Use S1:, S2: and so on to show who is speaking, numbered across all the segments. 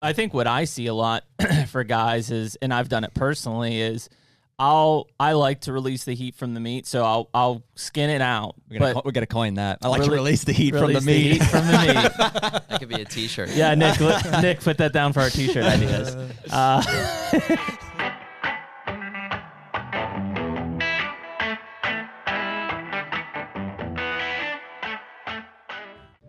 S1: I think what I see a lot for guys is, and I've done it personally, is I'll I like to release the heat from the meat, so I'll I'll skin it out.
S2: We're gonna,
S1: but
S2: co- we're gonna coin that. I like to
S1: Rele-
S2: release the heat from the
S1: release
S2: meat.
S1: heat from the meat.
S3: That could be a T-shirt.
S1: yeah, Nick, let- Nick, put that down for our T-shirt ideas. Uh,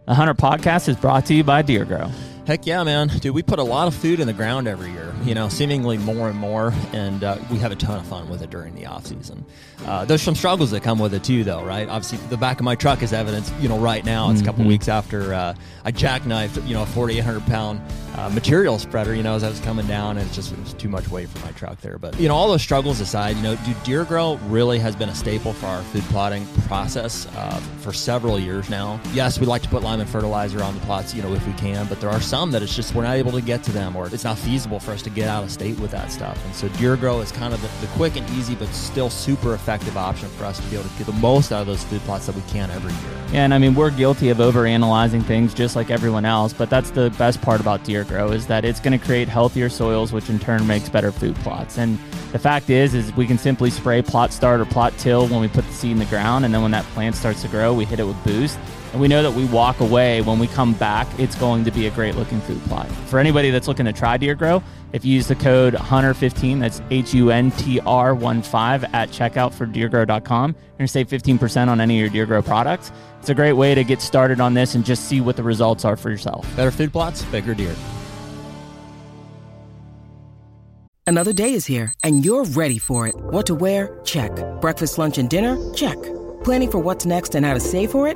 S1: A Hunter Podcast is brought to you by Deer Grow.
S2: Heck yeah, man, dude. We put a lot of food in the ground every year. You know, seemingly more and more, and uh, we have a ton of fun with it during the off season. Uh, there's some struggles that come with it too, though, right? Obviously, the back of my truck is evidence. You know, right now it's a couple weeks after uh, I jackknifed, you know, a 4,800 pound uh, material spreader. You know, as I was coming down, and it's just it was too much weight for my truck there. But you know, all those struggles aside, you know, dude, Deer Grow really has been a staple for our food plotting process uh, for several years now. Yes, we like to put lime and fertilizer on the plots, you know, if we can, but there are some that it's just we're not able to get to them or it's not feasible for us to get out of state with that stuff. And so Deer Grow is kind of the, the quick and easy but still super effective option for us to be able to get the most out of those food plots that we can every year.
S1: Yeah, and I mean we're guilty of overanalyzing things just like everyone else, but that's the best part about Deer Grow is that it's going to create healthier soils, which in turn makes better food plots. And the fact is, is we can simply spray plot start or plot till when we put the seed in the ground, and then when that plant starts to grow, we hit it with boost, and we know that we walk away when we come back. It's going to be a great looking food plot for anybody that's looking to try Deer Grow. If you use the code HUNTER15, that's H U N T R 1 5 at checkout for deergrow.com, you're going to save 15% on any of your Deer Grow products. It's a great way to get started on this and just see what the results are for yourself.
S2: Better food plots, bigger deer.
S4: Another day is here, and you're ready for it. What to wear? Check. Breakfast, lunch, and dinner? Check. Planning for what's next and how to save for it?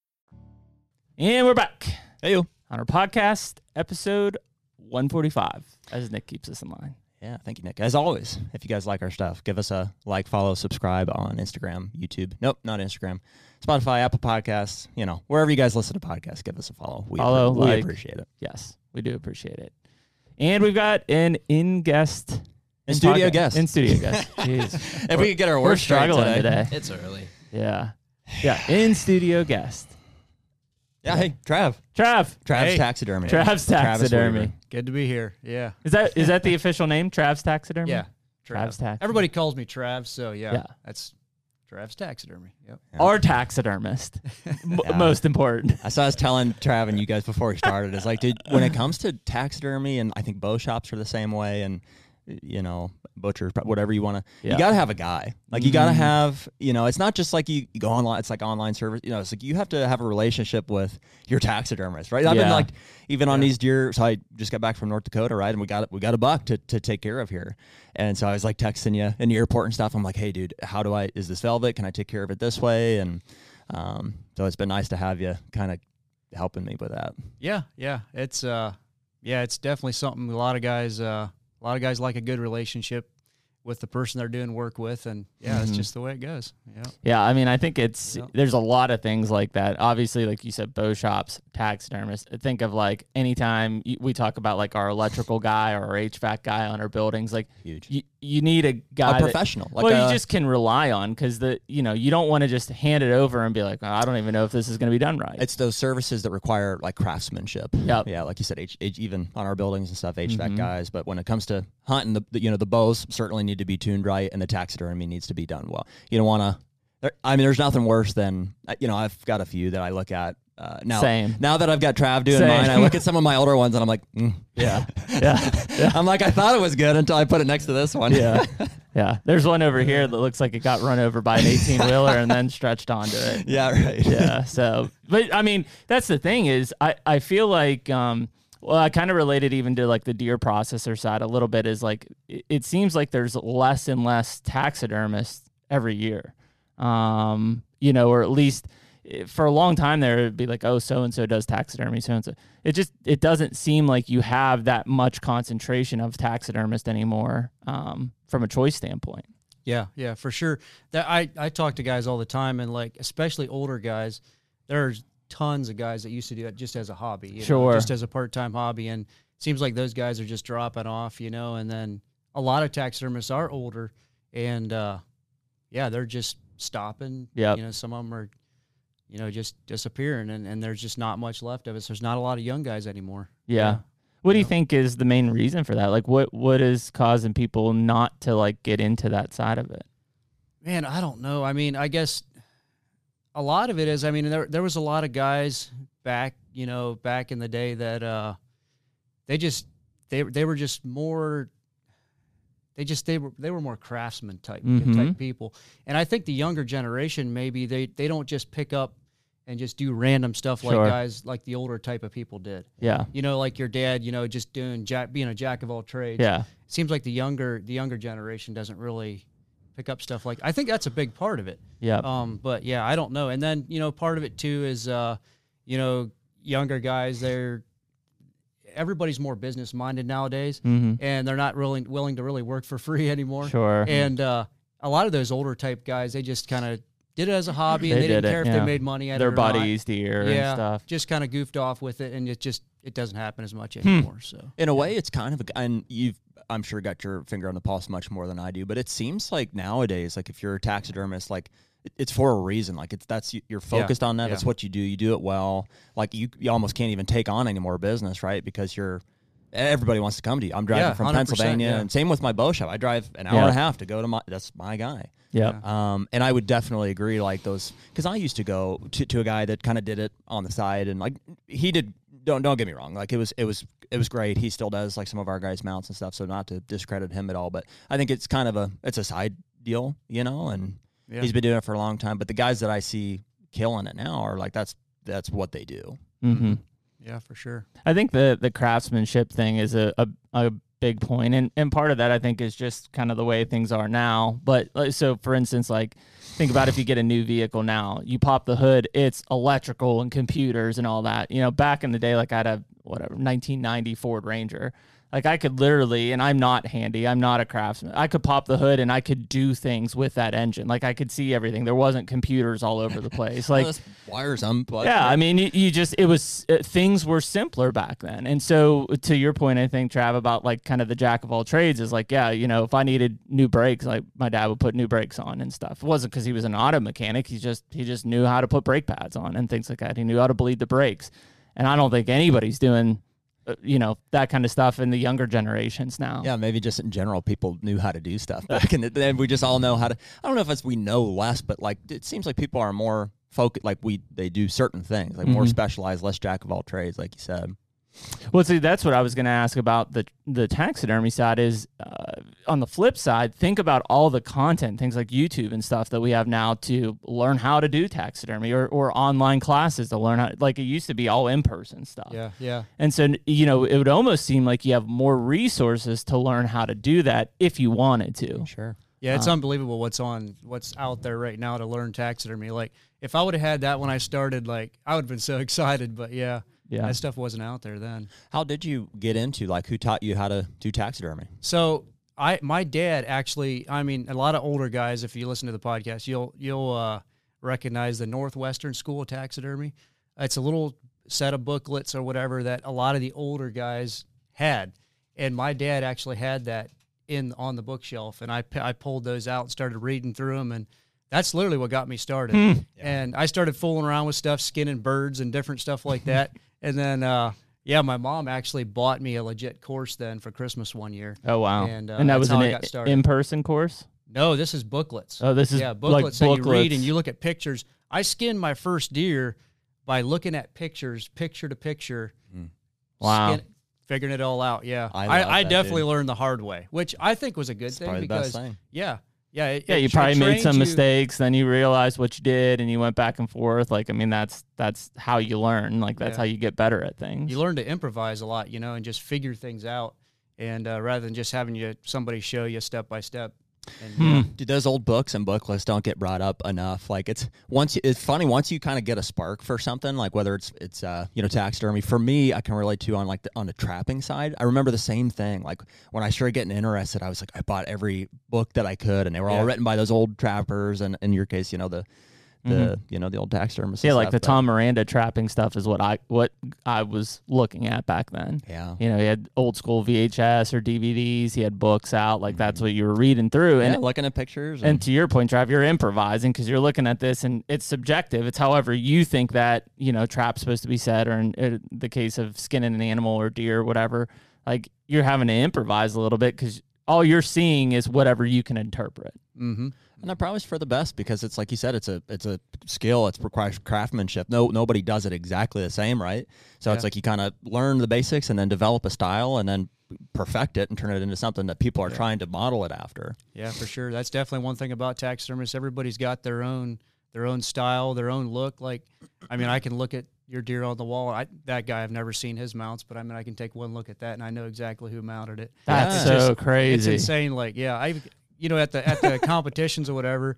S1: And we're back
S2: Hey, you.
S1: on our podcast, episode 145, as Nick keeps us in line.
S2: Yeah, thank you, Nick. As always, if you guys like our stuff, give us a like, follow, subscribe on Instagram, YouTube. Nope, not Instagram. Spotify, Apple Podcasts, you know, wherever you guys listen to podcasts, give us a follow. We,
S1: Follow,
S2: we
S1: like.
S2: appreciate it.
S1: Yes, we do appreciate it. And we've got an in guest,
S2: In studio guest.
S1: in studio guest. Jeez.
S2: If we could get our
S1: We're
S2: words straight
S1: struggling
S2: today.
S1: today.
S3: It's early.
S1: Yeah. Yeah. In studio guest.
S2: Yeah, hey, Trav.
S1: Trav.
S2: Travis
S5: Hey.
S2: Taxidermy.
S1: Trav's
S2: Travis
S1: taxidermy.
S2: Weaver.
S5: Good to be here. Yeah.
S1: Is that is that the official name? Trav's taxidermy?
S5: Yeah.
S1: Trav's taxidermy.
S5: Everybody calls me Trav, so yeah.
S1: Yeah.
S5: That's Trav's taxidermy. Yep.
S1: Our taxidermist. M-
S2: Yeah.
S1: Most important.
S2: I saw I was telling Trav and you guys before we started, it's like, dude, when it comes to taxidermy, and I think bow shops are the same way, and you know, butchers, pro- whatever you want to,
S1: Yeah. Mm-hmm.
S2: you gotta have a guy. Like you gotta have, you know, it's not just like you, you go online. It's like online service. You know, it's like you have to have a relationship with your taxidermist, right? I've been
S1: Yeah.
S2: like, even on these deer. So I just got back from North Dakota, right? And we got we got a buck to, to take care of here. And so I was like texting you in the airport and stuff. I'm like, hey, dude, how do I? Is this velvet? Can I take care of it this way? And um, so it's been nice to have you kind of helping me with that.
S5: Yeah, yeah. It's uh yeah, it's definitely something a lot of guys uh a lot of guys like a good relationship with the person they're doing work with and yeah, that's just the way it goes. Yeah.
S1: Yeah, I mean, I think it's
S5: Yeah.
S1: there's a lot of things like that. Obviously, like you said, bow shops, taxidermists. I Think of like anytime you- we talk about like our electrical guy or our HVAC guy on our buildings, like
S2: Huge.
S1: You, you need a guy
S2: a
S1: that-
S2: professional, like uh,
S1: well,
S2: a-
S1: you just can rely on because the you know you don't want to just hand it over and be like, "Oh, I don't even know if this is going to be done right.
S2: It's those services that require like craftsmanship.
S1: Yep. Mm-hmm.
S2: Yeah, like you said, H, H, even on our buildings and stuff, HVAC guys. But when it comes to hunting, the, the you know the bows certainly need to be tuned right, and the taxidermy needs to be done well. You don't want to. I mean, there's nothing worse than uh, you know. I've got a few that I look at uh, now.
S1: Same.
S2: Now that I've got Trav doing mine, I
S1: Same.
S2: look at some of my older ones and I'm like, mm.
S1: yeah, yeah.
S2: I'm like, I thought it was good until I put it next to this one.
S1: Yeah. Yeah, there's one over here that looks like it got run over by an 18 wheeler and then stretched onto it.
S2: Yeah, right.
S1: Yeah. So, but I mean, that's the thing is, I I feel like, um, well, I kind of related even to like the deer processor side a little bit. Is like it, it seems like there's less and less taxidermists every year, um, you know, or at least eh, for a long time there it'd be like, oh, so and so does taxidermy, so and so. It just it doesn't seem like you have that much concentration of taxidermist anymore um, from a choice standpoint.
S5: Yeah, yeah, for sure. That I I talk to guys all the time, and like especially older guys, there's tons of guys that used to do that just as a hobby, you know,
S1: Sure.
S5: just as a part time hobby, and it seems like those guys are just dropping off, you know. And then a lot of taxidermists are older, and uh, yeah, they're just stopping.
S1: Yep.
S5: you know, some of them are, you know, just disappearing, and and there's just not much left of us. There's not a lot of young guys anymore.
S1: Yeah. What do you think is the main reason for that? Like what what is causing people not to like get into that side of it?
S5: Man, I don't know. I mean, I guess a lot of it is. I mean, there there was a lot of guys back, you know, back in the day that uh, they just they they were just more. They just they were they were more craftsman type type
S1: Mhm.
S5: people, and I think the younger generation maybe they they don't just pick up and just do random stuff like
S1: Sure.
S5: guys like the older type of people did.
S1: Yeah.
S5: You know, like your dad, you know, just doing jack being a jack of all trades
S1: Yeah.
S5: seems like the younger the younger generation doesn't really pick up stuff like I think that's a big part of it.
S1: Yeah.
S5: Um, but yeah, I don't know. And then you know, part of it too is uh, you know, younger guys they're everybody's more business minded nowadays,
S1: Mhm.
S5: and they're not really willing to really work for free anymore.
S1: Sure.
S5: And uh, a lot of those older type guys, they just kind of did it as a hobby, and
S1: They
S5: they didn't
S1: did it,
S5: care if
S1: yeah.
S5: they made money out
S1: Their
S5: of it or not.
S1: bodies, deer
S5: yeah,
S1: and stuff. Hmm.
S5: just kind of goofed off with it, and it just it doesn't happen as much anymore. So
S2: In a way, it's kind of a, and you've I'm sure got your finger on the pulse much more than I do, but it seems like nowadays, like if you're a taxidermist, like it- it's for a reason. Like it's that's you're focused on that. It's
S5: yeah.
S2: what you do. You do it well. Like you, you almost can't even take on any more business, right? Because you're everybody wants to come to you. I'm driving
S5: Yeah,
S2: from
S5: 100%,
S2: Pennsylvania,
S5: yeah.
S2: and same with my bow shop. I drive an hour
S1: Yeah.
S2: and a half to go to my. That's my guy.
S1: Yep.
S2: Um, and I would definitely agree, like those, because I used to go to, to a guy that kind of did it on the side, and like he did. Don't don't get me wrong, like it was it was it was great. He still does like some of our guys' mounts and stuff. So not to discredit him at all, but I think it's kind of a it's a side deal, you know. And
S5: Yeah.
S2: he's been doing it for a long time. But the guys that I see killing it now are like that's that's what they do.
S1: Mhm.
S5: yeah, for sure.
S1: I think the the craftsmanship thing is a, a, a big point, and and part of that I think is just kind of the way things are now. But like, so, for instance, like think about if you get a new vehicle now, you pop the hood, it's electrical and computers and all that. You know, back in the day, like I had a whatever 1990 Ford Ranger. Like I could literally, and I'm not handy. I'm not a craftsman. I could pop the hood and I could do things with that engine. Like I could see everything. There wasn't computers all over the place. Like
S2: Those wires unplugged.
S1: yeah, I mean, you, you just it was uh, things were simpler back then, and so to your point, I think Trav about like kind of the jack of all trades is like, yeah, you know, if I needed new brakes, like my dad would put new brakes on and stuff. It wasn't because he was an auto mechanic; he just he just knew how to put brake pads on and things like that. He knew how to bleed the brakes, and I don't think anybody's doing, uh, you know, that kind of stuff in the younger generations now.
S2: Yeah, maybe just in general, people knew how to do stuff back in the day. We just all know how to. I don't know if it's we know less, but like it seems like people are more focused. Like we, they do certain things, like more specialized, less jack of all trades, like you said.
S1: Well, see, that's what I was going to ask about the the taxidermy side. Is uh, on the flip side, think about all the content, things like YouTube and stuff that we have now to learn how to do taxidermy, or or online classes to learn how. Like it used to be all in person stuff.
S5: Yeah, yeah.
S1: And so, you know, it would almost seem like you have more resources to learn how to do that if you wanted to.
S2: Sure.
S5: Yeah, it's unbelievable what's on what's out there right now to learn taxidermy. Like if I would have had that when I started, like I would have been so excited. But yeah,
S1: Yeah.
S5: that stuff wasn't out there then.
S2: How did you get into like who taught you how to do taxidermy?
S5: So I my dad actually I mean a lot of older guys if you listen to the podcast you'll you'll uh, recognize the Northwestern School of Taxidermy. It's a little set of booklets or whatever that a lot of the older guys had, and my dad actually had that in on the bookshelf, and I p- I pulled those out and started reading through them, and that's literally what got me started. And I started fooling around with stuff, skinning birds and different stuff like that, and then. Uh, yeah, my mom actually bought me a legit course then for Christmas one year.
S1: Oh wow!
S5: And, uh,
S1: that
S5: that's
S1: was
S5: how
S1: an
S5: I got started.
S1: in person course.
S5: No, this is booklets.
S1: Oh, this is
S5: yeah,
S1: like
S5: booklets that you read
S1: booklets.
S5: and you look at pictures. I skinned my first deer by looking at pictures, picture to picture.
S1: Wow.
S5: skin- figuring it all out. Yeah,
S2: Mm. I
S5: I,
S2: love
S5: I,
S2: that,
S5: definitely
S2: dude.
S5: learned the hard way, which I think was a good thing
S2: probably the
S5: because
S2: best thing.
S5: yeah, yeah, it-
S1: Yeah,
S5: it
S1: you
S5: tra-
S1: probably made
S5: trains
S1: some
S5: you-
S1: mistakes, then you realized what you did, and you went back and forth. Like, I mean, that's that's how you learn. Like, that's
S5: Yeah.
S1: how you get better at things.
S5: You learn to improvise a lot, you know, and just figure things out, and uh, rather than just having you somebody show you step by step. And,
S1: Hmm.
S5: yeah.
S2: Dude, those old books and booklets don't get brought up enough. Like it's once you, it's funny once you kind of get a spark for something, like whether it's it's uh, you know taxidermy. For me, I can relate to on like the, on the trapping side. I remember the same thing. Like when I started getting interested, I was like, I bought every book that I could, and they were all
S5: Yeah.
S2: written by those old trappers. And in your case, you know the the you know the old taxidermist. and
S1: Mm-hmm. yeah, like
S2: stuff,
S1: the
S2: but-
S1: Tom Miranda trapping stuff is what I what I was looking at back then.
S2: Yeah.
S1: You know, he had old school VHS or DVDs. He had books out. Like that's
S5: Mm-hmm.
S1: what you were reading through.
S2: Yeah,
S1: And
S2: looking at pictures
S1: and to your point, Trav, you're improvising because you're looking at this, and it's subjective. It's however you think that you know trap's supposed to be set, or in uh, the case of skinning an animal or deer or whatever. Like you're having to improvise a little bit because all you're seeing is whatever you can interpret.
S5: Mm-hmm.
S2: And I promise for the best because it's like you said, it's a it's a skill. It's requires craftsmanship. No, nobody does it exactly the same, right? So it's
S5: Yeah.
S2: like you kind of learn the basics and then develop a style and then perfect it and turn it into something that people are trying to model it after.
S5: Yeah, for sure. That's definitely one thing about taxidermists. Everybody's got their own their own style, their own look. Like, I mean, I can look at your deer on the wall. I, that guy, I've never seen his mounts, but I mean, I can take one look at that and I know exactly who mounted it.
S1: That's
S2: Yeah.
S1: so
S5: It's It's
S1: crazy.
S5: insane. Like, yeah, I, you know, at the at the competitions or whatever,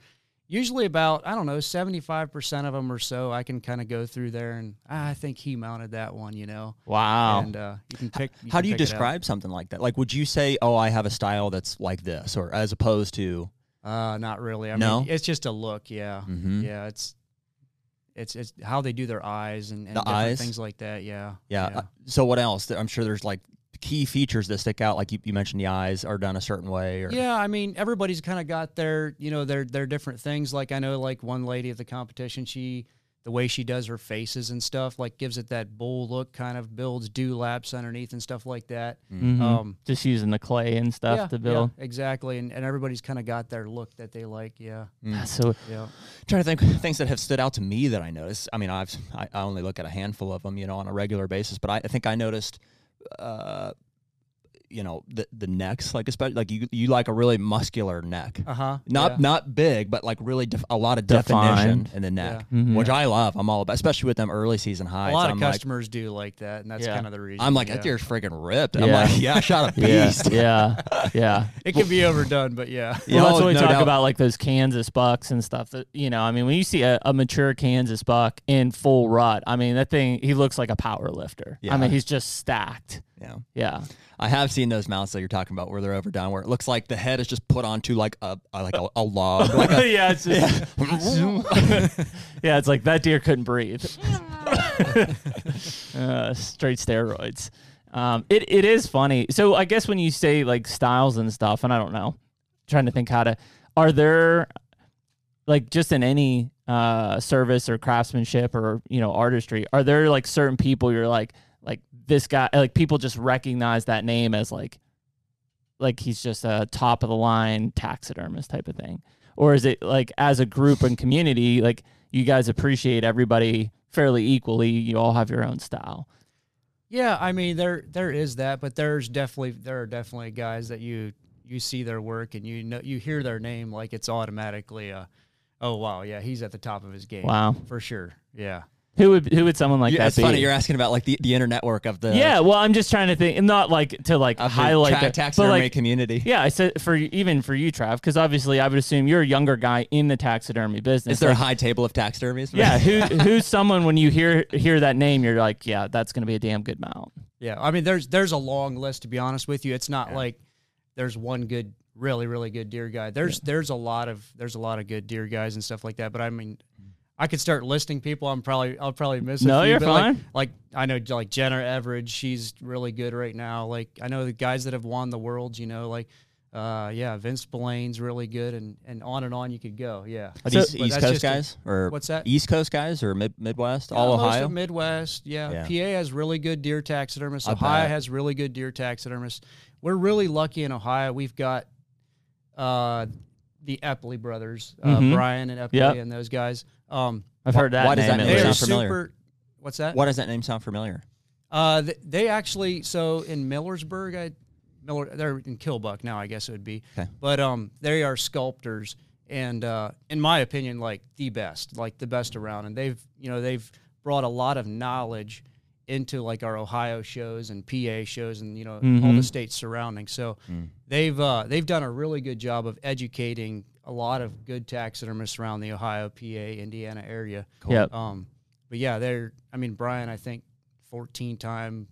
S5: usually about I don't know seventy five percent of them or so, I can kind of go through there and ah, I think he mounted that one. You know,
S1: Wow.
S5: and uh, you can pick.
S2: How
S5: can
S2: do you
S5: pick it out.
S2: describe something like that? Like, would you say, "Oh, I have a style that's like this," or as opposed to?
S5: Uh, not really. I
S2: No?
S5: mean, it's just a look. Yeah,
S2: Mhm.
S5: yeah. It's it's it's how they do their eyes and, and
S2: The
S5: different
S2: eyes?
S5: things like that. Yeah,
S2: Yeah. uh, So what else? I'm sure there's like key features that stick out. Like you, you mentioned, the eyes are done a certain way. Or
S5: Yeah, I mean, everybody's kind of got their, you know, their their different things. Like I know, like one lady at the competition, she the way she does her faces and stuff, like gives it that bull look, kind of builds dewlaps underneath and stuff like that.
S2: Mm-hmm.
S1: Mhm.
S5: Um,
S1: Just using the clay and stuff
S5: yeah,
S1: to build.
S5: yeah, exactly, and and everybody's kind of got their look that they like. Yeah,
S2: Hmm.
S1: That's So
S5: yeah.
S2: trying to think things that have stood out to me that I noticed. I mean, I've I, I only look at a handful of them, you know, on a regular basis, but I, I think I noticed, uh, you know, the the necks, like especially like you you like a really muscular neck,
S5: Uh huh.
S2: not
S5: yeah.
S2: not big, but like really def- a lot of definition
S1: Defined.
S2: in the neck,
S1: Yeah. Mhm.
S2: which I love. I'm all about, especially with them early season highs.
S5: a lot of
S2: I'm like,
S5: customers do like that, and that's
S1: Yeah.
S5: kind of the reason.
S2: I'm like that
S5: yeah.
S2: deer's freaking ripped. And
S1: Yeah.
S2: I'm like, yeah, I shot a
S1: yeah,
S2: beast.
S1: yeah, yeah.
S5: It can be overdone, but yeah.
S2: You
S1: Well, that's
S2: know,
S1: what we
S2: no
S1: talk
S2: doubt.
S1: about, like those Kansas bucks and stuff. That, you know, I mean, when you see a, a mature Kansas buck in full rut, I mean, that thing, he looks like a power lifter.
S2: Yeah.
S1: I mean, he's just stacked.
S2: Yeah.
S1: Yeah.
S2: I have seen those mounts that you're talking about where they're overdone, where it looks like the head is just put onto like a, a like a, a log, like a,
S1: yeah. It's just, yeah. It's like that deer couldn't breathe. uh, straight steroids. Um, it, it is funny. So I guess when you say like styles and stuff, and I don't know, trying to think how to, are there like just in any uh, service or craftsmanship or, you know, artistry, are there like certain people you're like, like this guy, like people just recognize that name as like, like he's just a top of the line taxidermist type of thing? Or is it like as a group and community, like you guys appreciate everybody fairly equally? You all have your own style.
S5: Yeah, I mean there there is that, but there's definitely there are definitely guys that you you see their work and you know you hear their name like it's automatically a oh wow yeah he's at the top of his game
S1: Wow.
S5: for sure yeah
S1: Who would who would someone like
S2: Yeah,
S1: that
S2: it's
S1: be?
S2: funny. You're asking about like the, the inner network of the
S1: yeah, well, I'm just trying to think, not like to like
S2: of the
S1: highlight
S2: tra-
S1: that, but
S2: taxidermy
S1: like,
S2: community.
S1: yeah, I said for even for you, Trav, because obviously I would assume you're a younger guy in the taxidermy business.
S2: Is there a
S1: Like,
S2: high table of taxidermies?
S1: yeah, who who's someone when you hear hear that name, you're like, yeah, that's gonna be a damn good mount.
S5: yeah I mean there's there's a long list to be honest with you it's not like there's one good really really good deer guy there's there's a lot of there's a lot of good deer guys and stuff like that but I mean I could start listing people I'm probably I'll probably miss a
S1: No,
S5: few,
S1: you're
S5: but, like-
S1: fine.
S5: like I know like Jenna Everidge, she's really good right now. Like I know the guys that have won the worlds, you know, like uh yeah, Vince Blaine's really good and and on and on you could go. Yeah.
S2: Are
S1: So-
S2: these
S5: But
S2: East
S5: that's
S2: Coast
S5: just a-
S2: guys or
S5: what's that?
S2: East Coast guys or mid- Midwest, all
S5: Yeah, most
S2: Ohio.
S5: of Midwest, yeah.
S2: Yeah.
S5: PA has really good deer taxidermists.
S2: I
S5: Ohio
S2: bet.
S5: has really good deer taxidermists. We're really lucky in Ohio. We've got uh the Epley brothers, uh,
S2: Mm-hmm.
S1: Mhm.
S5: Brian and Epley
S1: Yep.
S5: and those guys. Um
S1: I've heard that.
S2: why does
S1: name
S2: that
S1: at
S2: name
S1: least.
S5: they're
S2: sound familiar?
S5: super what's that?
S2: Why does that name sound familiar?
S5: Uh, th- they actually so in Millersburg, I Miller they're in Kilbuck now, I guess it would be.
S2: Okay.
S5: But um, they are sculptors, and uh, in my opinion, like the best, like the best around. And they've you know they've brought a lot of knowledge into like our Ohio shows and PA shows and you know all the states surrounding. So they've uh, they've done a really good job of educating a lot of good taxidermists around the Ohio, PA, Indiana area.
S1: Yep.
S5: Um, but yeah, they're. I mean, Brian, I think, fourteen-time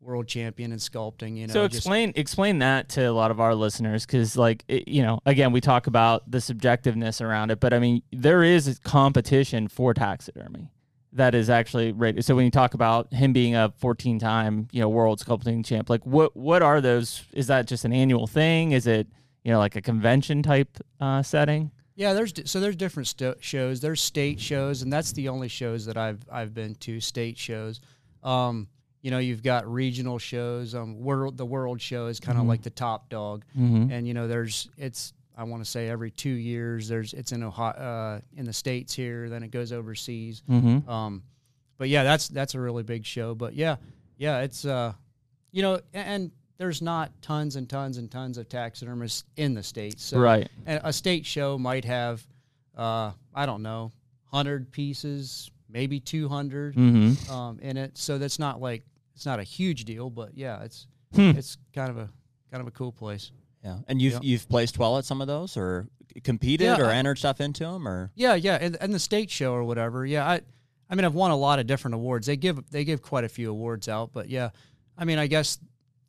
S5: world champion in sculpting. You know,
S1: so
S5: just-
S1: explain explain that to a lot of our listeners because like it, you know again we talk about the subjectiveness around it but i mean there is competition for taxidermy that is actually rated so when you talk about him being a 14 time you know world sculpting champ like what what are those is that just an annual thing is it you know like a convention type uh, setting
S5: yeah, there's di- so there's different sto- shows. There's state shows, and that's the only shows that I've I've been to. State shows. Um, you know, you've got regional shows. Um, world the world show is
S1: Mm-hmm.
S5: kind of like the top dog, and you know, there's it's. I want to say every two years, there's it's in Ohio, uh, in the states here, then it goes overseas.
S1: mm-hmm.
S5: Um, but yeah, that's that's a really big show. But yeah, yeah, it's uh, you know, a- and, there's not tons and tons and tons of taxidermists in the states. So
S1: Right.
S5: A, a state show might have, uh, I don't know, hundred pieces, maybe two
S1: Mm-hmm.
S5: um, in it. So that's not like it's not a huge deal, but yeah, it's it's kind of a kind of a cool place.
S2: Yeah, and you've
S5: Yeah.
S2: you've placed well at some of those, or competed,
S5: Yeah,
S2: or
S5: I-
S2: entered stuff into them, or
S5: Yeah, yeah, and, and the state show or whatever. Yeah, I, I mean, I've won a lot of different awards. They give they give quite a few awards out, but yeah, I mean, I guess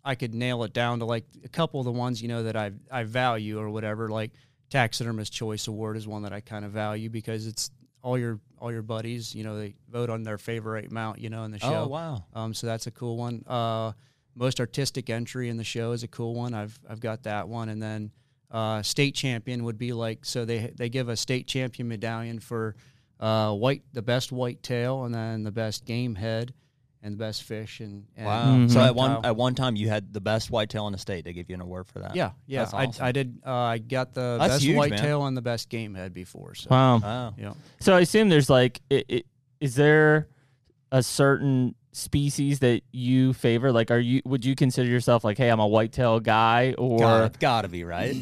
S5: I could nail it down to like a couple of the ones you know that I I value or whatever. Like Taxidermist Choice Award is one that I kind of value because it's all your all your buddies, you know, they vote on their favorite mount, you know, in the show.
S2: oh wow,
S5: Um, so that's a cool one. Uh, most artistic entry in the show is a cool one. I've I've got that one, and then uh, state champion would be like so they they give a state champion medallion for uh, white the best white tail, and then the best game head, and the best fish, and, and
S2: wow. Mm-hmm.
S1: Mhm.
S2: So at one
S5: reptile.
S2: at one time, you had the best whitetail in the state. They give you an award for that.
S5: yeah, yeah,
S2: That's awesome.
S5: I, I did. Uh, I got the
S2: That's
S5: best
S2: huge,
S5: white
S2: man.
S5: tail and the best game head before. So
S1: wow
S2: wow.
S5: yeah.
S1: So I assume there's like, i i is there a certain species that you favor? Like, are you would you consider yourself like, hey, I'm a whitetail guy, or
S2: gotta, gotta be right.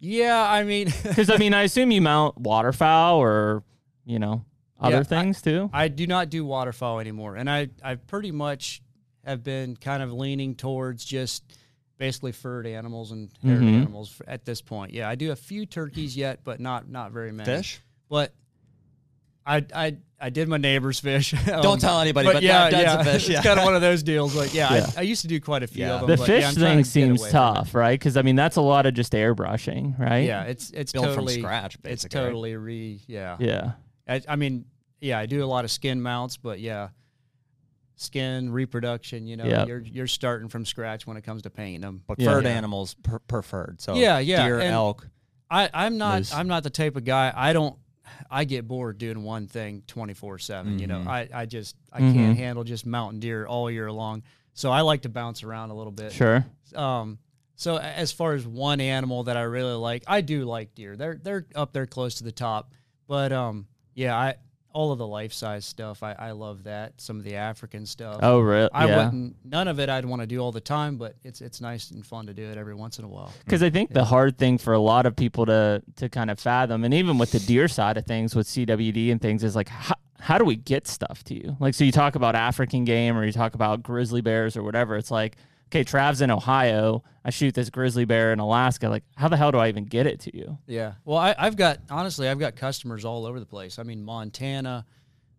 S5: Yeah, I mean,
S1: because I mean, I assume you mount waterfowl or you know other
S5: Yeah, I-
S1: things too.
S5: I do not do waterfowl anymore, and I I pretty much have been kind of leaning towards just basically furred animals and haired
S2: Mm-hmm.
S1: Mhm.
S5: animals f- at this point. Yeah, I do a few turkeys yet, but not not very many
S2: Fish?
S5: But I I I did my neighbor's fish. Um,
S2: Don't tell anybody, but that- that's a fish, yeah.
S5: it's kind of one of those deals. Like yeah,
S1: Yeah.
S5: I, I used to do quite a few
S2: Yeah.
S5: of them.
S1: the
S5: but,
S1: fish
S5: yeah, I'm trying
S1: thing
S5: to get
S1: seems
S5: away from it.
S1: tough, right? Because I mean, that's a lot of just airbrushing, right?
S5: Yeah, it's it's
S2: Built from
S5: totally
S2: scratch,
S5: It's
S2: basically, right?
S5: totally re yeah.
S1: yeah.
S5: I, I mean, yeah, I do a lot of skin mounts, but yeah, skin reproduction. You know,
S1: Yep.
S5: you're you're starting from scratch when it comes to painting them.
S2: But
S1: Yeah.
S2: furred
S1: Yeah.
S2: animals per- preferred. So
S5: Yeah, yeah,
S2: deer,
S5: and-
S2: elk.
S5: I, I'm not
S2: Loose.
S5: I'm not the type of guy. I don't. I get bored doing one thing 24 seven. You know, I I just I can't handle just mountain deer all year long. So I like to bounce around a little bit.
S1: Sure.
S5: Um, so a- as far as one animal that I really like, I do like deer. They're they're up there close to the top. But um, yeah, I all of the life size stuff, I, I love that. Some of the African stuff.
S1: Oh, really?
S5: I
S1: yeah.
S5: wouldn't none of it I'd want to do all the time, but it's it's nice and fun to do it every once in a while.
S1: because I think the hard thing for a lot of people to to kind of fathom, and even with the deer side of things, with CWD and things, is like how, how do we get stuff to you? Like, so you talk about African game, or you talk about grizzly bears, or whatever. It's like, okay, Trav's in Ohio. I shoot this grizzly bear in Alaska. Like, how the hell do I even get it to you?
S5: Yeah. Well, I, I've got honestly, I've got customers all over the place. I mean, Montana,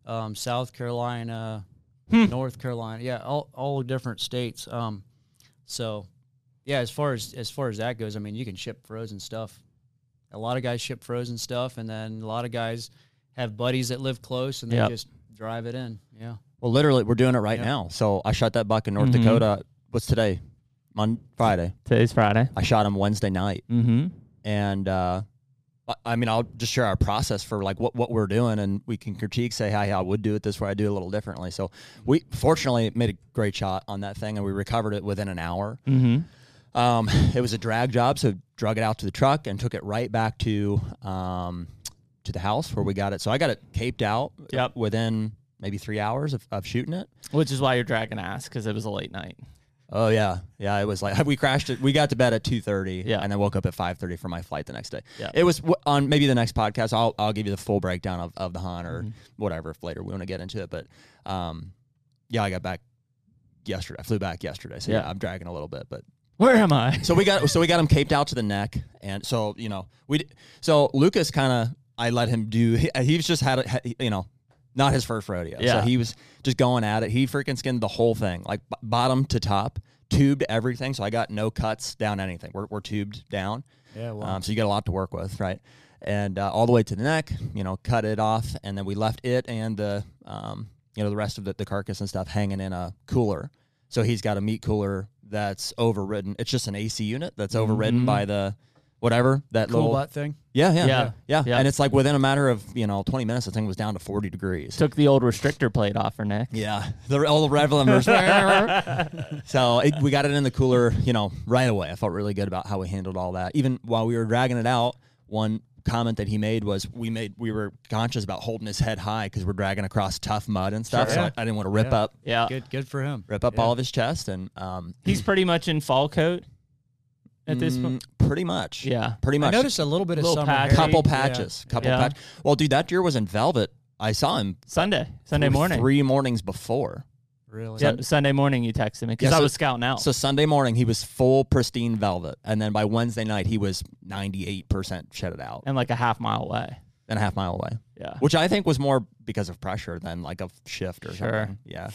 S5: um, South Carolina,
S2: Hmm.
S5: North Carolina. Yeah, all all different states. Um, so, yeah, as far as as far as that goes, I mean, you can ship frozen stuff. A lot of guys ship frozen stuff, and then a lot of guys have buddies that live close, and they
S1: Yep.
S5: just drive it in. Yeah.
S2: Well, literally, we're doing it right
S5: Yeah. Mm-hmm.
S2: now. So I shot that buck in North
S1: Mhm.
S2: Dakota. What's today? Mon Friday.
S1: Today's Friday.
S2: I shot him Wednesday night.
S1: Mm-hmm.
S2: and uh, I- I mean, I'll just share our process for like what, what we're doing, and we can critique, say, "Hey, I would do it this way. I do it a little differently." So we fortunately made a great shot on that thing, and we recovered it within an hour.
S1: Mm-hmm.
S2: Um, it was a drag job, so drug it out to the truck and took it right back to um, to the house where we got it. So I got it caped out
S1: Yep.
S2: within maybe three hours of, of shooting it.
S1: Which is why you're dragging ass because it was a late night.
S2: Oh yeah, yeah. It was like we crashed it. We got to bed at two thirty,
S1: Yeah.
S2: and I woke up at five thirty for my flight the next day.
S1: Yeah.
S2: It was w- on maybe the next podcast. I'll I'll give you the full breakdown of, of the hunt or
S1: Mm-hmm.
S2: whatever if later we want to get into it. But um, yeah, I got back yesterday. I flew back yesterday, so yeah,
S1: Yeah.
S2: I'm dragging a little bit, but
S1: Where am I?
S2: so we got so we got him caped out to the neck, and so you know we d- so Lucas kind of I let him do. He, he was just had a, had- you know not his first rodeo,
S1: Yeah.
S2: so he was just going at it. He freaking skinned the whole thing, like b- bottom to top, tubed everything. So I got no cuts down anything. We're we're tubed down.
S5: Yeah, wow.
S2: Um, so you got a lot to work with, right? And uh, all the way to the neck, you know, cut it off, and then we left it and the, um, you know, the rest of the, the carcass and stuff hanging in a cooler. So he's got a meat cooler that's overridden. It's just an AC unit that's
S1: Mm-hmm.
S2: overridden by the whatever that
S5: Cool
S2: little.
S5: butt thing.
S2: Yeah, yeah,
S1: Yeah.
S2: yeah, yeah,
S1: Yeah.
S2: And it's like within a matter of you know twenty minutes, the thing was down to forty degrees.
S1: Took the old restrictor plate off her neck.
S2: Yeah, the, all the red members. so it, we got it in the cooler, you know, right away. I felt really good about how we handled all that. Even while we were dragging it out, one comment that he made was we made we were conscious about holding his head high because we're dragging across tough mud and stuff. So I, I didn't want to rip
S5: Yeah.
S2: up
S1: Yeah.
S5: Good, good for him.
S2: Uh, rip up all of his chest and um,
S1: He's pretty much in fall coat at this point.
S2: mm, pretty much.
S1: Yeah.
S2: pretty
S5: I
S2: much.
S5: noticed a little bit of
S1: Little
S5: summer
S1: patch.
S5: hair.
S2: couple
S5: Yeah.
S2: patches, couple
S1: Yeah.
S2: patches. Well, dude, that deer was in velvet. I saw him
S1: Sunday. Sunday
S2: three-
S1: morning.
S2: three mornings before.
S5: Really?
S1: Sun- Sunday morning you texted me because
S2: Yeah,
S1: I
S2: so-
S1: was scouting out.
S2: Oh. So Sunday morning he was full pristine velvet, and then by Wednesday night he was ninety eight percent shedded out
S1: and like a half mile away.
S2: and a half mile away,
S1: Yeah.
S2: which I think was more because of pressure than like a shift or
S1: Sure.
S2: something. Yeah,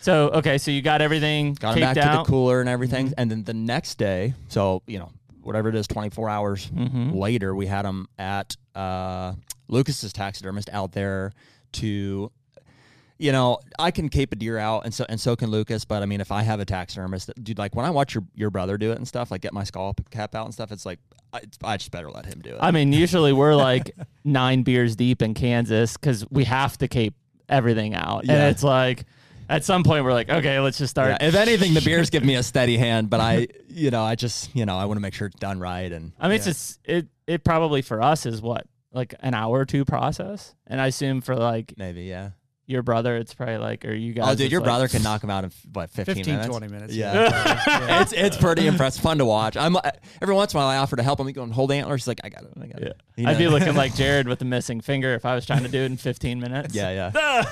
S1: So okay, so you got everything
S2: got him
S1: taped
S2: back
S1: out. Mm-hmm.
S2: to the cooler and everything, and then the next day, so you know whatever it is, twenty four hours
S1: Mm-hmm.
S2: later, we had him at uh, Lucas's taxidermist out there to. You know, I can cape a deer out, and so and so can Lucas. But I mean, if I have a taxidermist, dude, like when I watch your, your brother do it and stuff, like get my scallop cap out and stuff, it's like I, I just better let him do it.
S1: I mean, usually we're like nine beers deep in Kansas because we have to cape everything out,
S2: Yeah.
S1: and it's like at some point we're like, okay, let's just start.
S2: Yeah, if anything, the beers give me a steady hand, but I, you know, I just, you know, I want to make sure it's done right. And
S1: I mean, it's just it. It probably for us is what like an hour or two process, and I assume for like
S2: maybe, yeah.
S1: your brother, it's probably like or you guys.
S2: Oh, dude,
S1: it's
S2: your
S1: like-
S2: brother can knock him out in what 15,
S5: 15,
S2: minutes?
S5: 20 minutes.
S2: Yeah,
S5: Yeah.
S2: it's it's pretty impressive, fun to watch. I'm every once in a while I offer to help him. He going hold antlers. He's like, I got it, I got it. You know?
S1: I'd be looking like Jared with a missing finger if I was trying to do it in 15 minutes.
S2: Yeah, yeah.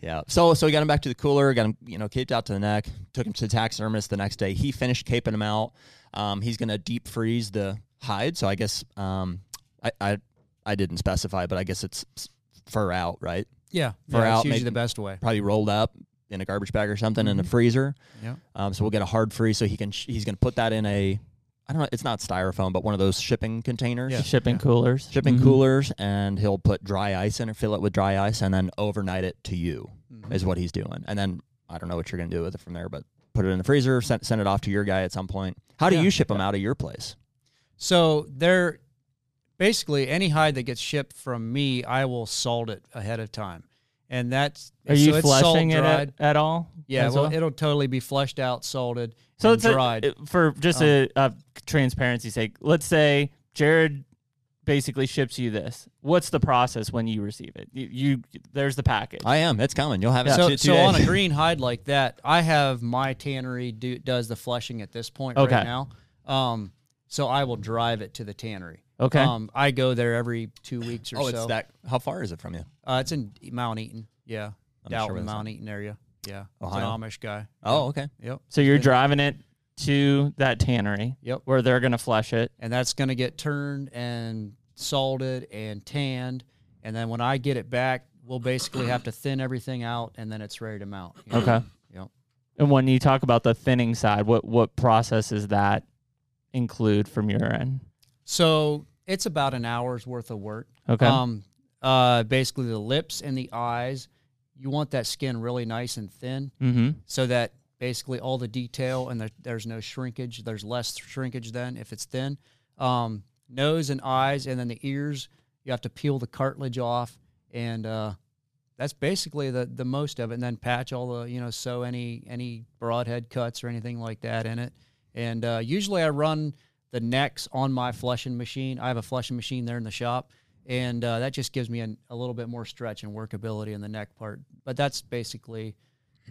S2: yeah. So so we got him back to the cooler, got him, you know, caped out to the neck, took him to the taxidermist the next day. He finished caping him out. Um, he's gonna deep freeze the hide. So I guess um I I, I didn't specify, but I guess it's s- fur out, right?
S5: Yeah.
S2: For
S5: yeah,
S2: out,
S5: it's usually
S2: make-
S5: the best way.
S2: Probably rolled up in a garbage bag or something in the freezer.
S5: Mm-hmm. Yeah.
S2: Um, so we'll get a hard freeze so he can sh- he's gonna put that in a I don't know, it's not styrofoam, but one of those shipping containers
S5: Yeah.
S1: Shipping coolers.
S2: shipping coolers and he'll put dry ice in it, fill it with dry ice, and then overnight it to you
S5: Mm-hmm.
S2: is what he's doing. And then I don't know what you're going to do with it from there, but put it in the freezer, send, send it off to your guy at some point. How do
S5: Yeah.
S2: you ship them out of your place?
S5: So they're basically any hide that gets shipped from me, I will salt it ahead of time, and that's
S1: Are
S5: so
S1: you
S5: it's salt
S1: flushing it
S5: dried.
S1: at, at all?
S5: Yeah,
S1: as
S5: well,
S1: well?
S5: it'll totally be flushed out, salted,
S1: So
S5: so
S1: it's
S5: and dried. Um,
S1: A, for just a, a transparency sake. Let's say Jared basically ships you this. What's the process when you receive it? You, you there's the package.
S2: I am. It's coming. You'll have it.
S5: so,
S2: in two- two
S5: so on a
S2: days.
S5: green hide like that, I have my tannery do, does the flushing at this point
S1: Okay.
S5: right now. Um, so I will drive it to the tannery.
S1: Okay.
S5: Um, I go there every two weeks or
S2: Oh,
S5: so.
S2: it's that. How far is it from you?
S5: Uh, it's in Mount Eaton. Yeah.
S2: I'm not
S5: Down
S2: sure where
S5: in
S2: that's
S5: Mount Eaton area. Yeah.
S2: Ohio?
S5: It's an Amish guy.
S2: Oh, okay.
S5: Yep.
S1: so you're driving it to that tannery.
S5: Yep.
S1: Where they're gonna flush it.
S5: and that's going to get turned and salted and tanned. And then when I get it back, we'll basically have to thin everything out, and then it's ready to mount. you know?
S1: Okay.
S5: Yep.
S1: And when you talk about the thinning side, what what process does that include from your end?
S5: So it's about an hour's worth of work.
S1: Okay.
S5: Um, uh, basically the lips and the eyes. You want that skin really nice and thin,
S1: Mm-hmm.
S5: so that basically all the detail and there, there's no shrinkage. There's less shrinkage than if it's thin. Um, nose and eyes, and then the ears. You have to peel the cartilage off, and uh, that's basically the the most of it. And then patch all the you know sew any any broadhead cuts or anything like that in it. And uh, usually I run the necks on my flushing machine. I have a flushing machine there in the shop, and uh, that just gives me an, a little bit more stretch and workability in the neck part. But that's basically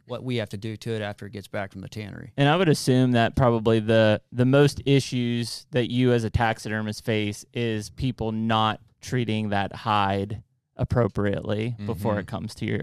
S5: what we have to do to it after it gets back from the tannery.
S1: And I would assume that probably the the most issues that you as a taxidermist face is people not treating that hide appropriately before it comes to your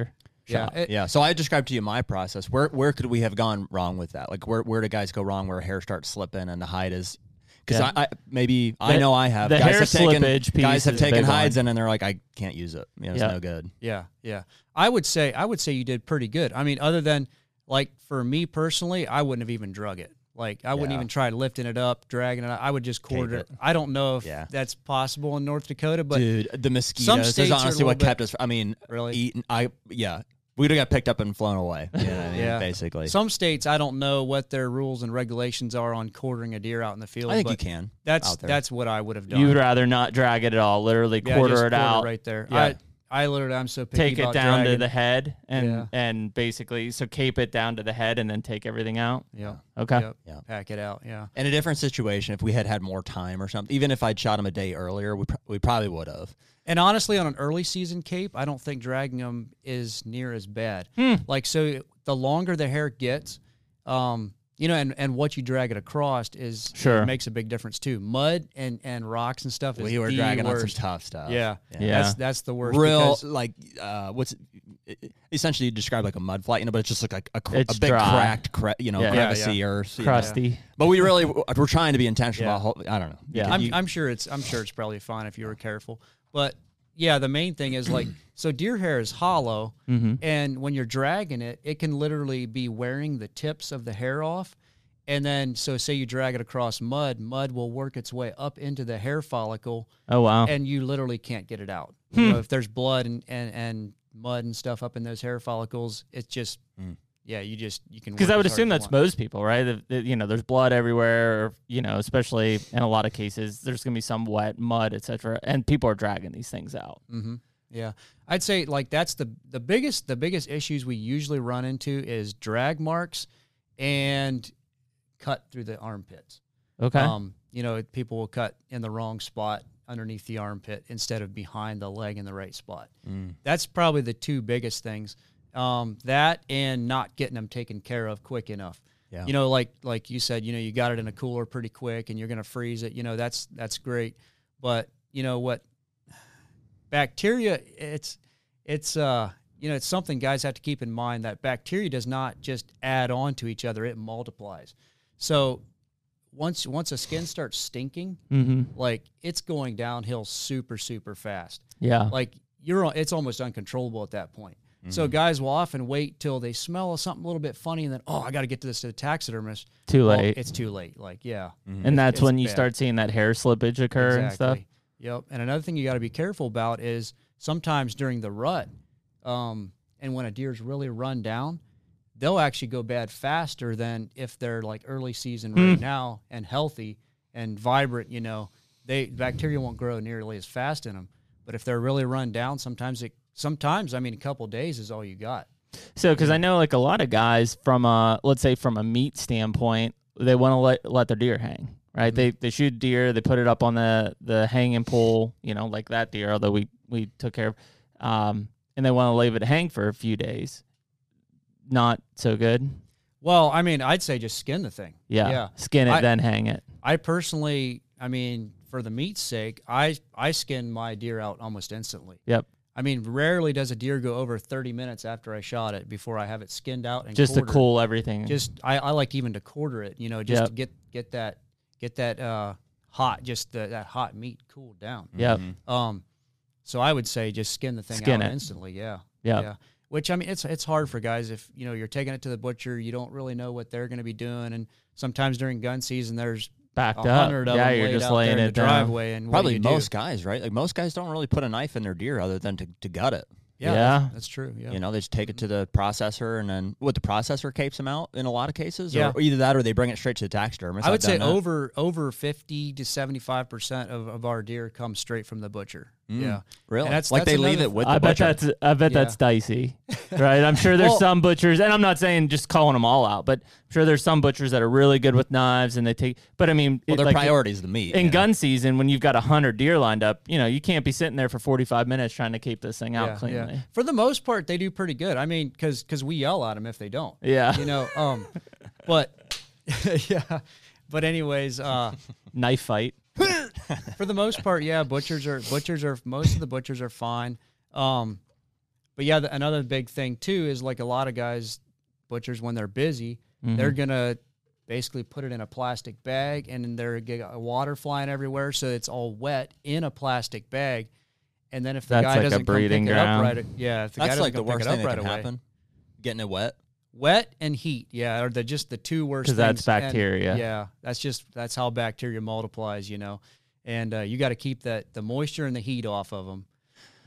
S5: Mm-hmm. Yeah,
S1: shop.
S5: it-
S2: yeah. So I described to you my process. Where where could we have gone wrong with that? Like where where do guys go wrong? Where hair starts slipping and the hide is because
S1: Yeah.
S2: I, I maybe I
S1: The-
S2: know I have
S1: the
S2: guys
S1: hair
S2: have taken,
S1: slippage piece
S2: Guys have
S1: is a
S2: taken
S1: big one.
S2: hides in and they're like I can't use it. You know, it's
S1: Yeah.
S2: no good.
S5: Yeah, yeah. I would say I would say you did pretty good. I mean, other than like for me personally, I wouldn't have even drug it. Like I wouldn't
S2: Yeah.
S5: even try lifting it up, dragging it. Out. I would just quarter it.
S2: it.
S5: I don't know if
S2: Yeah.
S5: that's possible in North Dakota, but
S2: Dude, the mosquitoes
S5: states
S2: is
S5: are a
S2: honestly
S5: little
S2: what
S5: bit-
S2: kept us. I mean,
S5: Really?
S2: eaten. I yeah, we'd have got picked up and flown away. You know what I mean?
S5: Yeah.
S2: basically.
S5: some states I don't know what their rules and regulations are on quartering a deer out in the field.
S2: I think
S5: but
S2: you can.
S5: That's
S2: out there.
S5: that's what I would have done.
S1: You would rather not drag it at all, literally
S5: Yeah,
S1: quarter it
S5: just
S1: out,
S5: right there.
S1: Yeah.
S5: I I literally I'm so picky
S1: take it
S5: about
S1: down to
S5: dragging.
S1: the head and
S5: Yeah.
S1: and basically so cape it down to the head and then take everything out.
S5: yeah
S1: Okay.
S5: Yep.
S2: Yeah.
S5: pack it out yeah.
S2: In a different situation, if we had had more time or something, even if I'd shot him a day earlier, we, pr- we probably would have.
S5: And honestly, on an early season cape, I don't think dragging them is near as bad.
S1: Hmm.
S5: Like so, the longer the hair gets, um, you know, and, and what you drag it across is
S1: Sure.
S5: it makes a big difference too. Mud and, and rocks and stuff is
S2: We were
S5: the
S2: dragging on some
S5: worst.
S2: tough stuff.
S5: yeah,
S1: Yeah.
S5: That's that's the worst.
S2: Real,
S5: because-
S2: like, uh, what's essentially you describe like a mud flat, you know, but it's just like a, a, cr- a
S1: It's
S2: big
S1: dry.
S2: cracked, cra- you know,
S1: Yeah. Yeah,
S2: crevice
S5: yeah.
S2: earth. you know.
S1: Crusty.
S2: But we really, we're trying to be intentional
S5: Yeah.
S2: about, whole, I don't know.
S1: Yeah.
S5: I'm, I'm sure it's I'm sure it's probably fine if you were careful. But yeah, the main thing is like so deer hair is hollow,
S1: Mm-hmm.
S5: and when you're dragging it, it can literally be wearing the tips of the hair off. And then so say you drag it across mud, mud will work its way up into the hair follicle,
S1: Oh Hmm. wow.
S5: and you literally can't get it out. You know, if there's blood and, and and mud and stuff up in those hair follicles, it's just yeah, you just you can
S1: Hmm. Because
S5: work
S1: I would
S5: as hard
S1: assume
S5: as you
S1: that's
S5: want.
S1: most people, right? The, the- you know, there's blood everywhere. Or, you know, especially in a lot of cases, there's going to be some wet, mud, etc. And people are dragging these things out.
S5: Mm. Yeah, I'd say like that's the the biggest the biggest issues we usually run into is drag marks and cut through the armpits.
S1: Okay.
S5: Um, you know, people will cut in the wrong spot underneath the armpit instead of behind the leg in the right spot. That's probably the two biggest things. Um, that and not getting them taken care of quick enough.
S2: Yeah.
S5: You know, like like you said, you know, you got it in a cooler pretty quick and you're gonna freeze it. You know, that's that's great. But you know what bacteria it's it's uh you know it's something guys have to keep in mind that bacteria does not just add on to each other it multiplies so once once a skin starts stinking
S1: Mm-hmm.
S5: like it's going downhill super super fast
S1: yeah.
S5: like you're it's almost uncontrollable at that point
S1: Mm-hmm.
S5: so guys will often wait till they smell something a little bit funny and then oh i got to get to this to the taxidermist
S1: Too
S5: Well,
S1: late.
S5: it's too late like yeah
S1: and that's
S5: it's
S1: when you
S5: bad.
S1: start seeing that hair slippage occur and stuff.
S5: Exactly. Yep. And another thing you got to be careful about is sometimes during the rut, um, and when a deer's really run down, they'll actually go bad faster than if they're like early season
S1: Hmm.
S5: right now and healthy and vibrant. You know, they bacteria won't grow nearly as fast in them. But if they're really run down, sometimes it. Sometimes I mean, a couple days is all you got.
S1: So, because I know like a lot of guys from a let's say from a meat standpoint, they want to let let their deer hang, right?
S5: Mm-hmm.
S1: They they shoot deer, they put it up on the the hanging pole, you know, like that deer. Although we we took care of, um, and they want to leave it hang for a few days. Not so good.
S5: Well, I mean, I'd say just skin the thing.
S1: Yeah.
S5: Yeah.
S1: Skin it,
S5: I-
S1: then hang it.
S5: I personally, I mean, for the meat's sake, I I skin my deer out almost instantly.
S1: Yep.
S5: I mean, rarely does a deer go over 30 minutes after I shot it before I have it skinned out and
S1: Just
S5: quartered.
S1: to cool everything.
S5: Just I, I like even to quarter it, you know, just
S1: Yep.
S5: to get get that get that uh, hot, just the, that hot meat cooled down.
S1: yep.
S5: Um, so I would say just skin the thing
S1: Skin
S5: out
S1: it.
S5: instantly. Yeah.
S1: Yep.
S5: Yeah. Which I mean, it's it's hard for guys if you know you're taking it to the butcher, you don't really know what they're going to be doing, and sometimes during gun season, there's
S1: Backed
S5: a
S1: up.
S5: hundred of
S1: Yeah,
S5: them
S1: you're
S5: laid
S1: just
S5: out there
S1: laying
S5: in the
S1: it down.
S5: driveway, and what do
S2: Probably
S5: you do?
S2: most guys, right? Like most guys don't really put a knife in their deer other than to, to gut it.
S5: Yeah,
S1: Yeah.
S5: That's, that's true. Yeah.
S2: You know, they just take it to the processor, and then what the processor capes them out in a lot of cases.
S5: Yeah.
S2: Or either that, or they bring it straight to the taxidermist.
S5: I
S2: I've
S5: would say
S2: done that.
S5: over over fifty to seventy five percent of of our deer come straight from the butcher. Yeah,
S2: Mm, Really?
S5: And that's
S2: like
S5: that's
S2: they leave
S5: another-
S2: it with.
S1: I
S2: the
S1: bet
S2: butcher.
S1: that's I bet
S5: Yeah.
S1: that's dicey, right? I'm sure there's
S2: Well-
S1: some butchers, and I'm not saying just calling them all out, but I'm sure there's some butchers that are really good with knives and they take. But I mean, it-
S2: well, their
S1: like,
S2: priority is the meat.
S1: in
S2: you know?
S1: gun season when you've got a hundred deer lined up, you know you can't be sitting there for 45 minutes trying to keep this thing out
S5: yeah,
S1: cleanly.
S5: yeah. For the most part, they do pretty good. I mean, because we yell at them if they don't.
S1: Yeah.
S5: you know. Um, but yeah, but anyways, uh,
S1: Knife fight.
S5: for the most part, yeah, butchers are butchers are most of the butchers are fine. Um, but yeah, the, another big thing too is like a lot of guys, butchers when they're busy,
S1: Mm-hmm.
S5: they're gonna basically put it in a plastic bag and then they're get a water flying everywhere, so it's all wet in a plastic bag. And then if the
S1: That's
S5: guy
S1: like a
S5: doesn't come pick
S1: breeding
S5: it up
S1: ground.
S5: right, yeah, if the guy
S2: That's
S5: doesn't
S2: like the
S5: come pick
S2: worst
S5: it up
S2: thing that
S5: right
S2: can
S5: away,
S2: happen. Getting it wet.
S5: wet and heat, yeah, are the just the two worst.
S1: 'Cause that's
S5: things, and-
S1: bacteria.
S5: yeah, that's just that's how bacteria multiplies, you know, and uh, you got to keep that the moisture and the heat off of them.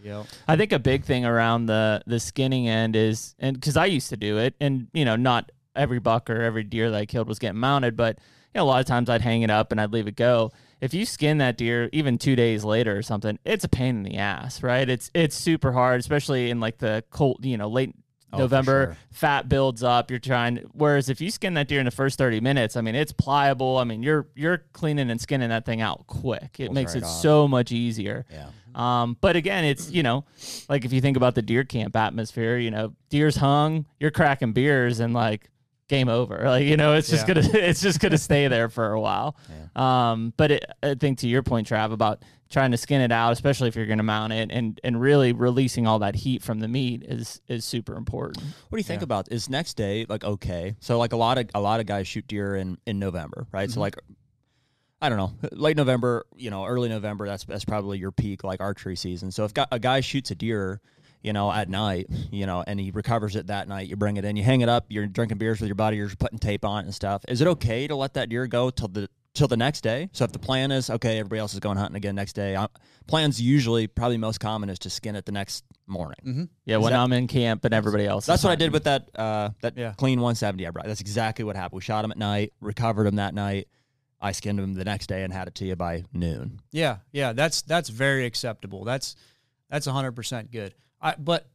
S5: Yep.
S1: I think a big thing around the the skinning end is, and because I used to do it, and you know, not every buck or every deer that I killed was getting mounted, but you know, a lot of times I'd hang it up and I'd leave it go. If you skin that deer even two days later or something, it's a pain in the ass, right? It's it's super hard, especially in like the cold, you know, late
S2: Oh, for
S1: November,
S2: sure.
S1: fat builds up. You're trying. Whereas if you skin that deer in the first thirty minutes, I mean, it's pliable. I mean, you're you're cleaning and skinning that thing out quick. It makes
S2: right
S1: it
S2: off.
S1: so much easier.
S2: Yeah.
S1: Um, but again, it's you know, like if you think about the deer camp atmosphere, you know, deer's hung, you're cracking beers, and like game over. Like you know, it's just
S5: Yeah.
S1: gonna it's just gonna stay there for a while. Um, but it, I think to your point, Trav, about trying to skin it out, especially if you're gonna mount it, and and really releasing all that heat from the meat is is super important.
S2: What do you think about is next day like okay? So like a lot of a lot of guys shoot deer in in November, right? So like I don't know, late November, you know, early November. That's that's probably your peak like archery season. So if gu- a guy shoots a deer, you know, at night, you know, and he recovers it that night, you bring it in, you hang it up, you're drinking beers with your buddy, you're putting tape on it and stuff. Is it okay to let that deer go till the till the next day? So if the plan is okay, everybody else is going hunting again next day. i plans usually probably most common is to skin it the next morning.
S1: Yeah, when I'm in camp and everybody else.
S2: That's what I did with that uh, that
S5: Yeah.
S2: clean 170 I brought. That's exactly what happened. We shot him at night, recovered him that night. I skinned him the next day and had it to you by noon.
S5: Yeah, yeah, that's that's very acceptable. That's that's hundred percent good. I but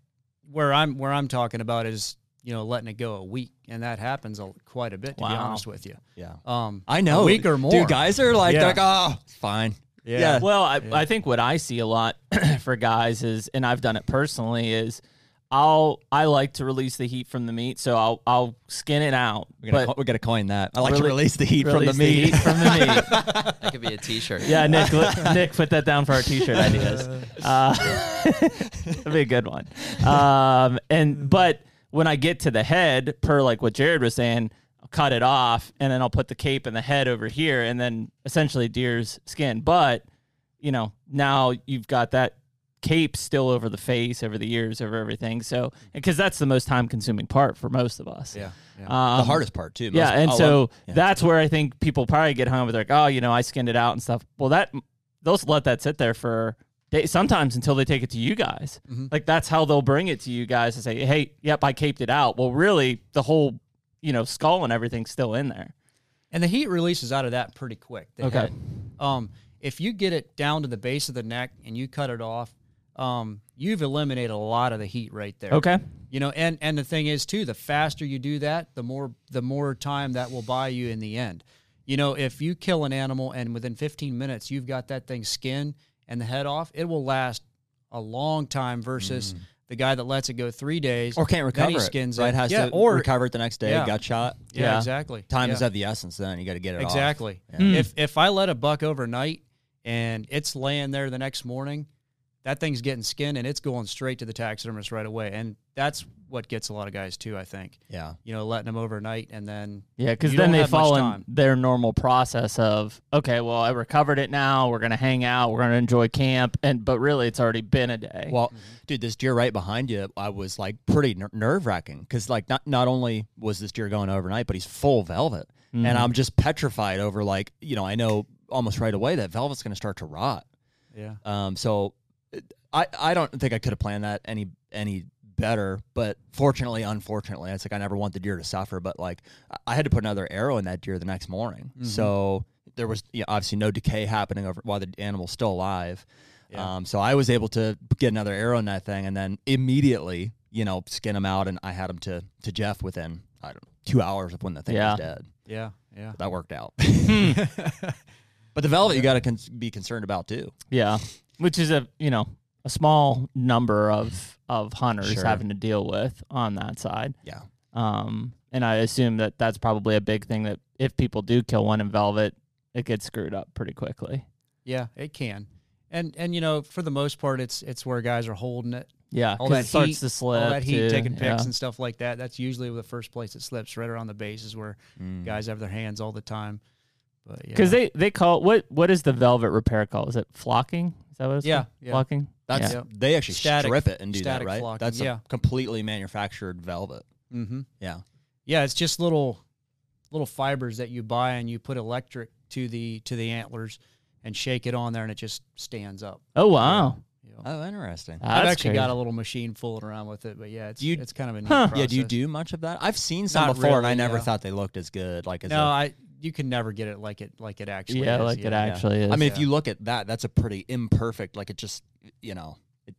S5: where I'm where I'm talking about is you know letting it go a week, and that happens a, quite a bit. To be
S1: Wow.
S5: honest with you,
S2: Yeah,
S5: um,
S2: I know.
S5: a week or more.
S2: Dude, guys are like,
S5: Yeah.
S2: they're like, oh, it's fine.
S5: Yeah.
S1: Well, I, I think what I see a lot for guys is, and I've done it personally, is I'll I like to release the heat from the meat, so I'll I'll skin it out.
S2: We're
S1: but
S2: gonna, co- we're gonna coin that. I like to
S1: Rele-
S2: release the heat from the
S1: release
S2: meat.
S1: heat from the meat.
S3: That could be a T-shirt.
S1: Yeah, Nick, let- Nick, put that down for our T-shirt ideas. Uh, that'd be a good one. Um, and but when I get to the head, per like what Jared was saying, I'll cut it off, and then I'll put the cape and the head over here, and then essentially deer's skin. But you know, now you've got that cape still over the face, over the ears, over everything. So because that's the most time-consuming part for most of us.
S5: yeah, yeah.
S1: Um,
S2: the hardest part too.
S1: yeah,
S2: Most-
S1: and
S2: oh,
S1: so
S2: well, yeah.
S1: that's where I think people probably get hung with like, oh, you know, I skinned it out and stuff. Well, that they'll let that sit there for days, sometimes until they take it to you guys.
S5: Mm-hmm.
S1: Like that's how they'll bring it to you guys and say, hey, yep, I caped it out. Well, really, the whole you know skull and everything's still in there.
S5: and the heat releases out of that pretty quick. the
S1: Okay.
S5: head. Um, if you get it down to the base of the neck and you cut it off, um, you've eliminated a lot of the heat right there.
S1: Okay.
S5: You know, and and the thing is too, the faster you do that, the more the more time that will buy you in the end. You know, if you kill an animal and within 15 minutes you've got that thing skinned and the head off, it will last a long time versus the guy that lets it go three days
S2: Mm. or can't recover
S5: Then he
S2: it,
S5: skins
S2: right?
S5: it.
S2: Has
S5: yeah,
S2: to
S5: or
S2: recover it the next day.
S5: Yeah.
S2: Got shot.
S5: yeah,
S1: Yeah.
S5: exactly.
S2: Time
S5: yeah.
S2: is of the essence. Then you got to get it off.
S5: Exactly. If if I let a buck overnight and it's laying there the next morning, that thing's getting skinned and it's going straight to the taxidermist right away. And that's what gets a lot of guys too, I think.
S2: Yeah.
S5: You know, letting them overnight and then
S1: Yeah, because
S5: you
S1: then
S5: don't
S1: they
S5: have much
S1: fall in
S5: time.
S1: their normal process of okay, well, I recovered it now. We're gonna hang out. We're gonna enjoy camp, and but really, it's already been a day.
S2: Well, dude, this deer right behind you, I was like pretty ner- nerve wracking because like not not only was this deer going overnight, but he's full velvet, and I'm just petrified over like you know I know almost right away that velvet's going to start to rot.
S5: yeah.
S2: Um, so it- I I don't think I could have planned that any any better, but fortunately, unfortunately, it's like I never want the deer to suffer, but like I- I had to put another arrow in that deer the next morning, so there was you know, obviously no decay happening over while the animal's still alive.
S5: Yeah.
S2: Um, so I was able to get another arrow in that thing, and then immediately, you know, skin him out, and I had him to to Jeff within I don't know, two hours of when the thing
S1: Yeah.
S2: was dead.
S5: Yeah, yeah.
S2: That worked out. but the velvet you got to con- be concerned about too.
S1: Yeah, which is a you know a small number of of hunters
S2: Sure.
S1: having to deal with on that side.
S2: Yeah.
S1: Um, and I assume that that's probably a big thing that if people do kill one in velvet, it gets screwed up pretty quickly.
S5: Yeah, it can. And and you know, for the most part, it's it's where guys are holding it.
S1: Yeah,
S5: All
S1: 'cause
S5: that
S1: it starts
S5: heat,
S1: to slip.
S5: all that heat,
S1: too.
S5: taking picks
S1: Yeah.
S5: and stuff like that. That's usually the first place it slips, right around the base is where guys have their hands all the time. But yeah,
S1: Because they they call what what is the velvet repair call? Is it flocking? Is that what it's
S5: Yeah,
S1: called?
S5: yeah.
S1: flocking.
S2: That's
S1: yeah.
S5: Yep.
S2: they actually
S5: Static-
S2: strip it and do that,
S5: static
S2: right?
S5: flocking,
S2: That's
S5: yeah.
S2: a completely manufactured velvet.
S5: hmm
S2: Yeah.
S5: yeah, it's just little little fibers that you buy and you put electric to the to the antlers and shake it on there and it just stands up.
S1: Oh wow,
S5: You know.
S2: Oh, interesting.
S5: I've
S1: That's
S5: actually got
S1: crazy.
S5: a little machine fooling around with it, but yeah, it's
S2: Do you-
S5: it's kind of a neat
S1: Huh.
S5: process.
S2: Yeah, do you do much of that? I've seen some
S5: Not
S2: before, and I
S5: really,
S2: never
S5: yeah.
S2: thought they looked as good. Like as
S5: No,
S2: a-
S5: I you can never get it like it like it actually
S1: yeah,
S5: is.
S1: like it actually is.
S2: I mean, if
S5: yeah.
S2: you look at that, that's a pretty imperfect. Like it just, you know, it,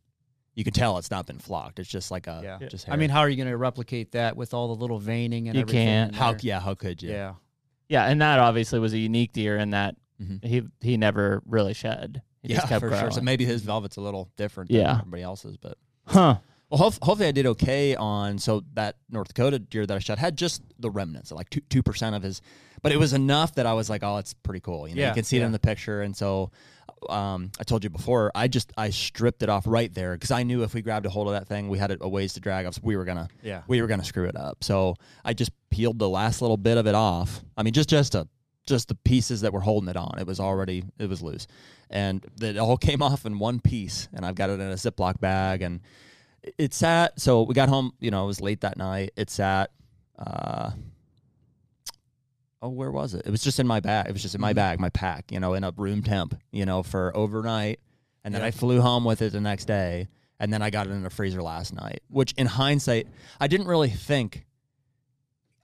S2: you can tell it's not been flocked. It's just like a.
S5: Yeah.
S2: Uh, Just
S5: I mean,
S2: hair.
S5: how are you going to replicate that with all the little veining and
S1: You
S5: everything?
S1: can't.
S5: in
S2: how,
S5: there?
S2: yeah, how could you?
S5: Yeah.
S1: yeah, and that obviously was a unique deer in that
S2: Mhm.
S1: he he never really shed. He
S2: yeah,
S1: just kept
S2: for
S1: growing.
S2: sure. So maybe his velvet's a little different than
S1: Yeah.
S2: everybody else's, but
S1: Huh.
S2: Well, hof- hopefully I did okay on so that North Dakota deer that I shot had just the remnants, like two two percent of his, but it was enough that I was like, oh, it's pretty cool. You know,
S5: Yeah,
S2: you can see it
S5: yeah.
S2: in the picture, and so um, I told you before, I just I stripped it off right there because I knew if we grabbed a hold of that thing, we had it a ways to drag us. We were gonna
S5: Yeah.
S2: we were gonna screw it up. So I just peeled the last little bit of it off. I mean, just just a just the pieces that were holding it on. It was already it was loose, and it all came off in one piece. And I've got it in a Ziploc bag, and it sat. So we got home. You know, it was late that night. It sat. Uh, oh, where was it? It was just in my bag. It was just in my
S5: Mm-hmm.
S2: bag, my pack. You know, in a room temp. You know, for overnight, and then I flew home with it the next day. And then I got it in the freezer last night, which in hindsight, I didn't really think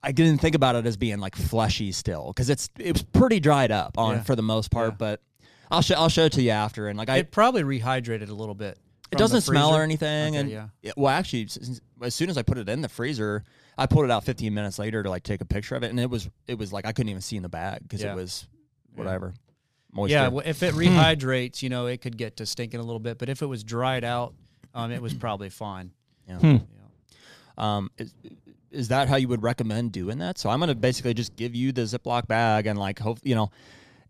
S2: I didn't think about it as being like fleshy still because it's it was pretty dried up on
S5: Yeah.
S2: for the most part.
S5: Yeah.
S2: But I'll show I'll show it to you after and like I
S5: it
S2: it,
S5: probably rehydrated a little bit. from the
S2: doesn't smell or
S5: freezer.
S2: anything
S5: Okay,
S2: and
S5: yeah.
S2: yeah, well actually s- s- as soon as I put it in the freezer I pulled it out 15 minutes later to like take a picture of it and it was it was like I couldn't even see in the bag because
S5: Yeah.
S2: it was whatever moisture.
S5: Yeah, well, if it rehydrates, you know, it could get to stinking a little bit, but if it was dried out, um, it was probably fine.
S2: Yeah. Um, is, is that how you would recommend doing that? So I'm going to basically just give you the Ziploc bag and like hope you know,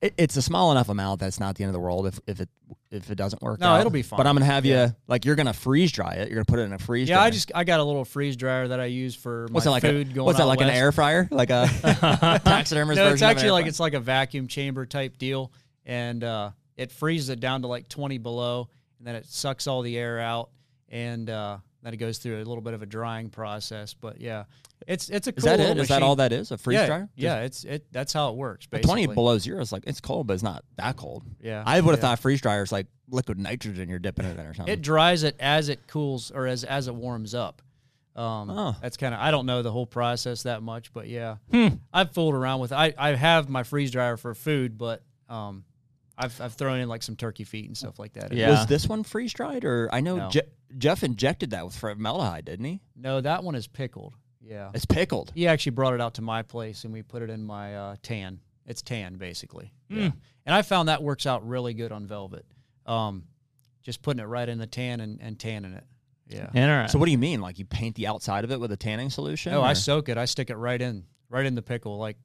S2: it, it's a small enough amount that's not the end of the world if, if it if it doesn't work.
S5: No,
S2: out.
S5: it'll be fine.
S2: But I'm going to have
S5: Yeah.
S2: you like you're going to freeze dry it. You're going to put it in a freeze.
S5: Yeah,
S2: dryer.
S5: I just I got a little freeze dryer that I use for my
S2: what's that like?
S5: food
S2: a,
S5: going
S2: what's that
S5: out
S2: like an
S5: west.
S2: air fryer? Like a taxidermist
S5: No,
S2: version?
S5: it's
S2: of an
S5: actually
S2: air
S5: like
S2: fryer?
S5: it's like a vacuum chamber type deal, and uh, it freezes it down to like 20 below, and then it sucks all the air out, and uh, then it goes through a little bit of a drying process. But yeah, it's it's a cool
S2: Is that it? Is
S5: little
S2: that
S5: machine.
S2: all that is? A freeze
S5: yeah,
S2: dryer?
S5: Yeah, it's it. That's how it works.
S2: But
S5: Basically.
S2: 20 below zero is like it's cold, but it's not that cold.
S5: Yeah,
S2: I would have
S5: yeah.
S2: thought freeze dryer is like liquid nitrogen you're dipping it in or something.
S5: It dries it as it cools or as as it warms up. Um,
S2: Oh.
S5: That's kind of I don't know the whole process that much, but yeah, I've fooled around with. I I have my freeze dryer for food, but um, I've I've thrown in like some turkey feet and stuff like that.
S1: Yeah.
S2: Was this one freeze dried, or I know
S5: No.
S2: Je- Jeff injected that with formaldehyde, didn't he?
S5: No, that one is pickled. Yeah.
S2: It's pickled.
S5: He actually brought it out to my place and we put it in my uh, tan. It's tan basically. Yeah. And I found that works out really good on velvet. Um, just putting it right in the tan and, and tanning it. Yeah.
S1: Interesting.
S2: So what do you mean? Like you paint the outside of it with a tanning solution?
S5: No,
S2: or-
S5: Oh, I soak it. I stick it right in, right in the pickle. Like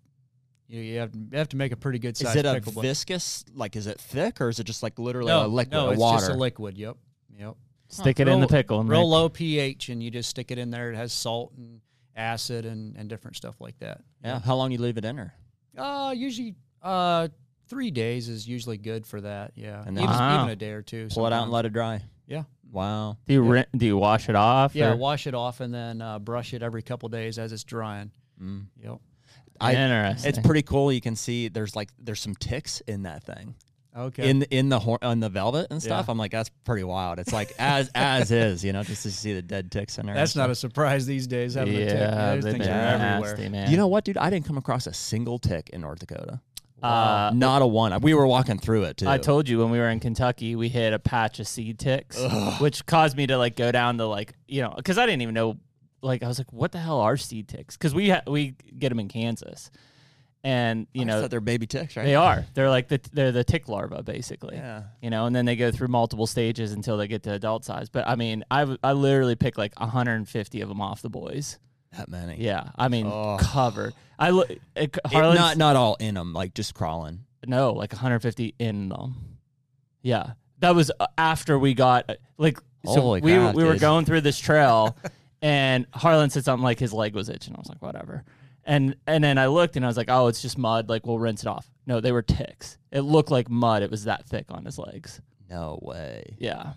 S5: you, you have, you have to make a pretty good
S2: Is
S5: size
S2: it a
S5: pickle. but-
S2: viscous? Like is it thick, or is it just like literally
S5: no,
S2: a liquid,
S5: no,
S2: a
S5: it's
S2: water?
S5: just a liquid. Yep, yep.
S1: Stick it in the
S5: Real-
S1: pickle and
S5: Real
S1: make-
S5: low pH, and you just stick it in there. It has salt and acid and, and different stuff like that.
S2: yeah. How long you leave it in her?
S5: Uh, usually, uh, three days is usually good for that. Yeah,
S2: And
S5: and
S2: then-
S5: even,
S1: Wow.
S5: even a day or two.
S2: Pull it out and let it dry.
S5: Yeah,
S2: Wow.
S1: Do you rin do you wash it off?
S5: yeah.
S1: or-
S5: Wash it off and then uh, brush it every couple days as it's drying.
S2: Mm.
S5: Yep.
S2: I.
S1: Interesting.
S2: It's pretty cool. You can see there's like there's some ticks in that thing.
S5: Okay.
S2: in in the hor- on the velvet and stuff.
S5: Yeah.
S2: I'm like, that's pretty wild. It's like as as is, you know, just to see the dead ticks in there.
S5: That's not a surprise these days. Having a tick.
S1: yeah,
S5: Those
S1: they've
S5: things
S1: been
S5: are everywhere.
S1: nasty, man.
S2: You know what, dude? I didn't come across a single tick in North Dakota.
S1: Uh,
S2: Not a one. We were walking through it too.
S1: I told you when we were in Kentucky, we hit a patch of seed ticks, which caused me to like go down to like you know because I didn't even know like I was like what the hell are seed ticks because we ha- we get them in Kansas, and you
S2: I
S1: know
S2: thought they're baby ticks, right?
S1: they are they're like the they're the tick larva basically
S2: Yeah.
S1: you know and then they go through multiple stages until they get to adult size. But I mean I w- I literally picked like 150 of them off the boys.
S2: that many.
S1: Yeah, I mean
S2: Oh.
S1: cover. I look it,
S2: It-
S1: Harlan's
S2: not not all in them, like just crawling.
S1: no, like 150 in them. Yeah, that was uh, after we got uh, like so
S2: Holy
S1: we
S2: crap,
S1: we were
S2: dude.
S1: going through this trail, and Harlan said something like his leg was itching. I was like, whatever. And and then I looked and I was like, oh, it's just mud. Like we'll rinse it off. No, they were ticks. It looked like mud. It was that thick on his legs.
S2: No way.
S1: Yeah,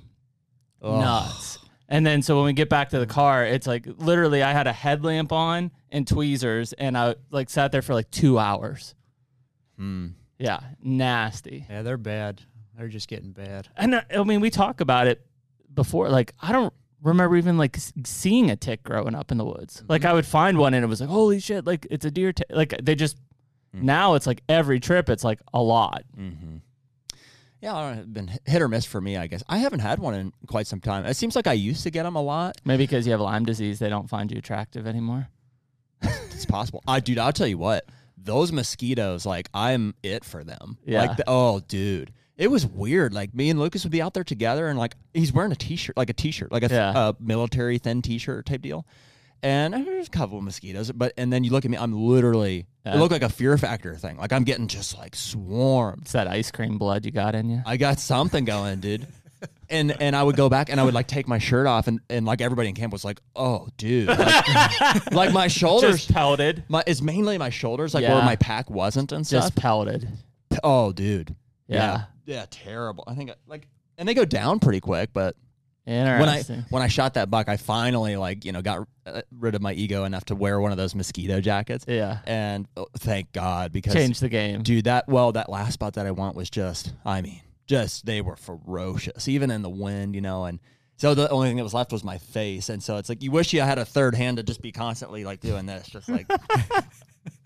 S2: Ugh.
S1: nuts. And then so when we get back to the car, it's like literally I had a headlamp on and tweezers, and I like sat there for like two hours.
S2: Hmm.
S1: Yeah, nasty.
S5: Yeah, they're bad. They're just getting bad.
S1: and I, I mean, we talk about it before. Like, I don't remember even like s- seeing a tick growing up in the woods.
S2: Mm-hmm.
S1: Like, I would find one and it was like, holy shit, like it's a deer tick. Like, they just
S2: Mm.
S1: now it's like every trip, it's like a lot.
S2: Yeah, I don't know, it's been hit or miss for me, I guess. I haven't had one in quite some time. It seems like I used to get them a lot.
S1: Maybe because you have Lyme disease, they don't find you attractive anymore.
S2: It's possible. I dude, I'll tell you what. Those mosquitoes, like I'm it for them.
S1: Yeah.
S2: Like the, oh, dude, it was weird. Like me and Lucas would be out there together, and like he's wearing a t-shirt, like a t-shirt, like a, th-
S1: Yeah.
S2: a military thin t-shirt type deal. And there's a couple of mosquitoes, but and then you look at me, I'm literally it looked like a fear factor thing. Like I'm getting just like swarmed.
S1: It's that ice cream blood you got in you.
S2: I got something going, dude. And and I would go back and I would like take my shirt off and, and like everybody in camp was like, oh dude, like, like my shoulders
S1: Just pelted.
S2: my it's mainly my shoulders, like
S1: Yeah.
S2: where my pack wasn't and stuff.
S1: Just pelted.
S2: oh, dude.
S1: Yeah.
S2: yeah. terrible. I think I- like and they go down pretty quick, but when I
S1: Interesting.
S2: when I shot that buck, I finally like, you know, got uh, rid of my ego enough to wear one of those mosquito jackets.
S1: yeah.
S2: And oh, thank God because
S1: Change the game.
S2: dude, that well, that last spot that I want was just I mean, just they were ferocious even in the wind, you know, and so the only thing that was left was my face, and so it's like you wish you had a third hand to just be constantly like doing this, just like.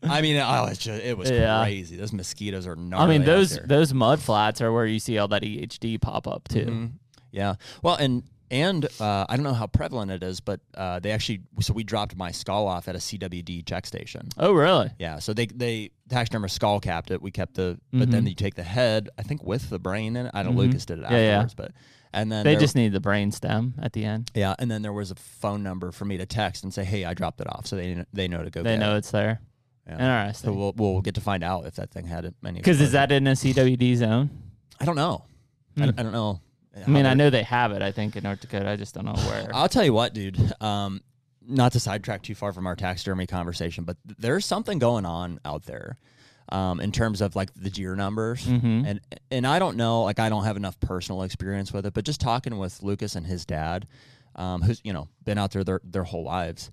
S2: I mean, I was just, it was
S1: Yeah.
S2: crazy. Those mosquitoes are gnarly.
S1: I mean,
S2: out
S1: those
S2: there.
S1: those mud flats are where you see all that EHD pop up too.
S2: Mm-hmm. Yeah. Well, and and uh, I don't know how prevalent it is, but uh, they actually so we dropped my skull off at a CWD check station.
S1: Oh, really?
S2: Yeah. So they they taxidermist skull capped it. We kept the, but then you take the head. I think with the brain in it. I know Lucas did it
S1: Mm-hmm. yeah.
S2: afterwards, but and then
S1: They
S2: there-
S1: just need the brain stem at the end.
S2: yeah. And then there was a phone number for me to text and say, hey, I dropped it off, so they kn- they know to go.
S1: They
S2: get
S1: know
S2: It.
S1: it's there.
S2: Yeah. So
S1: Interesting.
S2: we'll we'll get to find out if that thing had it. many.
S1: Because is
S2: exposure.
S1: that in a CWD zone?
S2: I don't know. I, don't, I don't know.
S1: I mean, I know they have it. I think in North Dakota, I just don't know where.
S2: I'll tell you what, dude. Um, not to sidetrack too far from our taxidermy conversation, but th- there's something going on out there um, in terms of like the deer numbers, and and I don't know, like I don't have enough personal experience with it, but just talking with Lucas and his dad, um, who's you know been out there their their whole lives,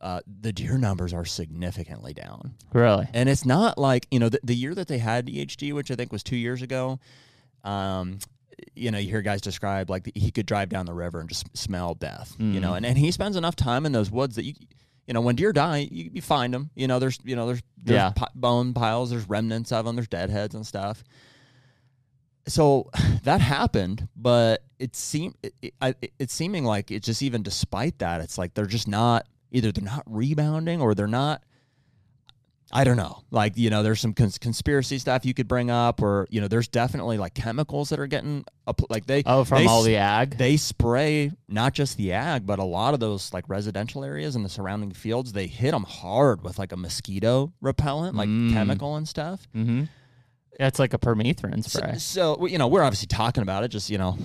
S2: uh, the deer numbers are significantly down.
S1: really?
S2: And it's not like, you know, the, the year that they had EHD, which I think was two years ago, um, you know, you hear guys describe like he could drive down the river and just smell death, you
S1: Mm.
S2: know, and, and he spends enough time in those woods that you, you know, when deer die, you, you find them, you know, there's, you know, there's, there's
S1: Yeah.
S2: pi- bone piles, there's remnants of them, there's dead heads and stuff. So that happened, but it seem it, it, I- it- it's seeming like it's just even despite that, it's like they're just not either they're not rebounding or they're not I don't know. Like, you know, there's some cons- conspiracy stuff you could bring up, or, you know, there's definitely like chemicals that are getting, up- like, they.
S1: Oh, from
S2: they
S1: all
S2: s-
S1: the ag.
S2: They spray not just the ag, but a lot of those like residential areas and the surrounding fields. They hit them hard with like a mosquito repellent, like
S1: Mm.
S2: chemical and stuff.
S1: mm-hmm. It's like a permethrin
S2: So-
S1: spray.
S2: So, we- you know, we're obviously talking about it. Just you know,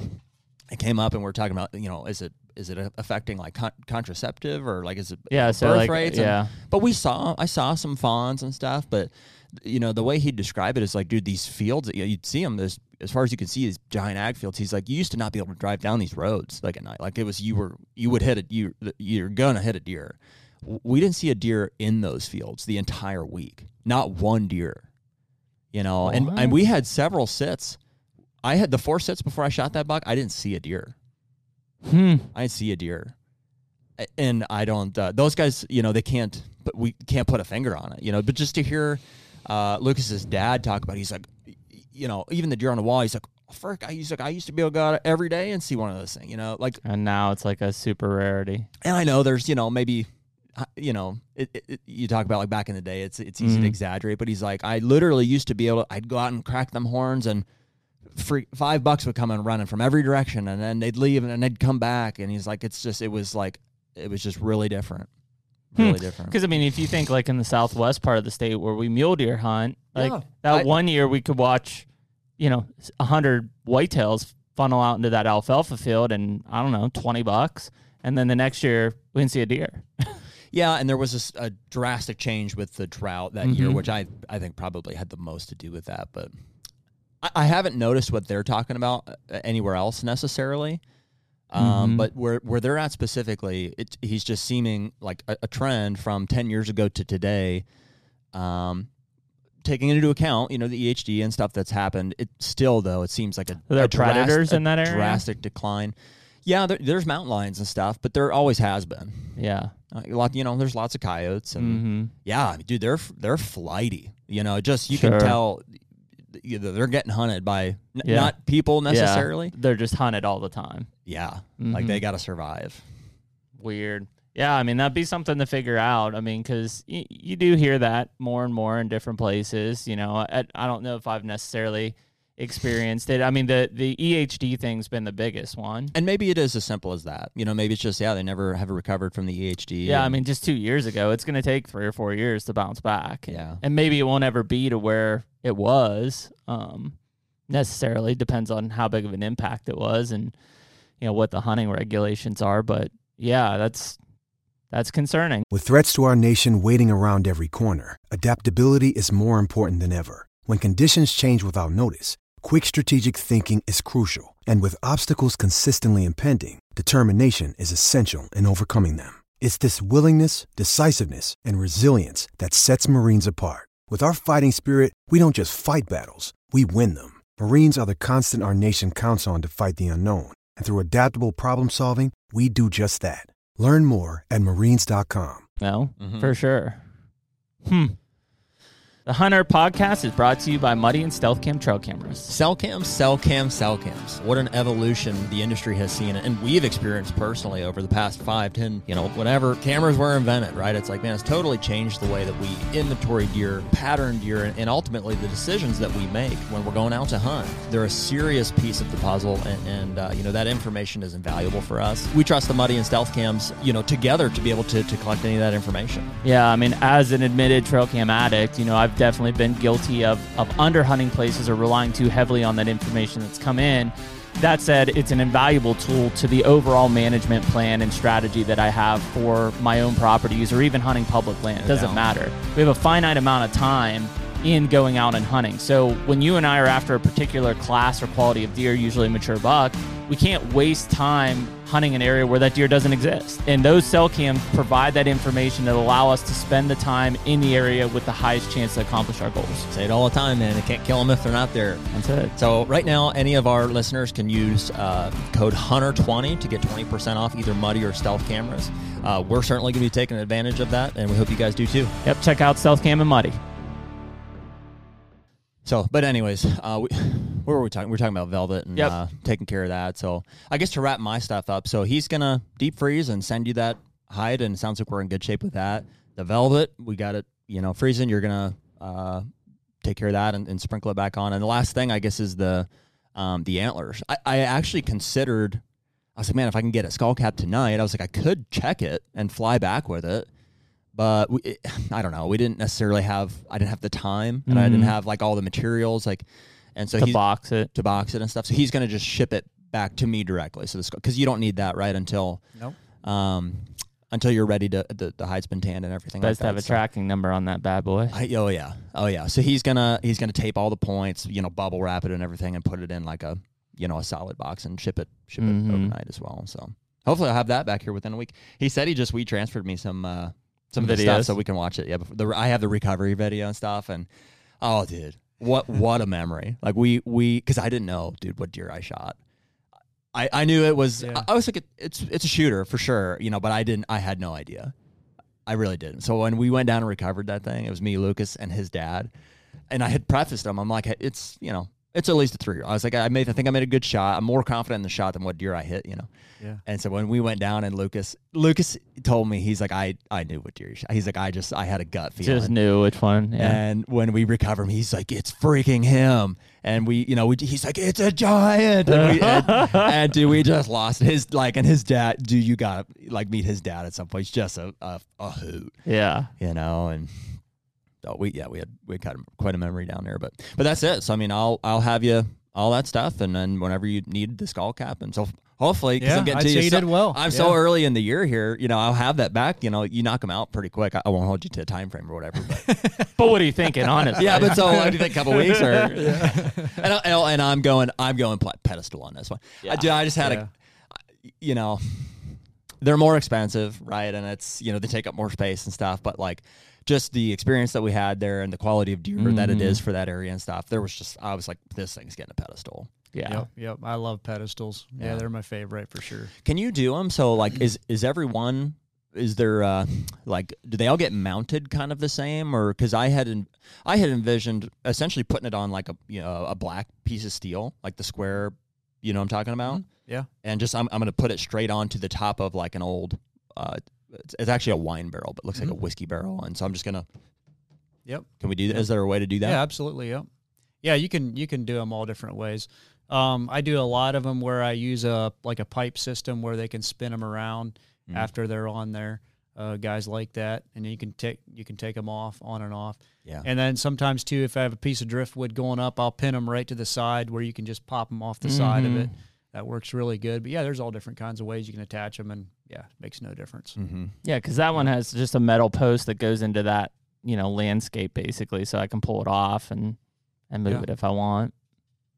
S2: it came up, and we're talking about you know, is it is it affecting like con- contraceptive or like is it
S1: Yeah, so,
S2: birth
S1: like,
S2: rates?
S1: yeah.
S2: And, but we saw I saw some fawns and stuff, but you know the way he described it is like, dude, these fields you know, you'd see them this. As far as you could see, these giant ag fields. He's like, you used to not be able to drive down these roads like at night. Like it was, you were, you would hit a, you, you're gonna hit a deer. W- We didn't see a deer in those fields the entire week. Not one deer you know and, and we had several sits i had the four sits before i shot that buck i didn't see a deer
S1: hmm.
S2: i didn't see a deer A- and i don't uh, those guys you know they can't but we can't put a finger on it you know but just to hear uh, Lucas's dad talk about. it. He's like, you know, even the deer on the wall. He's like, "Oh, frick, I used like I used to be able to go out every day and see one of those things. You know, like
S1: And now it's like a super rarity.
S2: and I know there's you know maybe uh, you know it, it, it- you talk about like back in the day it's it's easy to exaggerate but he's like I literally used to be able to, I'd go out and crack them horns and free, five bucks would come in running from every direction and then they'd leave and then they'd come back and he's like it's just it was like it was just really different really different
S1: Because I mean, if you think like in the southwest part of the state where we mule deer hunt, like
S2: Yeah.
S1: that
S2: I-
S1: one year we could watch, you know, a hundred whitetails funnel out into that alfalfa field, and I don't know, twenty bucks, and then the next year we didn't see a deer.
S2: yeah and there was this, a drastic change with the drought that
S1: Mm-hmm.
S2: year which I I think probably had the most to do with that but I, I haven't noticed what they're talking about uh, anywhere else necessarily.
S1: Mm-hmm.
S2: Um, But where where they're at specifically, it, he's just seeming like a, a trend from ten years ago to today. Um, taking into account, you know, the EHD and stuff that's happened, it still though it seems like a,
S1: Are there
S2: a dras-
S1: predators
S2: a
S1: in that area?
S2: drastic decline. Yeah, there, there's mountain lions and stuff, but there always has been.
S1: Yeah.
S2: Uh, a lot, you know, there's lots of coyotes and
S1: Mm-hmm.
S2: yeah, I mean, dude, they're they're flighty. You know, just you
S1: Sure.
S2: can tell you know, they're getting hunted by n-
S1: Yeah.
S2: not people necessarily.
S1: they're just hunted all the time.
S2: Yeah, like
S1: Mhm.
S2: they got to survive.
S1: Weird. Yeah, I mean that'd be something to figure out. I mean, because y- you do hear that more and more in different places. You know, I, I don't know if I've necessarily experienced it. I mean, the the EHD thing's been the biggest one.
S2: And maybe it is as simple as that. You know, maybe it's just yeah, they never have recovered from the EHD.
S1: Yeah, I
S2: and-
S1: mean, just two years ago, it's going to take three or four years to bounce back.
S2: Yeah.
S1: and maybe it won't ever be to where it was. Um, necessarily depends on how big of an impact it was, and you know what the hunting regulations are. But yeah, that's that's concerning.
S3: With threats to our nation waiting around every corner, adaptability is more important than ever. When conditions change without notice, quick strategic thinking is crucial, and with obstacles consistently impending, determination is essential in overcoming them. It's this willingness, decisiveness, and resilience that sets Marines apart. With our fighting spirit, we don't just fight battles, we win them. Marines are the constant our nation counts on to fight the unknown, and through adaptable problem solving, we do just that. Learn more at marines.com.
S1: No, for sure. Hmm. The Hunter Podcast is brought to you by Muddy and Stealth Cam trail cameras.
S2: Cell cams, cell cams, cell cams. What an evolution the industry has seen, and we've experienced personally over the past five, ten, you know, whenever cameras were invented, right? It's like, man, it's totally changed the way that we inventory deer, pattern deer, and, and ultimately the decisions that we make when we're going out to hunt. They're a serious piece of the puzzle, and, and uh, you know that information is invaluable for us. We trust the Muddy and Stealth cams, you know, together to be able to, to collect any of that information.
S1: Yeah, I mean, as an admitted trail cam addict, you know, I've definitely been guilty of, of under hunting places or relying too heavily on that information that's come in. That said, it's an invaluable tool to the overall management plan and strategy that I have for my own properties or even hunting public land. It doesn't
S2: doubt.
S1: matter. We have a finite amount of time in going out and hunting. So when you and I are after a particular class or quality of deer, usually mature buck, we can't waste time hunting an area where that deer doesn't exist. And those cell cams provide that information that allow us to spend the time in the area with the highest chance to accomplish our goals.
S2: Say it all the time, man. You can't kill them if they're not there.
S1: That's it.
S2: So right now, any of our listeners can use uh, code Hunter20 to get 20% off either Muddy or Stealth cameras. Uh, we're certainly going to be taking advantage of that, and we hope you guys do too.
S1: Yep, check out Stealth Cam and Muddy.
S2: So, but anyways, uh, we, what were we talking? We were talking about Velvet and
S1: Yep.
S2: uh, taking care of that. So I guess to wrap my stuff up, so he's going to deep freeze and send you that hide, and it sounds like we're in good shape with that. The Velvet, we got it, you know, freezing. You're going to uh, take care of that and, and sprinkle it back on. And the last thing, I guess, is the um, the antlers. I, I actually considered. I was like, man, if I can get a skull cap tonight, I was like, I could check it and fly back with it. But we, it, I don't know. We didn't necessarily have. I didn't have the time, and I didn't have like all the materials, like, and so
S1: Mm-hmm. To
S2: he's-
S1: box it.
S2: to box it and stuff. So he's going to just ship it back to me directly. So this because you don't need that right until
S5: Nope.
S2: um, until you're ready to the, the hide's been tanned and everything.
S1: Best to
S2: like that.
S1: have a
S2: So-
S1: tracking number on that bad boy.
S2: I, oh yeah, oh yeah. So he's gonna he's gonna tape all the points, you know, bubble wrap it and everything, and put it in like a you know a solid box and ship it ship
S1: Mhm.
S2: it overnight as well. So hopefully I'll have that back here within a week. He said he just we transferred me some uh, some of the
S1: Videos.
S2: stuff so we can watch it. Yeah, before the, I have the recovery video and stuff, and oh dude, what what a memory! Like we we because I didn't know, dude, what deer I shot. I, I knew it was.
S5: Yeah.
S2: I, I was like, it's it's a shooter for sure, you know. But I didn't. I had no idea. I really didn't. So when we went down and recovered that thing, it was me, Lucas, and his dad. and I had prefaced them. I'm like, it's you know, it's at least a three. I was like, I made, I think I made a good shot. I'm more confident in the shot than what deer I hit, you know.
S5: Yeah.
S2: And so when we went down and Lucas, Lucas told me he's like, I, I knew what deer. he shot. He's like, I just, I had a gut feeling.
S1: Just knew which one. Yeah.
S2: And when we recover him, he's like, "It's freaking him!" And we, you know, we, he's like, "It's a giant!" And, we, and, and dude, we just lost his like, and his dad. Dude, you gotta like meet his dad at some point. He's just a a, a hoot,
S1: yeah.
S2: you know. And oh, we yeah, we had we had quite a memory down there, but but that's it. So I mean, I'll I'll have you all that stuff, and then whenever you need the skull cap, and so. Hopefully, because
S5: Yeah,
S2: I'm getting
S5: I'd
S2: to
S5: say you
S2: so-
S5: did well.
S2: I'm so
S5: Yeah.
S2: early in the year here. You know, I'll have that back. You know, you knock them out pretty quick. I, I won't hold you to a time frame or whatever. But
S1: But what are you thinking, honestly?
S2: yeah, but so like, do you think a couple weeks or? and, I, and, I- and I'm going, I'm going pla- pedestal on this one. I, dude, I just had a, you know, they're more expensive, right? And it's you know they take up more space and stuff, but like just the experience that we had there and the quality of deer that it is for that area and stuff. There was just I was like, this thing's getting a pedestal.
S1: yeah.
S5: Yep, yep. I love pedestals. yeah, they're my favorite for sure.
S2: Can you do them? So like, is is everyone? Is there uh, like do they all get mounted kind of the same or because I had en- I had envisioned essentially putting it on like a you know a black piece of steel like the square you know what I'm talking about
S5: Yeah.
S2: and just I'm I'm gonna put it straight onto the top of like an old uh, it's, it's actually a wine barrel but it looks like a whiskey barrel and so I'm just gonna
S5: Yep.
S2: can we do that? Is there a way to do that?
S5: Yeah, absolutely. Yep. Yeah, you can you can do them all different ways. Um, I do a lot of them where I use a like a pipe system where they can spin them around after they're on there. Uh, guys like that, and you can take you can take them off on and off.
S2: Yeah.
S5: And then sometimes too, if I have a piece of driftwood going up, I'll pin them right to the side where you can just pop them off the side of it. That works really good. But yeah, there's all different kinds of ways you can attach them, and yeah, makes no difference.
S2: Mm-hmm.
S1: Yeah, because that one has just a metal post that goes into that, you know, landscape basically, so I can pull it off and and move
S5: Yeah.
S1: it if I want.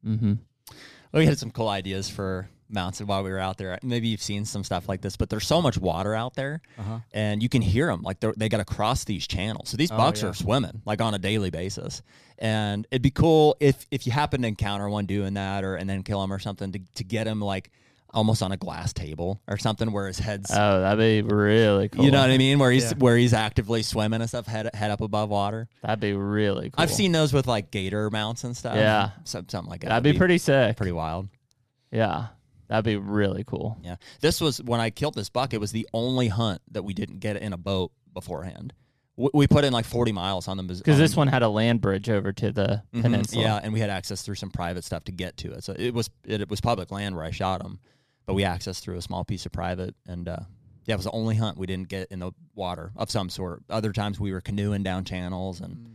S1: Mm-hmm.
S2: We had some cool ideas for mounts while we were out there. Maybe you've seen some stuff like this, but there's so much water out there,
S1: Uh-huh.
S2: and you can hear them. Like they're- they got to cross these channels, so these
S1: Oh,
S2: bucks
S5: yeah.
S2: are swimming like on a daily basis. And it'd be cool if if you happen to encounter one doing that, or and then kill him or something to to get him like almost on a glass table or something where his head's.
S1: Oh, that'd be really cool.
S2: you know what I mean? Where he's
S5: Yeah.
S2: where he's actively swimming and stuff, head head up above water.
S1: That'd be really cool.
S2: I've seen those with like gator mounts and stuff.
S1: Yeah.
S2: Some- something like that.
S1: that'd
S2: would
S1: be pretty sick.
S2: pretty wild.
S1: Yeah, that'd be really cool.
S2: Yeah. This was when I killed this buck. It was the only hunt that we didn't get in a boat beforehand. We, we put in like 40 miles on the
S1: Because this one had a land bridge over to the peninsula.
S2: Um, mm-hmm, Yeah, and we had access through some private stuff to get to it. So it was it, it was public land where I shot him, but we accessed through a small piece of private and uh yeah, it was the only hunt we didn't get in the water of some sort. Other times we were canoeing down channels and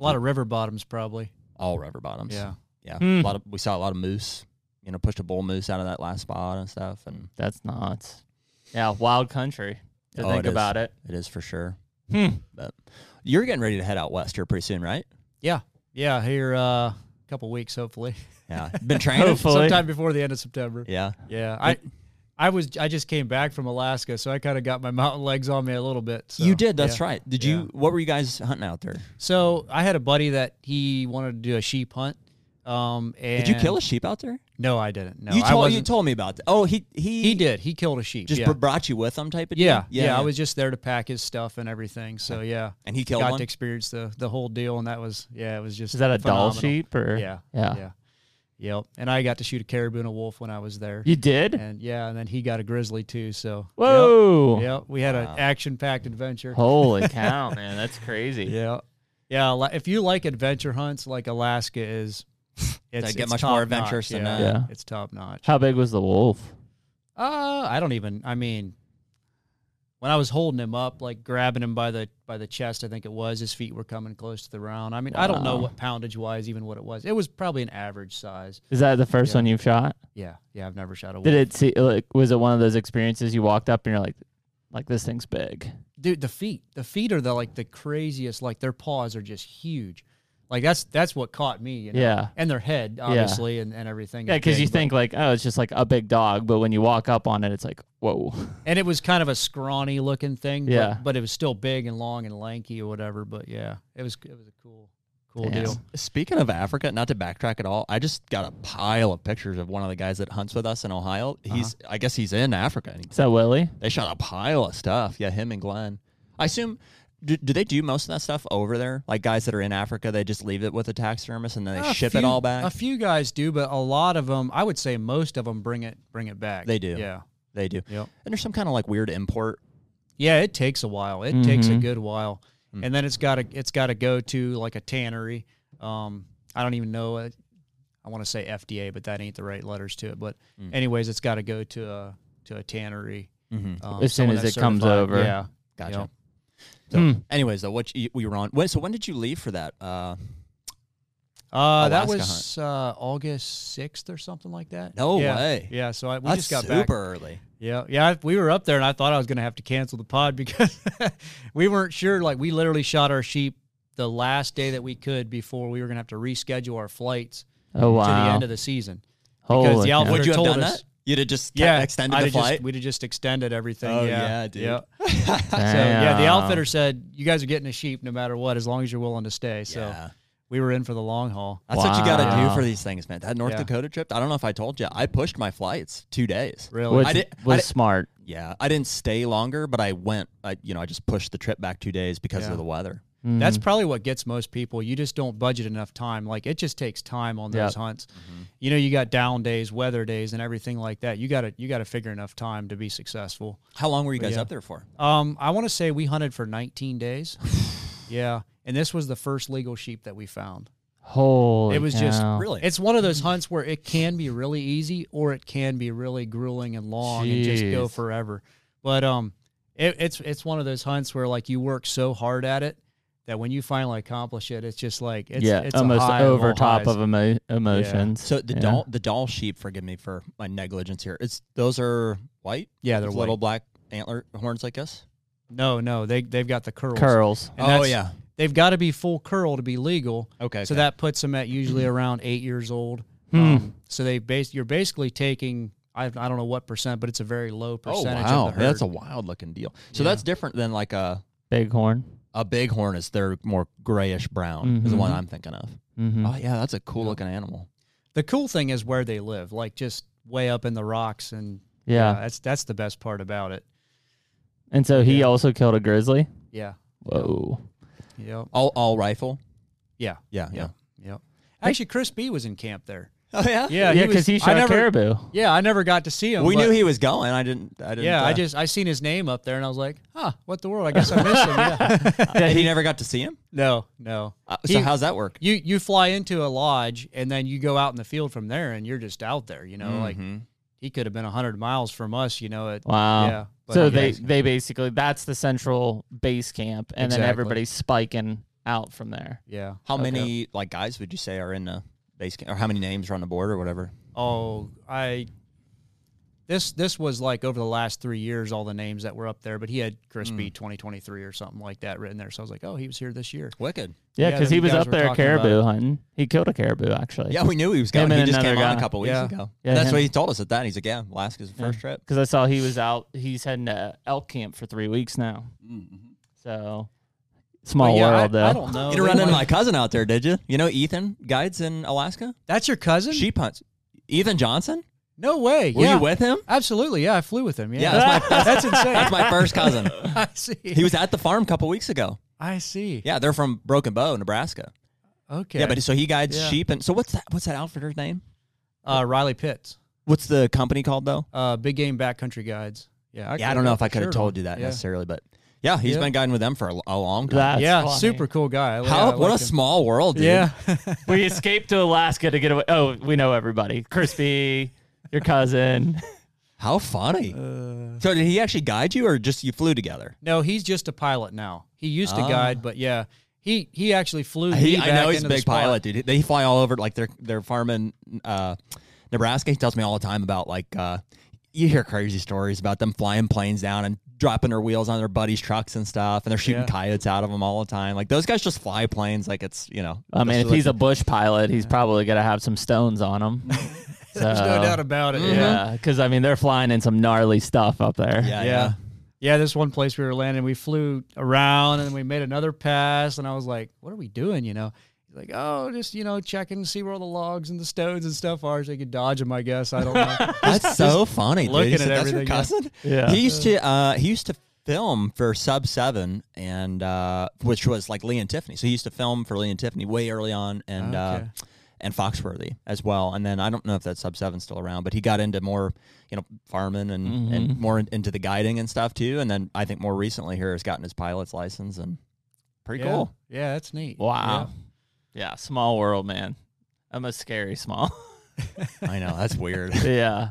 S5: A lot of river bottoms probably.
S2: all rubber bottoms.
S5: Yeah.
S2: Yeah.
S1: Hmm.
S2: A lot of we saw a lot of moose, you know, pushed a bull moose out of that last spot and stuff and
S1: That's nuts. Yeah, wild country to
S2: Oh,
S1: think
S2: it is.
S1: about it.
S2: It is for sure.
S1: Hmm.
S2: But you're getting ready to head out west here pretty soon, right?
S5: Yeah. Yeah. Here a uh, couple weeks hopefully.
S2: Yeah. Been training?
S1: Hopefully.
S5: sometime before the end of September.
S2: Yeah.
S5: Yeah, I, I was I just came back from Alaska, so I kind of got my mountain legs on me a little bit. So,
S2: you did. That's
S5: yeah.
S2: right. Did
S5: Yeah.
S2: you, what were you guys hunting out there?
S5: So I had a buddy that he wanted to do a sheep hunt. Um, and
S2: Did you kill a sheep out there?
S5: No, I didn't. No,
S2: you
S5: I
S2: told, you
S5: wasn't.
S2: told me about that. Oh, he, he,
S5: he did. He killed a sheep.
S2: Just
S5: yeah.
S2: br- brought you with him type of deal?
S5: yeah, yeah, I was just there to pack his stuff and everything. So yeah,
S2: And he killed
S5: got
S2: one?
S5: to experience the the whole deal, and that was yeah, it was just
S1: Is that a doll
S5: phenomenal.
S1: sheep or?
S5: Yeah,
S1: yeah.
S5: yeah, yep. And I got to shoot a caribou and a wolf when I was there.
S1: You did?
S5: and yeah, and then he got a grizzly too. So yep.
S1: Whoa!
S5: Yeah, we had an action-packed adventure.
S1: Holy cow, man! That's crazy.
S5: Yeah, yeah. li- If you like adventure hunts, like Alaska is, it's
S2: get
S5: it's
S2: much more
S5: top notch,
S2: adventurous than
S5: yeah,
S2: that.
S1: Yeah.
S5: It's top notch.
S1: How big was the wolf?
S5: Uh, I don't even. I mean, when I was holding him up, like grabbing him by the by the chest, I think it was his feet were coming close to the round. I mean, I don't know
S1: Wow.
S5: what poundage wise, even what it was. It was probably an average size.
S1: Is that the first
S5: Yeah.
S1: one you've shot?
S5: Yeah, yeah. I've never shot a.
S1: Did
S5: wolf.
S1: it see? Like, was it one of those experiences you walked up and you're like, like this thing's big?
S5: dude the feet the feet are the like the craziest like their paws are just huge like that's that's what caught me you know?
S1: Yeah.
S5: and their head obviously and, and everything
S1: Yeah,
S5: is
S1: because
S5: big,
S1: you
S5: but-
S1: think like, oh, it's just like a big dog, but when you walk up on it, it's like, whoa.
S5: and it was kind of a scrawny looking thing
S1: Yeah.
S5: but, but it was still big and long and lanky or whatever but yeah it was it was a cool cool
S1: Damn.
S5: deal
S2: Speaking of Africa, not to backtrack at all, I just got a pile of pictures of one of the guys that hunts with us in Ohio. He's, I guess he's in Africa and he
S1: Is that Willie?
S2: They shot a pile of stuff. Yeah, him and Glenn. I assume do, do they do most of that stuff over there? Like guys that are in Africa, they just leave it with a taxidermist and then they
S5: Ah, A
S2: ship it
S5: few-
S2: all back.
S5: A few guys do, but a lot of them, I would say most of them bring it bring it back.
S2: They do.
S5: Yeah.
S2: they do.
S5: Yep.
S2: And there's some kind of like weird import.
S5: Yeah, it takes a while. It takes a
S2: Mm-hmm.
S1: Mhm.
S5: good while,
S2: Mm.
S5: and then it's got to it's got to go to like a tannery. Um, I don't even know. uh, I want to say FDA, but that ain't the right letters to it. But
S2: Mm.
S5: anyways, it's got to go to a to a tannery
S2: Mm-hmm.
S5: um,
S1: As soon
S5: someone
S1: as
S5: that's
S1: it comes
S5: certified.
S1: over.
S5: Yeah,
S2: Gotcha.
S5: Yep.
S2: So,
S1: Hmm.
S2: anyways, though, what you, we were on. When, so when did you leave for that? Uh,
S5: Uh, that
S2: Alaska
S5: was uh, August sixth or something like that.
S2: No
S5: Yeah.
S2: way.
S5: Yeah, so I, we
S2: that's
S5: just got
S2: super
S5: back.
S2: early.
S5: Yeah, yeah. I- We were up there, and I thought I was going to have to cancel the pod because we weren't sure. Like, we literally shot our sheep the last day that we could before we were going to have to reschedule our flights
S1: Oh
S5: to the
S1: wow!
S5: end of the season.
S1: Holy
S5: the
S1: cow.
S5: outfit-
S2: Would you have
S5: told
S2: done
S5: us-
S2: that? You'd have just
S5: Yeah,
S2: yeah, extended
S5: I'd
S2: the
S5: have just-
S2: flight.
S5: we'd have just extended everything.
S2: Oh,
S5: yeah,
S2: yeah, dude.
S5: Yeah. So yeah, the
S1: Damn.
S5: outfitter said you guys are getting a sheep no matter what, as long as you're willing to stay. So
S2: Yeah.
S5: we were in for the long haul.
S2: That's what you got to do
S1: Wow.
S2: for these things, man. That North
S5: Yeah.
S2: Dakota trip, I don't know if I told you, I pushed my flights two days.
S5: Really?
S1: Which
S2: I did- I
S1: was
S2: did-
S1: smart.
S2: Yeah, I didn't stay longer, but I went. I, you know, I just pushed the trip back two days because
S5: Yeah.
S2: of the weather.
S5: That's probably what gets most people. You just don't budget enough time. Like it just takes time on those
S1: Yeah.
S5: hunts. You know, you got down days, weather days, and everything like that. You got to you got to figure enough time to be successful.
S2: How long were you guys
S5: yeah.
S2: up there for?
S5: Um, I want to say we hunted for 19 days. yeah, and this was the first legal sheep that we found.
S1: Holy!
S5: it was just
S1: cow.
S2: Really?
S5: It's one of those
S2: Mm.
S5: hunts where it can be really easy or it can be really grueling and long and just go
S1: Jeez.
S5: forever. But um, it, it's it's one of those hunts where like you work so hard at it that when you finally accomplish it, it's just like it's,
S1: yeah,
S5: it's a
S1: almost
S5: high
S1: over
S5: all
S1: top
S5: highs.
S1: of emo- emotions.
S2: so the
S1: yeah.
S2: doll, the doll sheep. Forgive me for my negligence here. It's those are white.
S5: Yeah, they're
S2: Those little black antler horns, I guess.
S5: no no they they've got the curls.
S1: curls.
S5: And
S2: oh
S5: that's-
S2: yeah.
S5: they've got to be full curl to be legal.
S2: Okay, Hmm.
S5: so
S2: okay.
S5: that puts them at usually around eight years old.
S1: Hmm.
S5: Um, so they base you're basically taking I, I don't know what percent, but it's a very low percentage.
S2: Oh, wow,
S5: of the
S2: Yeah, that's a
S5: herd.
S2: wild looking deal. So
S5: Yeah.
S2: that's different than like a
S1: Bighorn.
S2: a bighorn. Is they're more grayish brown is the one I'm thinking of.
S1: Mm-hmm.
S2: Oh yeah, that's a cool looking animal.
S5: the cool thing is where they live, like just way up in the rocks, and
S1: Yeah.
S5: that's that's the best part about it.
S1: And so he also killed a grizzly.
S5: Yeah,
S1: Whoa.
S5: yep,
S2: All all rifle.
S5: yeah,
S2: Yeah, yeah.
S5: yep. Actually, Chris B was in camp there.
S2: Oh yeah.
S5: Yeah,
S1: yeah, because
S5: was-
S1: he,
S5: I
S1: shot a
S5: never-
S1: caribou.
S5: Yeah, I never got to see him.
S2: We
S5: but-
S2: knew he was going. I didn't. I didn't.
S5: Yeah, I
S2: uh,
S5: just I seen his name up there, and I was like, huh, what the world? I guess I missed him. Yeah.
S2: And he, never got to see him.
S5: No, no.
S2: Uh,
S5: He-
S2: so how's that work?
S5: you you fly into a lodge and then you go out in the field from there, and you're just out there. You know, like
S2: Mm-hmm.
S5: he could have been hundred miles from us. You know, it.
S1: Wow.
S5: Yeah, but
S1: so
S5: I
S1: they
S5: guess-
S1: they basically that's the central base camp, and
S5: Exactly.
S1: then everybody's spiking out from there.
S5: Yeah.
S2: How many like guys would you say are in the base camp, or how many names are on the board, or whatever?
S5: Oh, I. This this was like over the last three years, all the names that were up there, but he had Chris B
S2: Hmm.
S5: 2023 or something like that written there. So I was like, oh, he was here this year.
S2: Wicked.
S1: Yeah,
S5: Yeah,
S1: because
S5: them
S1: he was
S5: guys
S1: up
S5: were
S1: there
S5: talking about
S1: caribou
S5: it.
S1: hunting. He killed a caribou actually.
S2: Yeah, we knew he was going.
S1: Him and
S2: He just came
S1: another
S2: on a
S1: guy.
S2: couple weeks
S5: Yeah.
S2: ago.
S1: Yeah,
S2: that's
S1: him.
S2: what he told us at that. He's like, yeah, Alaska's the first trip.
S1: Because I saw he was out. He's heading to elk camp for three weeks now. So
S5: Mm-hmm. But
S1: small
S5: yeah, I,
S1: world though.
S5: I don't
S2: You
S5: know. They
S2: didn't run into my
S5: might-
S2: cousin out there, did you? You know Ethan guides in Alaska?
S5: That's your cousin?
S2: Sheep hunts. Ethan Johnson?
S5: no way.
S2: Were
S5: yeah.
S2: you with him?
S5: Absolutely. Yeah, I flew with him. Yeah.
S2: Yeah, that's my-
S5: That's insane.
S2: That's my first cousin.
S5: I see.
S2: He was at the farm a couple weeks ago.
S5: I see.
S2: Yeah, they're from Broken Bow, Nebraska.
S5: Okay.
S2: Yeah, but so he guides
S5: Yeah.
S2: sheep and so what's that what's that outfitter's name?
S5: uh, Riley Pitts,
S2: What's the company called though?
S5: uh, Big Game Backcountry Guides. Yeah.
S2: yeah, I don't know if I could have told you that
S5: Yeah.
S2: necessarily, but yeah, he's
S5: Yeah.
S2: been guiding with them for a, a long time.
S1: That's
S5: yeah,
S1: funny.
S5: super cool guy. I-
S2: How
S5: I
S2: what a
S5: like him.
S2: small world, dude.
S5: Yeah.
S1: we escaped to Alaska to get away. Oh, we know everybody. Crispy, your cousin.
S2: How funny. so did he actually guide you or just you flew together?
S5: No, he's just a pilot now. He used to
S2: Ah.
S5: guide, but yeah, he he actually flew. me
S2: He, I
S5: back
S2: know he's
S5: into
S2: a
S5: the
S2: big
S5: spot.
S2: pilot, dude. They fly all over, like their their farm in uh, Nebraska. He tells me all the time about like uh, you hear crazy stories about them flying planes down and dropping their wheels on their buddies' trucks and stuff, and they're shooting
S5: Yeah.
S2: coyotes out of them all the time. Like those guys just fly planes, like it's you know.
S1: I mean,
S2: that's
S1: if he's a
S2: what-
S1: bush pilot, he's probably gonna have some stones on him.
S5: There's no doubt about it.
S2: Mm-hmm.
S5: Yeah.
S1: Yeah, because I mean, they're flying in some gnarly stuff up there.
S2: yeah,
S5: Yeah.
S2: yeah.
S5: Yeah, this one place we were landing, we flew around and then we made another pass. And I was like, what are we doing? You know, he's like, oh, just, you know, checking to see where all the logs and the stones and stuff are so you could dodge them, I guess. I don't know.
S2: That's so funny. Dude.
S5: looking
S2: He
S5: at
S2: said, That's your
S5: everything, yeah.
S2: cousin.
S1: Yeah.
S2: He used to. Uh, he used to film for Sub Seven, and uh, which was like Lee and Tiffany. So he used to film for Lee and Tiffany way early on, and
S5: Okay.
S2: uh, and Foxworthy as well. And then I don't know if that Sub Seven's still around, but he got into more, you know, farming and,
S5: Mm-hmm.
S2: and more in- into the guiding and stuff too. And then I think more recently here has gotten his pilot's license and pretty
S5: yeah.
S2: cool.
S5: Yeah, that's neat.
S1: Wow. Yeah. small world, man. I'm a scary small.
S2: I know that's weird.
S1: yeah.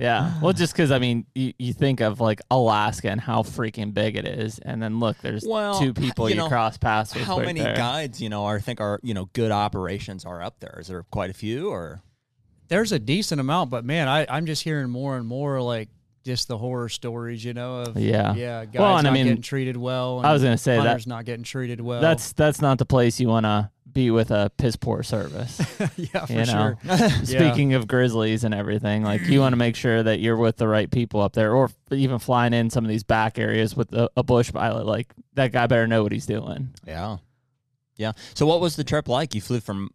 S1: Yeah. Well, just because, I mean, you, you think of like Alaska and how freaking big it is. And then look, there's
S2: Well,
S1: two people
S2: you
S1: you,
S2: know,
S1: cross paths with.
S2: How
S1: right
S2: many
S1: there.
S2: guides, you know, are think are you know good operations are up there? Is there quite a few or?
S5: There's a decent amount, but man, I, I'm just hearing more and more like just the horror stories, you know, of
S1: Yeah.
S5: yeah, guys
S1: Well, and
S5: not
S1: I mean,
S5: getting treated well.
S1: I was
S5: and
S1: gonna say that-
S5: hunters not getting treated well.
S1: That's that's not the place you want to be with a piss poor service.
S5: yeah, for
S1: you know,
S5: sure.
S1: speaking of grizzlies and everything, like you want to make sure that you're with the right people up there, or even flying in some of these back areas with a, a bush pilot. Like that guy better know what he's doing.
S2: Yeah. Yeah. So what was the trip like? You flew from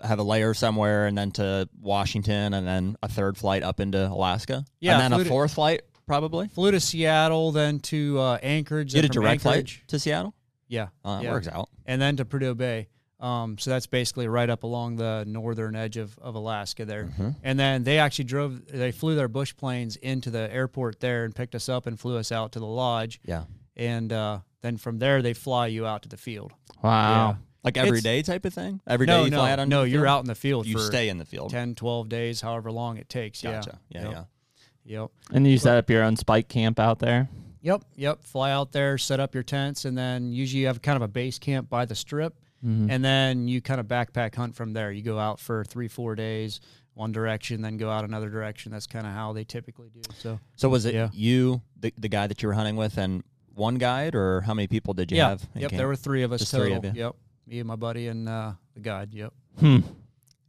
S2: have a layer somewhere and then to Washington and then a third flight up into Alaska.
S5: Yeah,
S2: And then
S5: flew
S2: a
S5: to-
S2: fourth flight probably.
S5: Flew to Seattle, then to uh, Anchorage.
S2: You
S5: then
S2: had a
S5: from
S2: direct
S5: Anchorage.
S2: flight to Seattle?
S5: Yeah,
S2: Uh, that
S5: yeah.
S2: works out.
S5: and then to Prudhoe Bay. Um, so that's basically right up along the northern edge of, of Alaska there.
S2: Mm-hmm.
S5: And then they actually drove, they flew their bush planes into the airport there and picked us up and flew us out to the lodge.
S2: Yeah.
S5: And uh, then from there, they fly you out to the field.
S1: Wow.
S2: Like
S5: It's-
S2: every day type of thing? Every day
S5: no,
S2: you
S5: no,
S2: fly out on
S5: no,
S2: the
S5: you're
S2: field?
S5: out in the field
S2: You
S5: for
S2: stay in the field.
S5: 10, 12 days, however long it takes.
S2: Gotcha. Yeah,
S5: Yeah.
S2: yeah.
S5: Yep. Yep.
S1: And you set up your own spike camp out there.
S5: Yep, yep. Fly out there, set up your tents, and then usually you have kind of a base camp by the strip,
S2: Mm-hmm.
S5: and then you kind of backpack hunt from there. You go out for three, four days, one direction, then go out another direction. That's kind of how they typically do. So
S2: So was it
S5: Yeah.
S2: you, the, the guy that you were hunting with and one guide or how many people did you
S5: yeah,
S2: have? in
S5: yep.
S2: camp?
S5: There were three of us
S2: Just three
S5: total.
S2: of you.
S5: Yep, me and my buddy and uh, the guide. Yep.
S1: Hmm.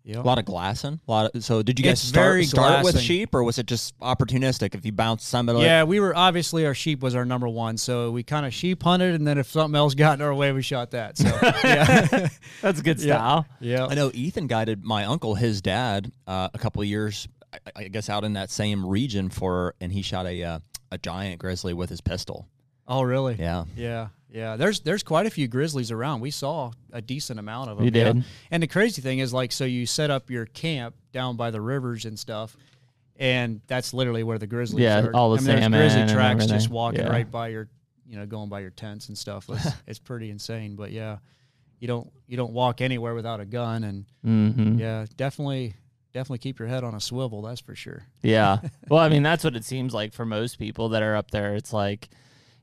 S5: Yep.
S2: a lot of glassing. A lot of, so did you guys
S5: It's
S2: start,
S5: very
S2: start with
S5: glassing.
S2: sheep or was it just opportunistic if you bounced somebody?
S5: yeah, we were obviously our sheep was our number one, so we kind of sheep hunted, and then if something else got in our way, we shot that. So yeah,
S1: That's good style.
S5: yeah.
S2: I know Ethan guided my uncle, his dad, uh, a couple of years, I, I guess, out in that same region for, and he shot a uh, a giant grizzly with his pistol.
S5: Oh, really?
S2: Yeah.
S5: Yeah, yeah. There's there's quite a few grizzlies around. We saw a decent amount of them.
S1: You
S5: yeah.
S1: did?
S5: And the crazy thing is, like, so you set up your camp down by the rivers and stuff, and that's literally where the grizzlies
S1: Yeah,
S5: are.
S1: all the
S5: I mean, there's
S1: salmon
S5: grizzly
S1: and
S5: tracks just
S1: everything.
S5: walking
S1: Yeah.
S5: right by your, you know, going by your tents and stuff. It's, it's pretty insane. But yeah, you don't you don't walk anywhere without a gun, and
S1: Mm-hmm.
S5: yeah, definitely definitely keep your head on a swivel. That's for sure.
S1: Yeah. Well, I mean, that's what it seems like for most people that are up there. It's like,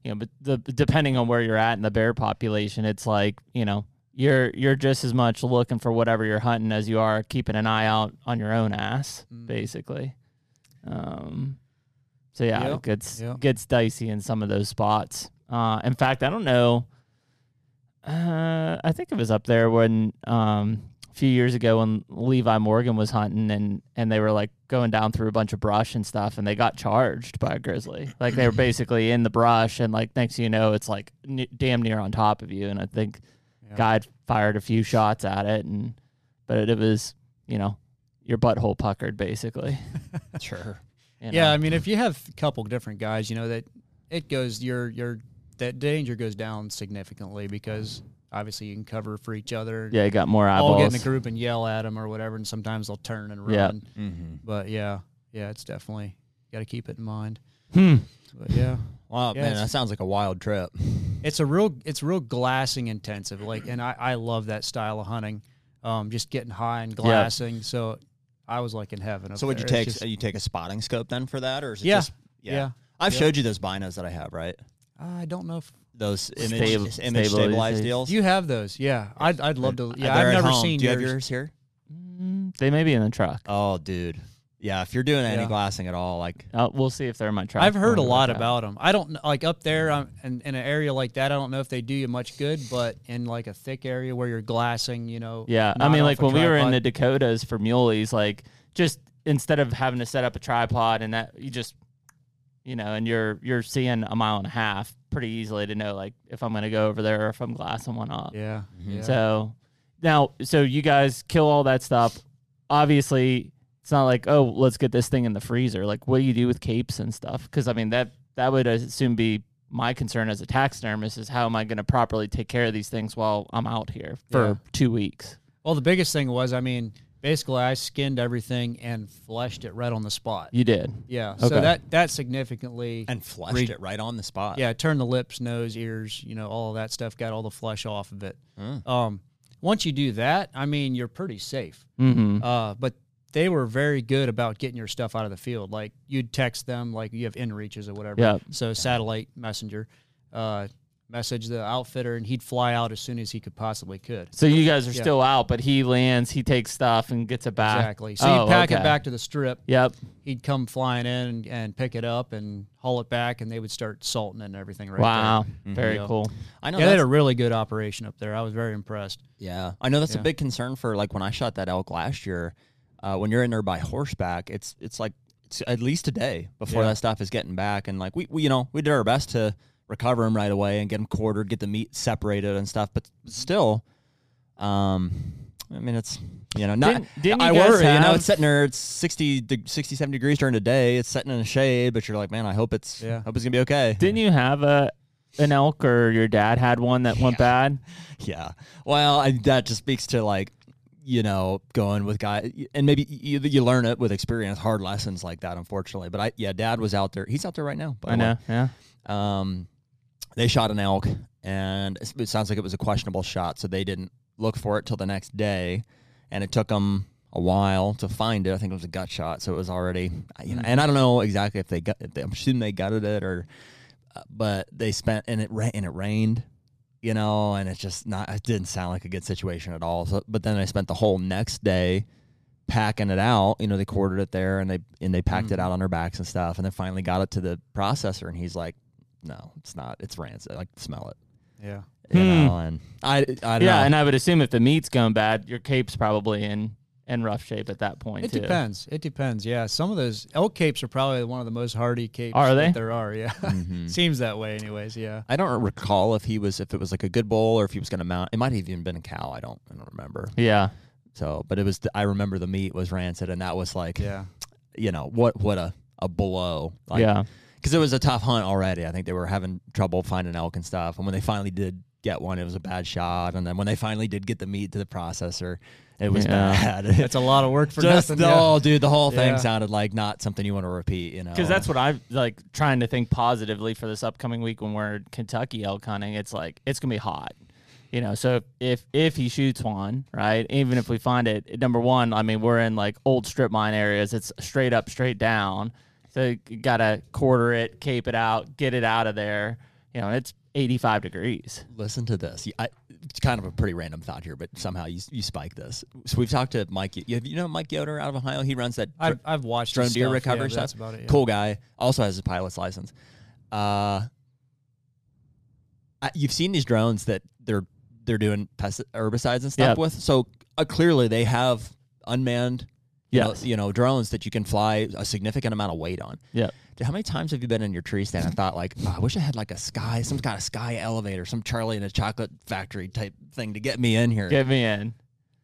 S1: you know, but the, depending on where you're at in the bear population, it's like, you know, you're you're just as much looking for whatever you're hunting as you are keeping an eye out on your own ass, basically. Um, so yeah,
S5: Yep,
S1: it gets
S5: yep.
S1: gets dicey in some of those spots. Uh, in fact, I don't know. Uh, I think it was up there when um, a few years ago when Levi Morgan was hunting and and they were like going down through a bunch of brush and stuff and they got charged by a grizzly. Like they were basically in the brush and like next thing you know it's like n- damn near on top of you and I think guide fired a few shots at it and but it, was you know your butthole puckered basically.
S2: Sure.
S1: you
S5: Yeah,
S1: know.
S5: I mean, if you have a couple different guys, you know that it goes your your that danger goes down significantly because obviously you can cover for each other.
S1: Yeah, you got more eyeballs.
S5: all get in a group and yell at them or whatever, and sometimes they'll turn and
S1: Yeah. Mm.
S5: run.
S2: Mm-hmm.
S5: But yeah, yeah, it's definitely got to keep it in mind.
S1: Hmm.
S5: But yeah,
S2: Wow,
S5: Yeah,
S2: man,
S5: it's-
S2: that sounds like a wild trip.
S5: it's a real it's real glassing intensive. Like, and I I love that style of hunting, um, just getting high and glassing. So I was like in heaven. up
S2: So, would you
S5: there.
S2: take? Uh,
S5: It's just-
S2: you take a spotting scope then for that, or is it
S5: Yeah.
S2: just?
S5: Yeah.
S2: I've
S5: Yeah.
S2: showed you those binos that I have, right?
S5: I don't know if
S2: Those image,
S1: Stable-
S2: image stabilized
S1: stabilization.
S2: deals.
S5: you have those. Yeah, I'd I'd love to. Yeah,
S2: They're
S5: I've
S2: at
S5: never
S2: home.
S5: seen
S2: Do you have
S5: yours.
S2: yours here?
S1: Mm, They may be in the truck.
S2: Oh, dude. Yeah, if you're doing any
S5: Yeah.
S2: glassing at all, like
S1: Uh, we'll see if they're in my truck.
S5: I've heard
S1: I
S5: a
S1: wonder
S5: lot
S1: that.
S5: about them. I don't kn- like up there um, in, in an area like that. I don't know if they do you much good, but in like a thick area where you're glassing, you know.
S1: Yeah, I
S5: not
S1: mean,
S5: off
S1: like
S5: a
S1: when we were in the
S5: tripod.
S1: Dakotas for muleys, like just instead of having to set up a tripod and that, you just, you know, and you're you're seeing a mile and a half pretty easily to know like if I'm gonna go over there or if I'm glassing one up.
S5: Yeah.
S1: Mm-hmm.
S5: yeah.
S1: So now, so you guys kill all that stuff. Obviously, it's not like oh, let's get this thing in the freezer. Like, what do you do with capes and stuff? Because I mean that that would I assume be my concern as a taxidermist is how am I going to properly take care of these things while I'm out here for
S5: Yeah.
S1: two weeks?
S5: Well, the biggest thing was, I mean, basically, I skinned everything and fleshed it right on the spot.
S1: You did.
S5: Yeah.
S1: Okay.
S5: So that that significantly,
S2: and fleshed
S5: Re-
S2: it right on the spot.
S5: yeah, turned the lips, nose, ears, you know, all of that stuff, got all the flesh off of it. Um, once you do that, I mean, you're pretty safe.
S1: Mm-hmm.
S5: Uh, but they were very good about getting your stuff out of the field. Like you'd text them, like you have in reaches or whatever.
S1: Yeah.
S5: So satellite messenger, uh, message the outfitter, and he'd fly out as soon as he could possibly could.
S1: So you guys are
S5: Yeah.
S1: still out, but he lands, he takes stuff and gets it back.
S5: Exactly. So
S1: Oh,
S5: you'd pack
S1: okay.
S5: it back to the strip.
S1: Yep.
S5: He'd come flying in and, and pick it up and haul it back, and they would start salting it and everything. Right.
S1: wow.
S5: There. Mm-hmm.
S1: Very
S5: Yeah.
S1: cool.
S2: I know.
S5: yeah, they
S2: that's,
S5: had a really good operation up there. I was very impressed.
S2: yeah, I know that's a
S5: Yeah.
S2: big concern for like when I shot that elk last year. Uh, when you're in there by horseback, it's it's like it's at least a day before
S5: Yeah.
S2: that stuff is getting back, and like we, we you know we did our best to recover them right away and get them quartered, get the meat separated and stuff, but still, um, I mean it's. You know, not
S1: Didn't- didn't you
S2: I
S1: guys
S2: worry. you know,
S1: have-
S2: it's sitting there. It's 60, de- 60, 70 degrees during the day. It's sitting in the shade, but you're like, man, I hope it's,
S5: Yeah.
S2: hope it's gonna be okay.
S1: Didn't you have a an elk or your dad had one that went bad?
S2: Yeah. Well, I, that just speaks to like, you know, going with guys, and maybe you, you learn it with experience, hard lessons like that, unfortunately. But I, yeah, dad was out there. He's out there right now. By
S1: I
S2: the way.
S1: know. Yeah.
S2: Um, they shot an elk, and it it sounds like it was a questionable shot, so they didn't look for it till the next day, and it took them a while to find it. I think it was a gut shot, so it was already. You know, and I don't know exactly if they got. If they, I'm assuming they gutted it, or uh, but they spent and it ra- and it rained. You know, and it's just not. It didn't sound like a good situation at all. So, but then I spent the whole next day packing it out. You know, they quartered it there and they and they packed it out on their backs and stuff, and then finally got it to the processor, and he's like, "No, it's not. It's rancid. Like smell it."
S5: Yeah.
S2: You
S1: Hmm.
S2: know, and I, I don't
S1: Yeah,
S2: know.
S1: and I would assume if the meat's going bad, your cape's probably in in rough shape at that point
S5: It
S1: too.
S5: depends. It depends. Yeah. Some of those elk capes are probably one of the most hardy capes
S1: Are they?
S5: that there are. Yeah. Seems that way, anyways. Yeah.
S2: I don't recall if he was if it was like a good bull or if he was going to mount. It might have even been a cow. I don't I don't remember.
S1: Yeah.
S2: So, but it was the, I remember the meat was rancid, and that was like
S5: Yeah.
S2: you know what what a a blow. Like,
S1: yeah.
S2: because it was a tough hunt already. I think they were having trouble finding elk and stuff. And when they finally did get one, it was a bad shot. And then when they finally did get the meat to the processor, it was
S1: Yeah.
S2: bad.
S5: That's a lot of work for
S2: just
S5: nothing.
S2: the
S5: yeah.
S2: whole dude. The whole thing
S5: Yeah.
S2: sounded like not something you want to repeat. You know,
S1: Because that's what I'm like trying to think positively for this upcoming week when we're in Kentucky elk hunting. It's like it's gonna be hot, you know. So if if he shoots one, right, even if we find it, number one, I mean, we're in like old strip mine areas. It's straight up, straight down. So you gotta quarter it, cape it out, get it out of there. You know, it's 85 degrees.
S2: Listen to this. I, it's kind of a pretty random thought here, but somehow you you spike this. So we've talked to Mike. You, you know Mike Yoder out of Ohio. He runs that.
S5: I've, I've watched
S2: drone
S5: his
S2: deer
S5: stuff.
S2: recovery
S5: yeah,
S2: stuff.
S5: That's about it. yeah.
S2: Cool guy. Also has a pilot's license. Uh, I, you've seen these drones that they're they're doing pest herbicides and stuff
S1: Yep.
S2: with. So uh, clearly they have unmanned, you know-
S1: Yes.
S2: you know, drones that you can fly a significant amount of weight on.
S1: Yep.
S2: Dude, How many times have you been in your tree stand and thought like, "Oh, I wish I had like a sky, some kind of sky elevator, some Charlie in a chocolate factory type thing to get me in here?
S1: Get me in.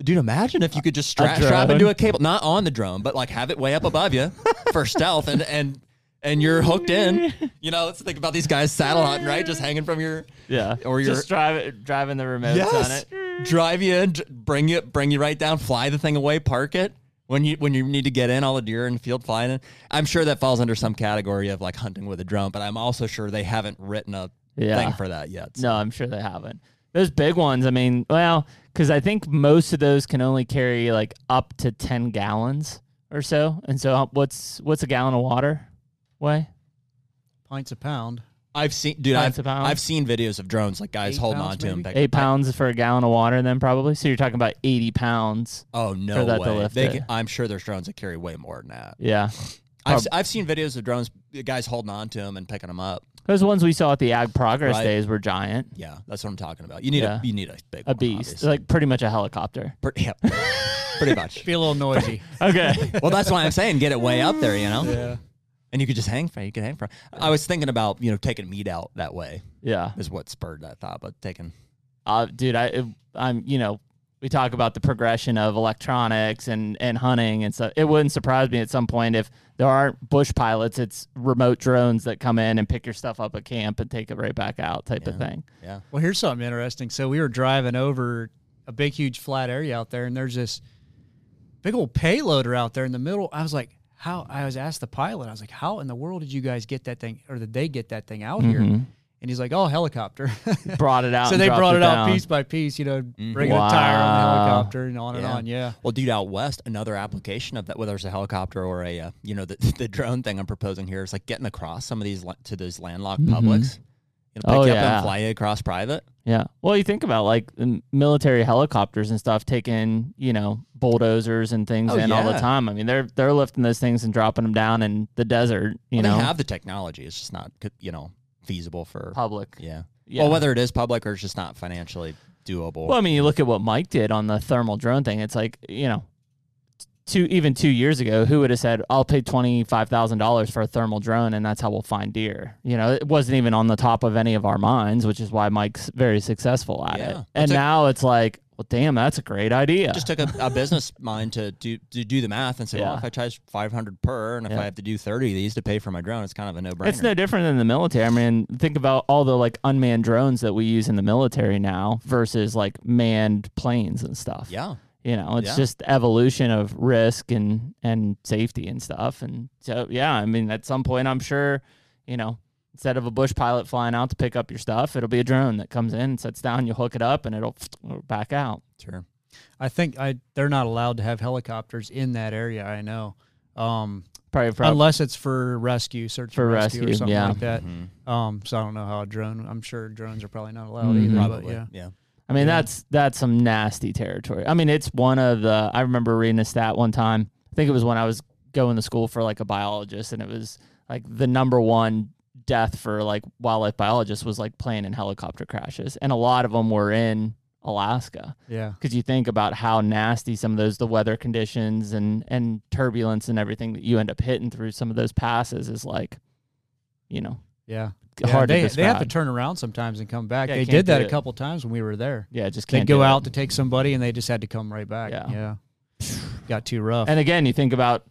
S2: Dude, imagine if you could just strap,
S1: drone.
S2: strap into a cable, not on the drone, but like have it way up above you for stealth, and and and you're hooked in. You know, let's think about these guys saddle hunting, right? Just hanging from your
S1: Yeah.
S2: Or your-
S1: just drive it, driving the remotes on
S2: yes,
S1: it.
S2: drive you in, dr- bring you bring you right down, fly the thing away, park it when you when you need to get in. All the deer in the field flying in. I'm sure that falls under some category of like hunting with a drone, but I'm also sure they haven't written a
S1: Yeah.
S2: thing for that yet.
S1: No, I'm sure they haven't. Those big ones, I mean, well, because I think most of those can only carry like up to ten gallons or so. And so, uh, what's what's a gallon of water weigh?
S5: Pints a pound.
S2: I've seen, dude,
S1: Pints
S2: I've,
S1: a pound?
S2: I've seen videos of drones like guys
S5: Eight
S2: holding
S5: pounds,
S2: on to them.
S5: maybe?
S1: Eight pounds for a gallon of water, then probably. So you're talking about eighty pounds.
S2: Oh no
S1: that to
S2: way!
S1: lift
S2: They
S1: it.
S2: can, I'm sure there's drones that carry way more than that.
S1: Yeah,
S2: I've, s- I've seen videos of drones, guys holding on to them and picking them up.
S1: those ones we saw at the Ag Progress
S2: Right.
S1: days were giant,
S2: Yeah, that's what I'm talking about. You need
S1: Yeah.
S2: a you need a big
S1: a
S2: one,
S1: beast,
S2: obviously.
S1: like pretty much a helicopter.
S2: Pretty- yeah, pretty much.
S5: Be a little noisy.
S1: Okay,
S2: Well, that's why I'm saying get it way up there, you know. Yeah. And you could just hang from. You could hang from. I was thinking about you know taking meat out that way
S1: yeah,
S2: is what spurred that thought, but taking
S1: uh, dude, I, I'm, you know, we talk about the progression of electronics and, and hunting and stuff. It wouldn't surprise me at some point if there aren't bush pilots, it's remote drones that come in and pick your stuff up at camp and take it right back out type of thing.
S2: Yeah.
S5: Well, here's something interesting. So we were driving over a big, huge flat area out there, and there's this big old payloader out there in the middle. I was like, how? I was asked the pilot, I was like, how in the world did you guys get that thing, or did they get that thing out here? And he's like, oh, helicopter.
S1: Brought it out.
S5: so
S1: and
S5: they
S1: dropped
S5: brought it out
S1: down. Mm-hmm.
S5: piece by piece, you know, bringing a tire on the
S1: Wow.
S5: helicopter and on and on. Yeah.
S2: Well, dude, out west, another application of that, whether it's a helicopter or a, uh, you know, the, the drone thing I'm proposing here is like getting across some of these la- to those landlocked publics. You know, pick
S1: Mm-hmm. Oh,
S2: you up
S1: yeah.
S2: and fly you across private.
S1: Yeah. Well, you think about like the military helicopters and stuff taking, you know, bulldozers and things
S2: Oh,
S1: in all the
S2: yeah.
S1: time. I mean, they're they're lifting those things and dropping them down in the desert, you
S2: Well,
S1: know,
S2: they have the technology. It's just not, you know, feasible for.
S1: public.
S2: Yeah.
S1: Yeah.
S2: Well, whether it is public or it's just not financially doable.
S1: Well, I mean, you look at what Mike did on the thermal drone thing. It's like, you know, two even 2 years ago, who would have said, "I'll pay $25,000 for a thermal drone and that's how we'll find deer." You know, it wasn't even on the top of any of our minds, which is why Mike's very successful at
S2: Yeah.
S1: it.
S2: Well,
S1: And
S2: it's like-
S1: now it's like, well, damn, that's a great idea.
S2: just took a, a business mind to do to do the math and say, well,
S1: Yeah.
S2: if I charge five hundred per, and if
S1: Yeah.
S2: I have to do thirty of these to pay for my drone, it's kind of a no brainer.
S1: It's no different than the military. I mean, think about all the like unmanned drones that we use in the military now versus like manned planes and stuff.
S2: yeah,
S1: You know, it's
S2: Yeah.
S1: just evolution of risk and and safety and stuff. And so yeah, I mean, at some point, I'm sure, you know, instead of a bush pilot flying out to pick up your stuff, it'll be a drone that comes in, sits down, you hook it up, and it'll back out.
S2: sure.
S5: I think I they're not allowed to have helicopters in that area. I know. Um,
S1: Probably, probably
S5: Unless it's for rescue, search
S1: For
S5: for rescue,
S1: rescue,
S5: or something
S1: yeah. Mm-hmm.
S5: like that. Um, so I don't know how a drone. I'm sure drones are probably not allowed
S1: Mm,
S5: either. But
S2: Probably.
S5: yeah,
S2: Mm-hmm. yeah.
S1: I mean, that's that's some nasty territory. I mean, it's one of the. I remember reading a stat one time. I think it was when I was going to school for like a biologist, and it was like the number one death for like wildlife biologists was like plane and helicopter crashes, and a lot of them were in Alaska.
S5: yeah.
S1: Because you think about how nasty some of those the weather conditions and and turbulence and everything that you end up hitting through some of those passes is like, you know,
S5: Yeah.
S1: hard
S5: they,
S1: to
S5: they
S1: describe.
S5: have to turn around sometimes and come back.
S1: Yeah,
S5: they
S1: you
S5: did
S1: can't do
S5: that a
S1: it.
S5: couple times when we were there.
S1: yeah, just
S5: They
S1: can't
S5: go
S1: do it.
S5: out to take somebody and they just had to come right back.
S1: Yeah.
S5: Yeah. Got too rough.
S1: And again, you think about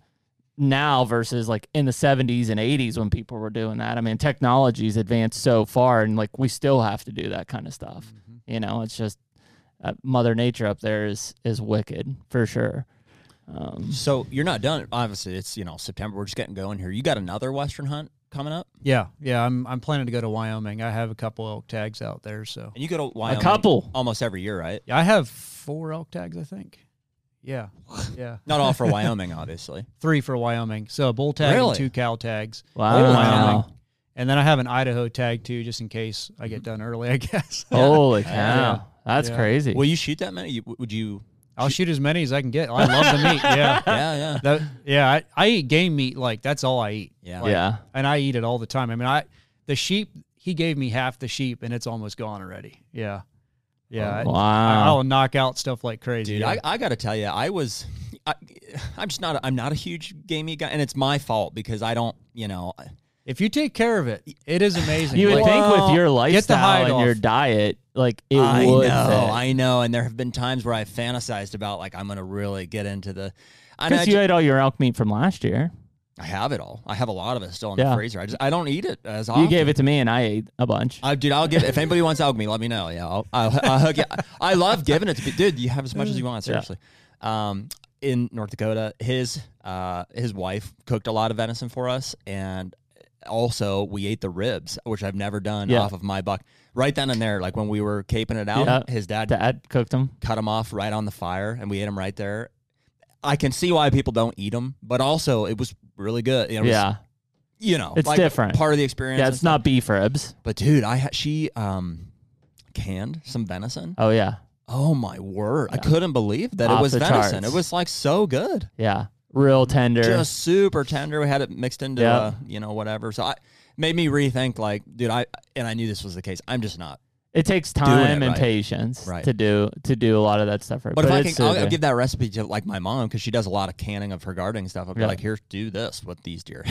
S1: now versus like in the 70s and 80s when people were doing that. I mean, technology's advanced so far, and like we still have to do that kind of stuff. You know, it's just uh, Mother Nature up there is is wicked for sure. Um,
S2: So you're not done. Obviously, it's you know September. We're just getting going here. You got another Western hunt coming up,
S5: yeah. Yeah. I'm I'm planning to go to Wyoming. I have a couple elk tags out there. So
S2: and you go to Wyoming
S1: couple.
S2: almost every year, right?
S5: yeah, I have four elk tags, I think. Yeah. Yeah.
S2: Not all for Wyoming, obviously.
S5: Three for Wyoming. So a bull tag
S2: Really?
S5: and two cow tags.
S1: wow.
S5: for Wyoming. And then I have an Idaho tag too, just in case I
S2: Mm-hmm.
S5: get done early, I guess.
S2: Oh,
S1: Holy cow.
S5: Yeah.
S1: That's
S5: Yeah.
S1: crazy.
S2: Will you shoot that many? You, would you?
S5: I'll shoot as many as I can get. I love the meat. Yeah.
S2: Yeah, yeah.
S5: That- yeah, I, I eat game meat like that's all I eat.
S2: Yeah.
S5: Like,
S1: yeah.
S5: and I eat it all the time. I mean, I the sheep he gave me half the sheep and it's almost gone already. Yeah,
S2: Oh,
S5: yeah. I- I,
S1: Wow.
S5: will knock out stuff like crazy.
S2: Dude, I, I got to tell you, I was, I, I'm just not, a, I'm not a huge gamey guy, and it's my fault because I don't, you know,
S5: if you take care of it, it is amazing.
S1: you would
S5: Like,
S1: think with your
S5: get the hide
S1: lifestyle and your
S5: off.
S1: diet, like it
S2: I
S1: would.
S2: know,
S1: fit.
S2: I know, and there have been times where I fantasized about like I'm gonna really get into the. I, know, I,
S1: Because you
S2: ju-
S1: ate all your elk meat from last year.
S2: I have it all. I have a lot of it still in
S1: Yeah.
S2: the freezer. I just I don't eat it as often.
S1: You gave it to me, and I ate a bunch.
S2: I, dude, I'll give. If anybody wants elk meat, let me know. Yeah, I'll, I'll, I'll hook you. I love giving it to people. Dude, you have as much as you want. Seriously. Um, in North Dakota, his uh, his wife cooked a lot of venison for us, and also we ate the ribs, which I've never done
S1: Yeah.
S2: off of my buck. Right then and there, like when we were caping it out,
S1: Yeah.
S2: his dad
S1: Dad cooked them.
S2: cut them off right on the fire, and we ate them right there. I can see why people don't eat them, but also it was really good. It was,
S1: Yeah.
S2: you know,
S1: It's
S2: like,
S1: different.
S2: Part of the experience.
S1: Yeah,
S2: and
S1: it's not beef ribs.
S2: but dude, I ha- she um canned some venison.
S1: Oh yeah,
S2: Oh my word! I couldn't believe that
S1: Off
S2: it was
S1: the
S2: venison.
S1: charts.
S2: It was like so good,
S1: yeah, real tender.
S2: Mm, just super tender. We had it mixed into
S1: Yeah.
S2: uh, you know whatever. So I made me rethink. Like, dude, I and I knew this was the case. I'm just not.
S1: it takes
S2: it
S1: time and
S2: right.
S1: patience
S2: Right.
S1: to do to do a lot of that stuff. Right?
S2: But, if I
S1: it's uh,
S2: can, I'll, I'll
S1: soothing.
S2: give that recipe to like my mom because she does a lot of canning of her gardening stuff. I'll be
S1: Yeah.
S2: like, here, do this with these deer.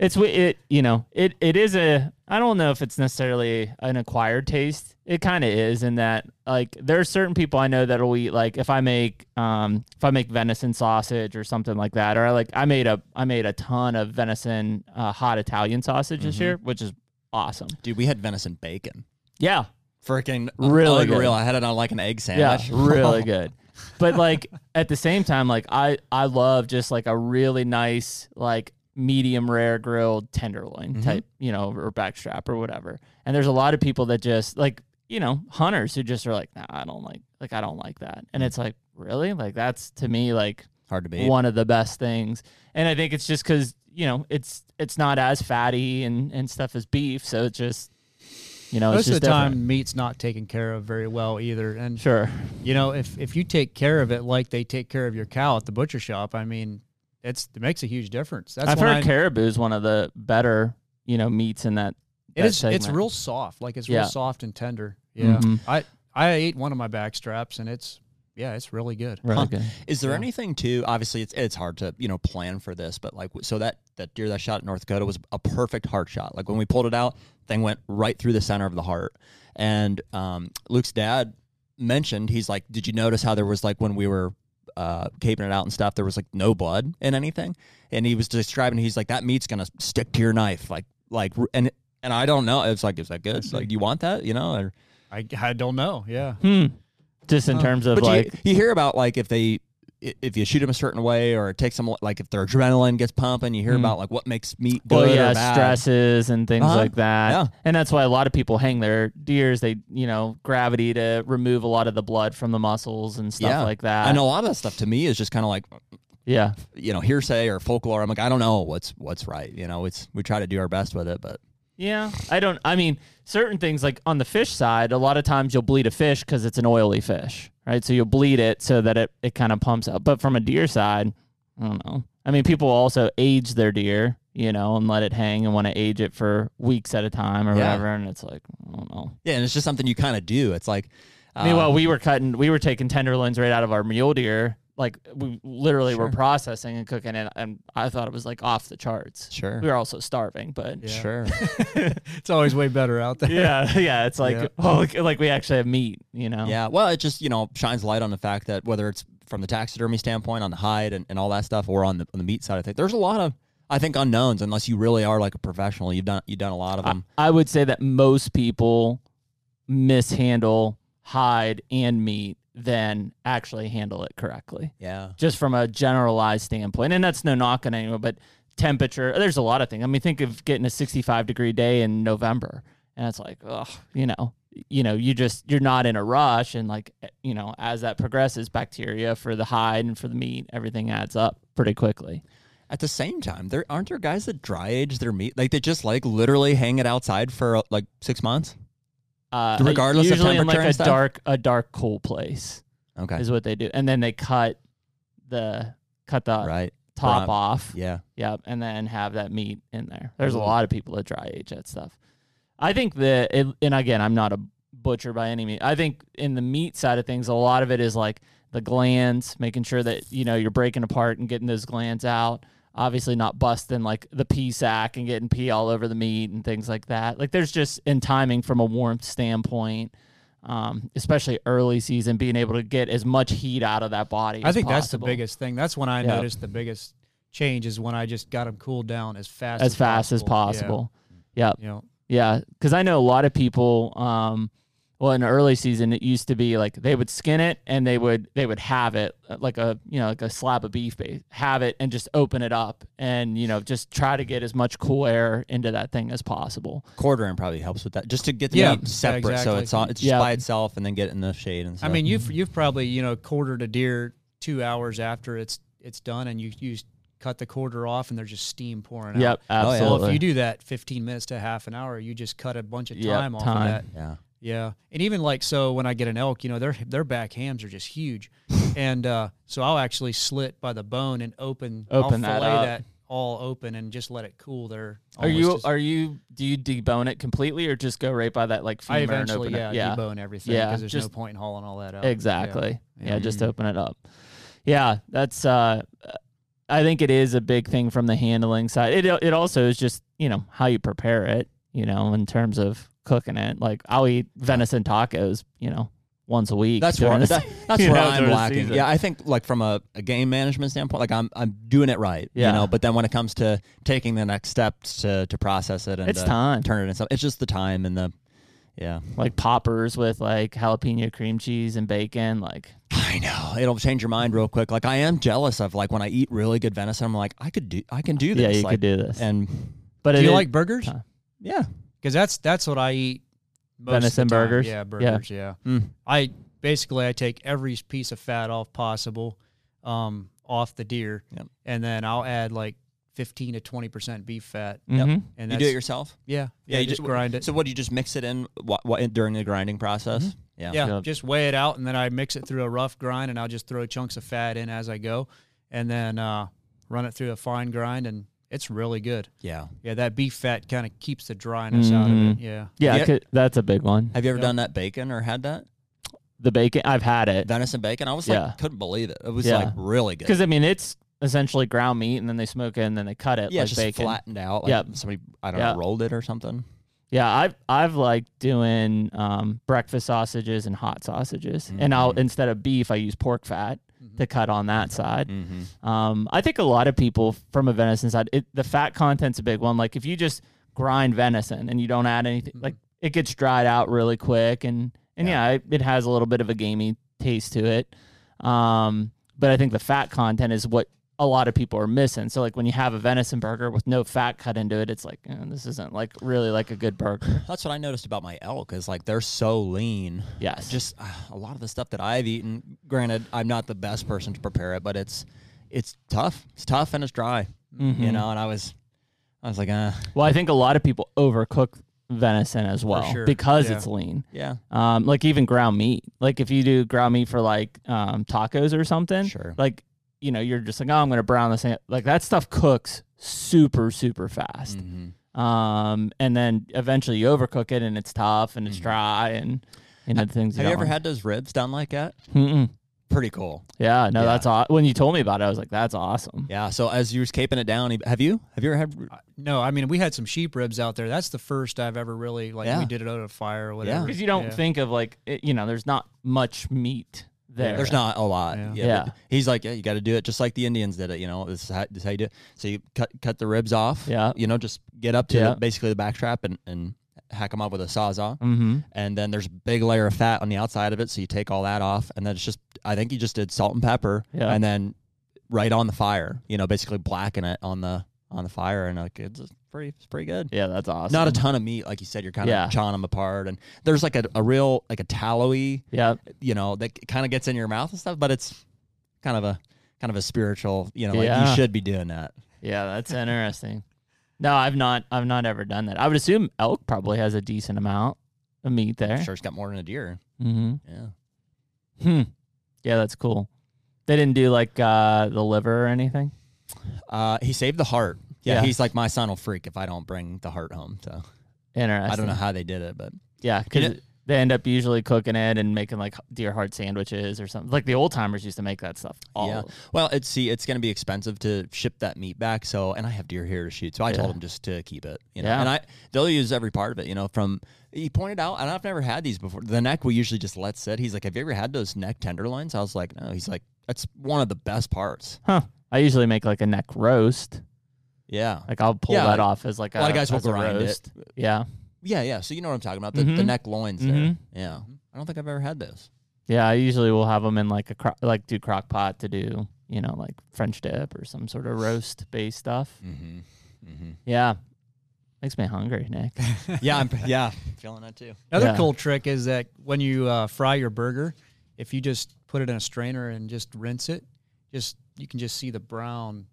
S1: It's wi- it you know it it is a I don't know if it's necessarily an acquired taste. It kind of is in that like there are certain people I know that will eat like if I make um if I make venison sausage or something like that or like I made a I made a ton of venison uh, hot Italian sausage
S2: Mm-hmm.
S1: this year which is awesome.
S2: Dude, we had venison bacon.
S1: Yeah,
S2: Freaking
S1: Really
S2: unreal.
S1: good.
S2: I had it on like an egg
S1: yeah,
S2: sandwich.
S1: really good. But like at the same time, like I I love just like a really nice like medium rare grilled tenderloin
S2: Mm-hmm.
S1: type, you know, or backstrap or whatever. And there's a lot of people that just like you know hunters who just are like, nah, I don't like like I don't like that. And it's like really like that's to me like
S2: Mm. Hard to beat.
S1: one of the best things. And I think it's just because you know it's it's not as fatty and and stuff as beef, so it's just you know
S5: Most
S1: it's
S5: of the
S1: just different.
S5: time, meat's not taken care of very well either. And
S1: Sure.
S5: you know, if if you take care of it like they take care of your cow at the butcher shop, I mean, it's it makes a huge difference. That's
S1: I've
S5: when
S1: heard
S5: I-
S1: caribou is one of the better, you know, meats in that.
S5: It
S1: that
S5: is. It's
S1: segment.
S5: real soft. Like it's
S1: Yeah.
S5: real soft and tender. Yeah.
S1: Mhm.
S5: I I ate one of my back straps and it's yeah, it's really good.
S1: Really
S2: Huh.
S1: good.
S2: Is there anything too? Obviously, it's it's hard to you know plan for this, but like so that that deer that shot at North Dakota was a perfect heart shot. Like when we pulled it out, thing went right through the center of the heart. And um, Luke's dad mentioned he's like, did you notice how there was like when we were uh, caping it out and stuff, there was like no blood in anything, and he was describing he's like that meat's gonna stick to your knife like like and and I don't know. It's like is that good? It's like do you want that? You know? Or,
S5: I I don't know. Yeah.
S1: Hmm. Just in terms of
S2: but
S1: like,
S2: you, you hear about like if they i- if you shoot them a certain way or it takes them like if their adrenaline gets pumping, you hear about like what makes meat good
S1: Hmm. well,
S2: or
S1: yeah,
S2: bad.
S1: stresses and things
S2: Uh-huh.
S1: like that.
S2: Yeah.
S1: And that's why a lot of people hang their deers. They, you know, gravity to remove a lot of the blood from the muscles and stuff
S2: yeah.
S1: like that.
S2: And a lot of that stuff to me is just kind of like
S1: Yeah.
S2: you know hearsay or folklore. I'm like I don't know what's what's right. You know, it's we try to do our best with it, but
S1: Yeah. I don't, I mean, certain things like on the fish side, a lot of times you'll bleed a fish because it's an oily fish, right? So you'll bleed it so that it, it kind of pumps up. But from a deer side, I don't know. I mean, people also age their deer, you know, and let it hang and want to age it for weeks at a time or
S2: Yeah.
S1: whatever. And it's like, I don't know.
S2: yeah, and it's just something you kind of do. It's like uh,
S1: Meanwhile, we were cutting, we were taking tenderloins right out of our mule deer. Like we literally were processing and cooking it. And I thought it was like off the charts.
S2: Sure.
S1: We were also starving, but
S2: sure.
S5: It's always way better out there.
S1: yeah, yeah. It's like
S5: Yeah.
S1: oh, like, like we actually have meat, you know.
S2: Yeah, well, it just you know shines light on the fact that whether it's from the taxidermy standpoint on the hide and, and all that stuff, or on the on the meat side, I think there's a lot of I think unknowns unless you really are like a professional. You've done you've done a lot of
S1: I,
S2: them.
S1: I would say that most people mishandle hide and meat than actually handle it correctly,
S2: yeah,
S1: just from a generalized standpoint. And that's no knock on anyone, but temperature. There's a lot of things. I mean, think of getting a 65 degree day in November, and it's like, ugh, you know. You know, you just you're not in a rush, and like eh, you know, as that progresses, bacteria for the hide and for the meat, everything adds up pretty quickly.
S2: At the same time, there aren't there guys that dry age their meat like they just like literally hang it outside for uh, like six months.
S1: uh,
S2: Regardless of
S1: usually in
S2: temperature
S1: like
S2: and
S1: a
S2: stuff?
S1: dark a dark cool place
S2: Okay,
S1: is what they do, and then they cut the cut the
S2: right,
S1: top
S2: Brown.
S1: off,
S2: Yeah,
S1: yep, and then have that meat in there. There's a
S5: Mm-hmm.
S2: Ooh.
S1: lot of people that dry age that stuff. I think that, it, and again, I'm not a butcher by any means. I think in the meat side of things, a lot of it is like the glands, making sure that you know you're breaking apart and getting those glands out. Obviously, not busting like the pea sack and getting pee all over the meat and things like that. Like there's just in timing from a warmth standpoint. Um, especially early season, being able to get as much heat out of that body.
S5: I
S1: as
S5: think that's the
S1: possible.
S5: biggest thing. That's when I
S1: Yeah.
S5: noticed the biggest change is when I just got them cooled down as fast
S1: as fast as possible. Yep.
S5: Yeah. You know,
S1: Yeah, because I know a lot of people. Um, well, in the early season, it used to be like they would skin it and they would they would have it uh, like a you know like a slab of beef, ba- have it and just open it up and you know just try to get as much cool air into that thing as possible.
S2: quartering probably helps with that just to get the
S5: Yeah,
S2: meat separate, so
S5: exactly.
S2: it's on, it's just
S1: Yeah.
S2: by itself, and then get it in the shade and stuff.
S5: I mean,
S1: Mm-hmm.
S5: you've you've probably you know quartered a deer two hours after it's it's done, and you you cut the quarter off, and there's just steam pouring
S1: Yep,
S5: out.
S1: absolutely.
S5: So if you do that 15 minutes to half an hour, you just cut a bunch of
S1: Yep,
S5: time off
S1: time.
S5: of that.
S2: yeah,
S5: Yeah, and even like so, when I get an elk, you know their their back hams are just huge, and uh, so I'll actually slit by the bone and open
S1: Open
S5: I'll
S1: that
S5: fillet
S1: up.
S5: that all open and just let it cool there.
S1: are you
S5: almost as-
S1: are you do you debone it completely or just go right by that like femur
S5: I eventually
S1: and open
S5: yeah,
S1: it?
S5: debone everything
S1: Yeah,
S5: because there's
S1: just-
S5: no point in hauling all that out. Yeah.
S2: Mm-hmm.
S1: Exactly. Yeah, just open it up. Yeah, that's uh I think it is a big thing from the handling side. It it also is just you know how you prepare it. You know, in terms of cooking it, like I'll eat venison tacos. You know, once a week.
S2: That's
S1: during
S2: where
S1: the
S2: that,
S1: se-
S2: that's
S1: you
S2: where
S1: know, during
S2: I'm
S1: the
S2: lacking.
S1: season.
S2: Yeah, I think like from a, a game management standpoint, like I'm I'm doing it right.
S1: Yeah.
S2: You know, but then when it comes to taking the next steps to to process it and
S1: It's
S2: to
S1: time.
S2: turn it and stuff, it's just the time and the yeah.
S1: like poppers with like jalapeno cream cheese and bacon. Like
S2: I know it'll change your mind real quick. Like I am jealous of like when I eat really good venison, I'm like I could do I can do this.
S1: yeah, you
S2: like,
S1: could do this.
S2: And
S1: but
S5: Do
S1: it
S5: you
S1: is-
S5: like burgers?
S1: Time.
S2: yeah,
S5: Because that's that's what I eat. Most of the
S1: Venison
S5: time.
S1: burgers? Yeah.
S5: Yeah, burgers. Yeah.
S2: Mm.
S5: I basically I take every piece of fat off possible, um, off the deer,
S2: Yep.
S5: and then I'll add like fifteen to twenty percent beef fat.
S1: Mhm.
S2: you
S5: And that's,
S2: do it yourself.
S5: Yeah. Yeah. you just grind it.
S2: So what do you just mix it in what, what during the grinding process? Yeah.
S5: yeah,
S1: Mm-hmm. Yeah.
S5: just weigh it out, and then I mix it through a rough grind, and I'll just throw chunks of fat in as I go, and then uh, run it through a fine grind, and it's really good.
S2: Yeah.
S5: Yeah, that beef fat kind of keeps the dryness out of it. Yeah,
S1: Yeah,
S2: Yeah.
S1: I could- that's a big one.
S2: Have you ever
S5: Yep.
S2: done that bacon or had that
S1: The bacon, I've had it
S2: venison bacon? I was like
S1: Yeah.
S2: couldn't believe it. It was
S1: Yeah.
S2: like really good.
S1: because I mean it's essentially ground meat, and then they smoke it, and then they cut it.
S2: yeah,
S1: like
S2: just
S1: bacon.
S2: flattened out. Like
S1: Yeah.
S2: somebody I don't
S1: Yeah.
S2: know rolled it or something.
S1: Yeah, I've I've liked doing um, breakfast sausages and hot sausages, and I'll
S2: Mm-hmm.
S1: instead of beef, I use pork fat to cut on that side.
S2: Mm-hmm.
S1: Um, I think a lot of people from a venison side, it, the fat content's a big one. Like if you just grind venison and you don't add anything,
S2: Mm-hmm.
S1: like it gets dried out really quick, and and yeah, it, it has a little bit of a gamey taste to it. Um, but I think the fat content is what a lot of people are missing. So like when you have a venison burger with no fat cut into it, it's like eh, this isn't like really like a good burger.
S2: That's what I noticed about my elk is like they're so lean.
S1: Yes.
S2: Just uh, a lot of the stuff that I've eaten. Granted, I'm not the best person to prepare it, but it's it's tough. It's tough and it's dry.
S1: Mm-hmm.
S2: You know, and I was I was like, uh,
S1: Well, I think a lot of people overcook venison as well
S5: sure.
S1: because
S5: Yeah.
S1: it's lean.
S2: yeah.
S1: Um, like even ground meat. Like if you do ground meat for like um, tacos or something,
S2: Sure.
S1: Like you know, you're just like, oh, I'm gonna brown this. thing." Like that stuff cooks super super fast.
S2: Mm-hmm.
S1: Um, and then eventually you overcook it and it's tough and it's dry and you know things.
S2: Mm-hmm. Have you
S1: don't
S2: ever
S1: like.
S2: had those ribs done like that?
S1: Mm-mm.
S2: Pretty cool.
S1: Yeah, no,
S2: Yeah.
S1: that's aw- when you told me about it, I was like, that's awesome.
S2: Yeah. So as you was caping it down, have you? Have you ever had?
S1: Uh,
S5: no, I mean we had some sheep ribs out there. That's the first I've ever really like.
S2: Yeah.
S5: We did it out of fire or whatever.
S1: Because you don't
S5: Yeah.
S1: think of like, it, you know, there's not much meat there.
S2: There's not a lot.
S5: Yeah.
S2: Yeah.
S1: Yeah.
S2: but He's like, yeah, you got to do it just like the Indians did it. You know, this is how, this is how you do it. So you cut cut the ribs off.
S1: Yeah.
S2: You know, just get up to
S1: Yeah.
S2: the- basically the back strap and and hack them up with a sawzall.
S1: Mm-hmm.
S2: And then there's a big layer of fat on the outside of it, so you take all that off, and then it's just I think you just did salt and pepper,
S1: Yeah.
S2: and then right on the fire. You know, basically blacken it on the on the fire, and like it's pretty it's pretty good.
S1: Yeah, that's awesome.
S2: Not a ton of meat, like you said. You're kind of
S1: Yeah.
S2: chawing them apart, and there's like a, a real like a tallowy
S1: Yeah.
S2: you know that kind of gets in your mouth and stuff but it's kind of a kind of a spiritual you know like
S1: Yeah.
S2: you should be doing that
S1: Yeah, that's interesting. No, I've not I've not ever done that. I would assume elk probably has a decent amount of meat there.
S2: sure it's got more than a deer
S1: Mm-hmm.
S2: yeah
S1: Hmm. Yeah, that's cool. They didn't do like uh, the liver or anything.
S2: uh he saved the heart yeah,
S1: Yeah.
S2: he's like my son will freak if i don't bring the heart home so
S1: Interesting.
S2: i don't know how they did it but
S1: Yeah, because
S2: You know-
S1: they end up usually cooking it and making like deer heart sandwiches or something. Like the old timers used to make that stuff. All
S2: yeah well it's see it's going to be expensive to ship that meat back so and i have deer here to shoot so i told
S1: Yeah.
S2: him just to keep it you know
S1: Yeah.
S2: and i they'll use every part of it you know from he pointed out and i've never had these before the neck we usually just let sit he's like have you ever had those neck tenderloins i was like no he's like that's one of the best parts
S1: Huh. I usually make like a neck roast.
S2: yeah
S1: Like I'll pull
S2: Yeah,
S1: that
S2: like,
S1: off as like a,
S2: a lot of guys will
S1: as a
S2: grind it.
S1: roast. Yeah,
S2: Yeah, yeah. So you know what I'm talking about. The, the
S1: Mhm.
S5: Mm-hmm.
S2: neck loins
S1: Mhm.
S2: there. Yeah. I don't think I've ever had those.
S1: yeah. I usually will have them in like a cro- like do crock pot to do you know like French dip or some sort of roast based stuff.
S5: Mm.
S2: Mm-hmm.
S1: Yeah, makes me hungry, Nick.
S2: Yeah, I'm yeah, feeling that too.
S5: Another
S1: Yeah.
S5: cool trick is that when you uh, fry your burger, if you just put it in a strainer and just rinse it, just you can just see the brown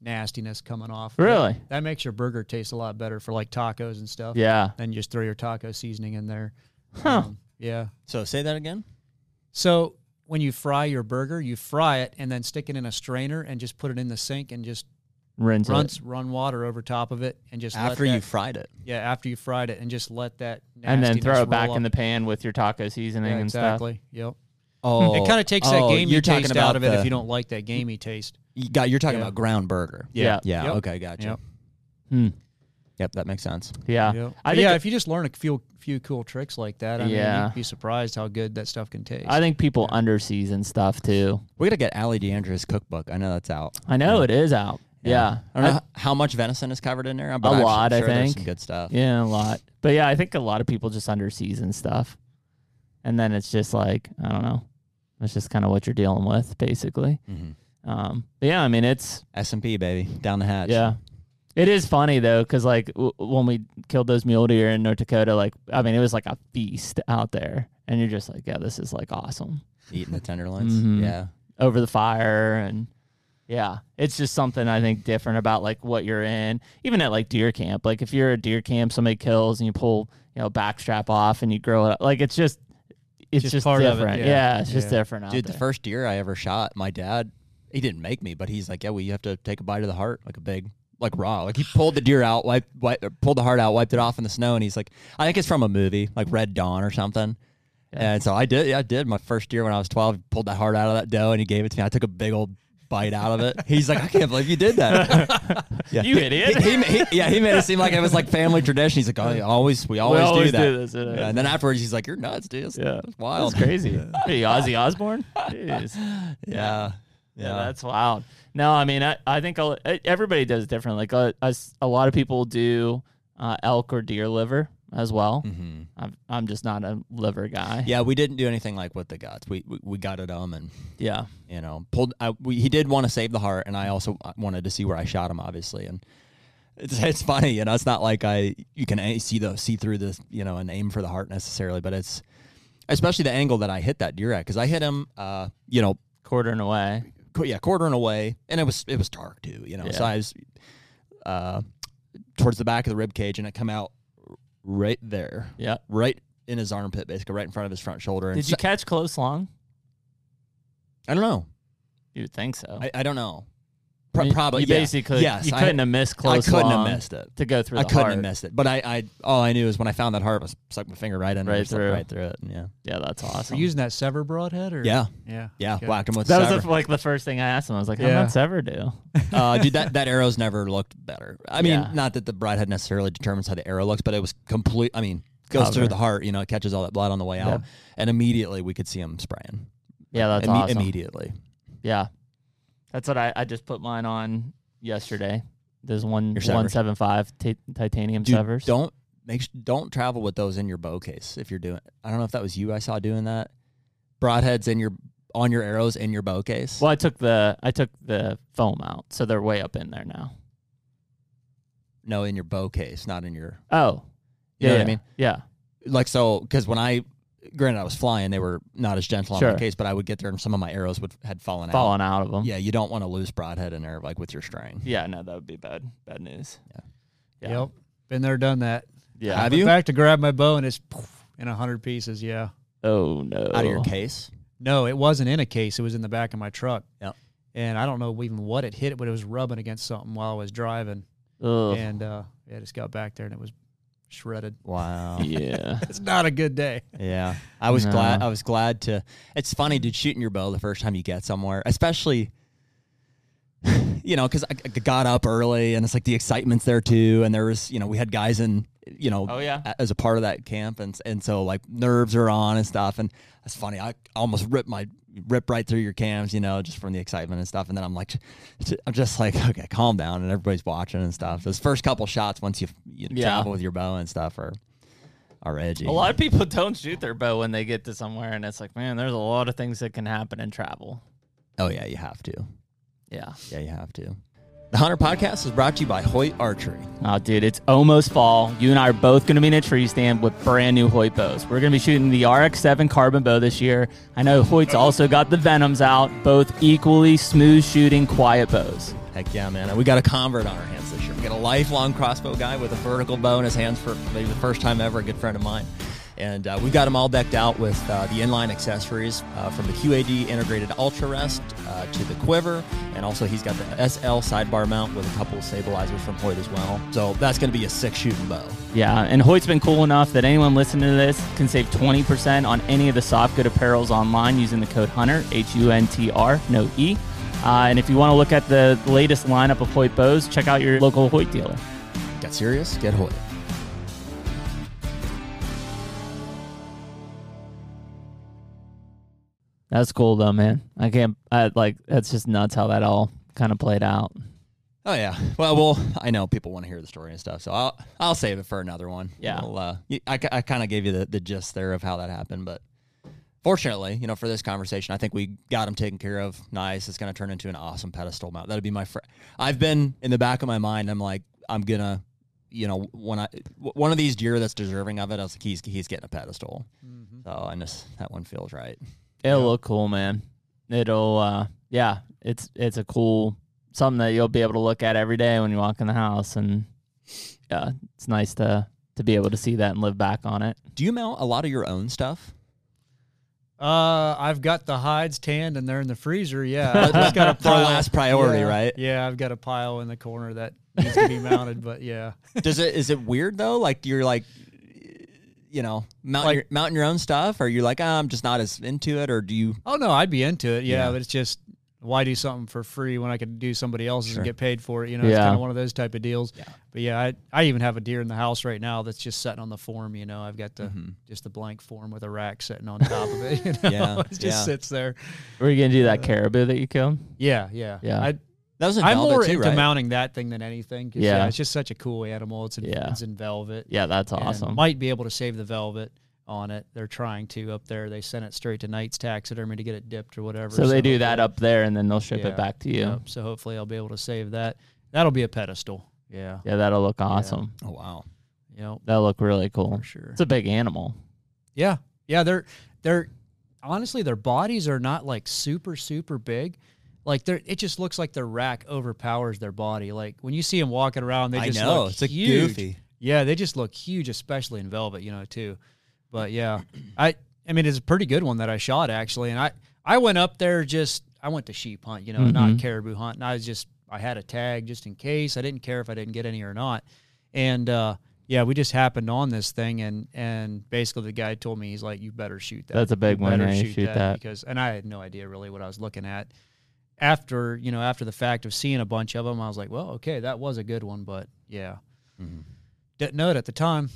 S5: nastiness coming off. of it.
S1: Really?
S5: That makes your burger taste a lot better for like tacos and stuff.
S1: Yeah,
S5: Then you just throw your taco seasoning in there.
S1: Huh.
S5: Um, yeah.
S2: So say that again.
S5: So when you fry your burger, you fry it and then stick it in a strainer and just put it in the sink and just
S1: rinse
S5: run
S1: it,
S5: run water over top of it and just let
S2: After you
S5: that-
S2: fried it.
S5: yeah after you fried it and just let that
S1: and then
S5: nastiness
S1: throw it back
S5: roll
S1: in
S5: up.
S1: the pan with your taco seasoning
S5: Yeah,
S1: and
S5: exactly. Yep.
S2: Oh,
S5: it kind of takes that
S2: oh,
S5: gamey
S2: you're talking
S5: taste
S2: about
S5: out of it
S2: the-
S5: if you don't like that gamey taste.
S2: You got, you're talking
S5: Yeah.
S2: about ground burger.
S1: Yeah.
S2: Yeah.
S5: Yep.
S2: Okay. Gotcha.
S5: Yep.
S2: Yep.
S1: Hmm.
S2: That makes sense.
S1: Yeah.
S5: Yep.
S1: I
S5: But
S1: think
S5: yeah, if you just learn a few few cool tricks like that, I mean,
S1: Yeah.
S5: you'd be surprised how good that stuff can taste.
S1: I think people underseason stuff too.
S2: We gotta get Ali DeAndre's cookbook. I know that's out.
S1: I know it is out. Yeah.
S2: I don't know h- how much venison is covered in there, but I'm
S1: lot, I
S2: sure there's
S1: think.
S2: some good stuff.
S1: Yeah, a lot. But yeah, I think a lot of people just underseason stuff. And then it's just like, I don't know. That's just kind of what you're dealing with, basically.
S2: Mhm.
S1: Um, but yeah, I mean, it's,
S2: S and P baby, down the hatch.
S1: yeah. It is funny though, because like w- when we killed those mule deer in North Dakota, like, I mean, it was like a feast out there. And you're just like, yeah, this is like awesome
S2: eating the tenderloins.
S1: Mhm.
S2: Yeah.
S1: over the fire. And yeah, it's just something I think different about like what you're in. Even at like deer camp, like if you're at deer camp, somebody kills and you pull, you know, backstrap off and you grow it up. Like it's just, it's
S5: Just
S1: just,
S5: part of it,
S1: different.
S5: yeah.
S1: yeah. it's just
S5: Yeah.
S1: different out
S2: Dude, the
S1: there.
S2: first deer I ever shot, my dad, he didn't make me, but he's like, yeah, well, you have to take a bite of the heart, like a big, like raw. Like he pulled the deer out, wiped, wiped or pulled the heart out, wiped it off in the snow, and he's like, I think it's from a movie, like Red Dawn or something. And so I did, yeah, I did my first deer when I was twelve. Pulled that heart out of that doe, and he gave it to me. I took a big old bite out of it. He's like, I can't believe you did that. yeah.
S1: You
S2: He-
S1: idiot.
S2: He, he- he- yeah, he made it seem like it was like family tradition. He's like, oh, yeah, always we always,
S1: always
S2: that.
S1: do this, yeah.
S2: Yeah, and then afterwards, he's like, you're nuts, dude. It's,
S1: yeah.
S2: it's wild.
S1: That's crazy. Hey, Ozzy Osbourne? Jeez.
S2: Yeah.
S1: Yeah, that's wild. No, I mean, I, I think I'll, e- everybody does it different. Like uh, us- a lot of people do uh, elk or deer liver as well. I'm, I'm just not a liver guy.
S2: Mm-hmm. Yeah, we didn't do anything like with the guts. We we, we gutted them and
S1: Yeah.
S2: you know pulled. I, we, he did want to save the heart, and I also uh, wanted to see where I shot him, obviously. And it's it's funny, you know. It's not like I you can a- see the see through the you know and aim for the heart necessarily, but it's especially the angle that I hit that deer at because I hit him, uh, you know,
S1: Quartering away.
S2: qu- yeah, quartering away, and it was it was dark too, you know. So
S1: Yeah.
S2: I was uh, towards the back of the rib cage, and it come out right there,
S1: Yeah.
S2: right in his armpit, basically, right in front of his front shoulder. And
S1: Did you catch close long?
S2: I don't know.
S1: You would think so.
S2: I, I don't know.
S1: Oh. I
S2: Pro-
S1: mean,
S2: probably
S1: You
S2: yeah.
S1: basically
S2: Yes,
S1: you
S2: I-
S1: couldn't have missed
S2: I
S1: close
S2: couldn't
S1: long
S2: have missed it.
S1: to go through
S2: I
S1: the
S2: couldn't
S1: heart.
S2: have missed it. But I, I, all I knew is when I found that heart, I stuck my finger right in
S1: Right
S2: and slipped
S1: through.
S2: right through it. and Yeah,
S1: Yeah, that's
S5: Are
S1: awesome.
S5: you using that sever broadhead or
S2: yeah,
S5: yeah
S2: yeah.
S5: okay.
S2: Whacked him with
S1: that was
S2: sever.
S1: the- like the first thing I asked him. I was like,
S5: Yeah.
S1: "How much sever do?"
S2: uh, dude, that, that arrow's never looked better. I mean,
S1: Yeah.
S2: not that the broadhead necessarily determines how the arrow looks, but it was complete. I mean, goes through
S1: Cover.
S2: the heart. You know, it catches all that blood on the way out, and immediately we could see him spraying.
S1: Yeah, that's
S2: Imme-
S1: awesome.
S2: Immediately.
S1: Yeah. That's what I, I just put mine on yesterday. There's one
S2: Your severs.
S1: one seven five ti- titanium
S2: Dude,
S1: severs.
S2: Don't make s- don't travel with those in your bow case if you're doing. I don't know if that was you I saw doing that. Broadheads in your on your arrows in your bow case.
S1: Well, I took the I took the foam out, so they're way up in there now.
S2: No, in your bow case, not in your.
S1: Oh, yeah,
S2: You know what I
S1: yeah,
S2: mean?
S1: yeah,
S2: Like so, because when I, granted, I was flying, they were not as gentle on my
S1: Sure.
S2: case, but I would get there and some of my arrows would had fallen out.
S1: falling out of them.
S2: Yeah, you don't want to lose broadhead in there like with your string.
S1: yeah, no, that would be bad bad news. Yeah.
S5: Yep. Been there, done that.
S1: Yeah.
S2: Have
S5: Went
S2: you?
S5: Back to grab my bow and it's poof, in a hundred pieces. Yeah.
S1: oh no,
S2: Out of your case.
S5: No, it wasn't in a case. It was in the back of my truck.
S2: Yep.
S5: And I don't know even what it hit, but it was rubbing against something while I was driving.
S1: Ugh.
S5: And uh, yeah, I just got back there and it was shredded.
S2: Wow.
S1: Yeah,
S5: It's not a good day.
S2: Yeah, I was
S1: No.
S2: glad. I was glad to. It's funny, dude. Shooting your bow the first time you get somewhere, especially, you know, because I, I got up early and it's like the excitement's there too, and there was, you know, we had guys in, you know,
S1: Oh, yeah.
S2: a- as a part of that camp, and s- and so like nerves are on and stuff, and it's funny. I almost ripped my rip right through your cams, you know, just from the excitement and stuff, and then I'm like, I'm just like, okay, calm down, and everybody's watching and stuff. Those first couple shots, once you, you
S1: Yeah.
S2: travel with your bow and stuff, are are edgy.
S1: a lot of people don't shoot their bow when they get to somewhere, and it's like, man, there's a lot of things that can happen in travel.
S2: Oh yeah, you have to.
S1: Yeah.
S2: Yeah, you have to. The Hunter Podcast is brought to you by Hoyt Archery.
S1: Oh, dude, it's almost fall. You and I are both going to be in a tree stand with brand new Hoyt bows. We're going to be shooting the RX7 carbon bow this year. I know Hoyt's also got the Venoms out, both equally smooth shooting, quiet bows.
S2: Heck yeah, man! We got a convert on our hands this year. We got a lifelong crossbow guy with a vertical bow in his hands for maybe the first time ever. A good friend of mine. And uh, we've got them all decked out with uh, the inline accessories uh, from the QAD integrated Ultra Rest uh, to the Quiver. And also, he's got the SL sidebar mount with a couple of stabilizers from Hoyt as well. So that's going to be a six shooting bow.
S1: Yeah, and Hoyt's been cool enough that anyone listening to this can save 20% on any of the soft good apparels online using the code HUNTER, H U N T R, no E. Uh, and if you want to look at the latest lineup of Hoyt bows, check out your local Hoyt dealer.
S2: Get serious, get Hoyt.
S1: That's cool though, man. I can't, I, like, that's just nuts how that all kind of played out.
S2: Oh yeah. Well, well, I know people want to hear the story and stuff, so I'll I'll save it for another one.
S1: Yeah.
S2: We'll, uh, y- I ki- I kind of gave you the, the gist there of how that happened, but fortunately, you know, for this conversation, I think we got him taken care of. Nice. It's going to turn into an awesome pedestal mount. That'd be my. Fr- I've been in the back of my mind. I'm like, I'm gonna, you know, when I w- one of these deer that's deserving of it, I was like, he's he's getting a pedestal. So and this that one feels right.
S1: It'll look cool, man. It'll, uh, yeah, it's, it's a cool, something that you'll be able to look at every day when you walk in the house. And yeah, it's nice to, to be able to see that and live back on it.
S2: Do you mount a lot of your own stuff?
S5: Uh, I've got the hides tanned and they're in the freezer. Yeah,
S2: That's
S5: I've just got a
S2: our
S5: pile.
S2: last priority,
S5: Yeah.
S2: right?
S5: Yeah, I've got a pile in the corner that needs to be mounted. But yeah,
S2: Does it is it weird though? Like you're like, you know, mounting
S5: Like-
S2: your, mounting your own stuff, or you're like, "Ah, I'm just not as into it, or do you?
S5: oh no, I'd be into it. Yeah, but it's just why do something for free when I could do somebody else's and get paid for it? You know, it's
S1: Yeah.
S5: kind of one of those type of deals. But yeah, I, I even have a deer in the house right now that's just sitting on the form. You know, I've got the
S1: Mm-hmm.
S5: just the blank form with a rack sitting on top of it. You know?
S2: Yeah,
S5: it just
S2: yeah.
S5: sits there.
S1: Were you going to do that caribou that you killed?
S5: Yeah, yeah,
S1: Yeah.
S5: I'd-
S2: That was in
S5: I'm
S2: velvet
S5: more
S2: too,
S5: into
S2: right?
S5: mounting that thing than anything. 'cause,
S1: Yeah.
S5: yeah. it's just such a cool animal. It's in,
S1: Yeah.
S5: it's in velvet.
S1: Yeah, that's
S5: and
S1: awesome.
S5: Might be able to save the velvet on it. They're trying to up there. They sent it straight to Knight's Taxidermy to get it dipped or whatever.
S1: So they do that
S5: hopefully-
S1: up there, and then they'll ship
S5: Yeah,
S1: it back to you.
S5: yep, So hopefully I'll be able to save that. That'll be a pedestal. Yeah.
S1: Yeah, that'll look awesome.
S2: oh wow,
S5: Yep.
S1: That'll look really cool.
S5: For sure.
S1: It's a big animal.
S5: Yeah. Yeah, they're they're honestly their bodies are not like super super big. Like they're it just looks like their rack overpowers their body. Like when you see them walking around, they
S2: I
S5: just
S2: know,
S5: look
S2: it's, like,
S5: huge.
S2: goofy.
S5: Yeah, they just look huge, especially in velvet, you know, too. But yeah, I I mean it's a pretty good one that I shot actually, and I I went up there just I went to sheep hunt, you know,
S1: Mm-hmm.
S5: not caribou hunt, and I was just I had a tag just in case. I didn't care if I didn't get any or not, and uh, yeah, we just happened on this thing, and and basically the guy told me he's like, you better shoot that.
S1: That's a big
S5: You
S1: one,
S5: better
S1: yeah, you shoot that.
S5: because, and I had no idea really what I was looking at. After you know, after the fact of seeing a bunch of them, I was like, well, okay, that was a good one, but yeah, didn't know it at the time.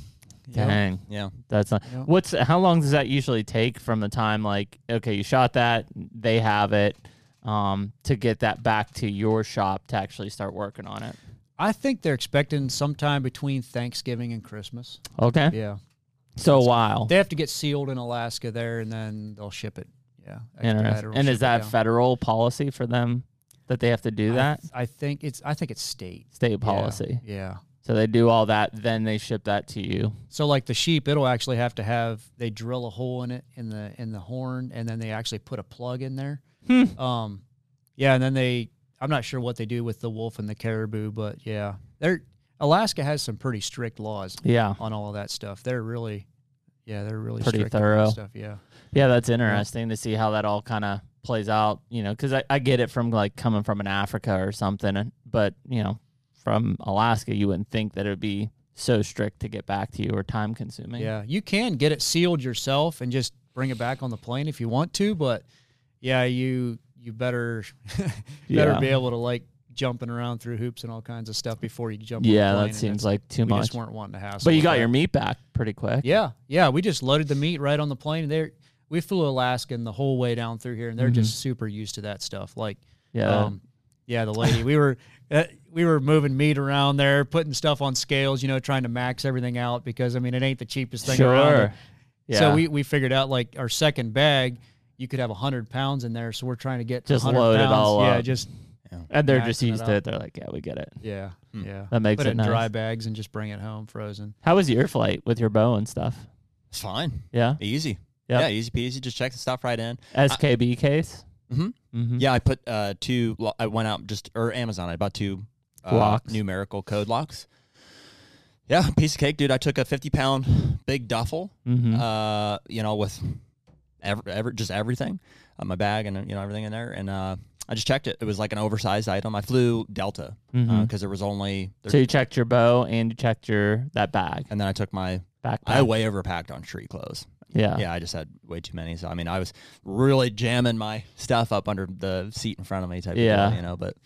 S1: Dang,
S2: yeah.
S1: that's not,
S5: Yep.
S1: what's how long does that usually take from the time like okay, you shot that, they have it, um, to get that back to your shop to actually start working on it.
S5: I think they're expecting sometime between Thanksgiving and Christmas.
S1: Okay,
S5: Yeah.
S1: so a while.
S5: They have to get sealed in Alaska there and then they'll ship it. Yeah. Expediter
S1: Interesting.
S5: will
S1: And
S5: ship
S1: is
S5: it
S1: that
S5: down.
S1: federal policy for them that they have to do that?
S5: I, I think it's I think it's state.
S1: State
S5: Yeah,
S1: policy.
S5: Yeah.
S1: So they do all that, then they ship that to you.
S5: So like the sheep, it'll actually have to have they drill a hole in it in the in the horn and then they actually put a plug in there.
S1: Hmm.
S5: Um yeah, and then they I'm not sure what they do with the wolf and the caribou, but yeah. They're Alaska has some pretty strict laws
S1: Yeah.
S5: on all of that stuff. They're really yeah, they're really
S1: Pretty
S5: strict on that
S1: thorough.
S5: stuff, yeah.
S1: Yeah, that's interesting to see how that all kind of plays out, you know, because I, I get it from like coming from an Africa or something, and- but, you know, from Alaska, you wouldn't think that it would be so strict to get back to you or time consuming.
S5: Yeah, you can get it sealed yourself and just bring it back on the plane if you want to, but yeah, you you better better
S1: Yeah.
S5: be able to like jumping around through hoops and all kinds of stuff before you jump.
S1: Yeah,
S5: on the plane
S1: that
S5: and
S1: seems
S5: it's-
S1: like too
S5: we
S1: much.
S5: just weren't wanting to hassle.
S1: But you
S5: with
S1: got
S5: that.
S1: your meat back pretty quick.
S5: Yeah, yeah, we just loaded the meat right on the plane. There, we flew Alaskan the whole way down through here, and they're just super used to that stuff. Like,
S1: Mm-hmm. Yeah.
S5: um, yeah, the lady we were uh, we were moving meat around there, putting stuff on scales, you know, trying to max everything out because I mean it ain't the cheapest thing around.
S1: Sure. Yeah.
S5: So we, we figured out like our second bag, you could have hundred pounds in there. So we're trying to get
S1: Just
S5: 100
S1: load it
S5: pounds.
S1: all
S5: yeah,
S1: up.
S5: just
S1: and they're just
S5: maxing it
S1: used to
S5: out.
S1: it. They're like, yeah, we get it.
S5: yeah, yeah.
S1: Hmm. That makes
S5: Put
S1: it
S5: in
S1: nice.
S5: dry bags and just bring it home frozen.
S1: How was your flight with your bow and stuff?
S2: It's fine,
S1: Yeah.
S2: easy.
S1: Yep.
S2: Yeah, easy peasy. Just check the stuff right in.
S5: Mm-hmm.
S1: SKB case?
S2: Mhm.
S1: Mm-hmm.
S2: Yeah, I put uh, two. lo- I went out just or Amazon. I bought two uh,
S1: Locks.
S2: numerical code locks. Yeah, piece of cake, dude. I took a 50 pound big duffel,
S5: Mm-hmm.
S1: Mhm.
S2: uh, you know, with ever, ever, just everything, uh, my bag and, you know, everything in there. And uh, I just checked it. It was like an oversized item. I flew Delta because
S5: Mm-hmm.
S1: Mhm.
S2: there was only, there,
S1: So you checked your bow and you checked your that bag
S2: and then I took my,
S1: backpack.
S2: I way overpacked on street clothes.
S5: Ah.
S1: yeah.
S2: yeah, I just had way too many. So I mean, I was really jamming my stuff up under the seat in front of me, type
S1: Yeah.
S2: of deal, you know. But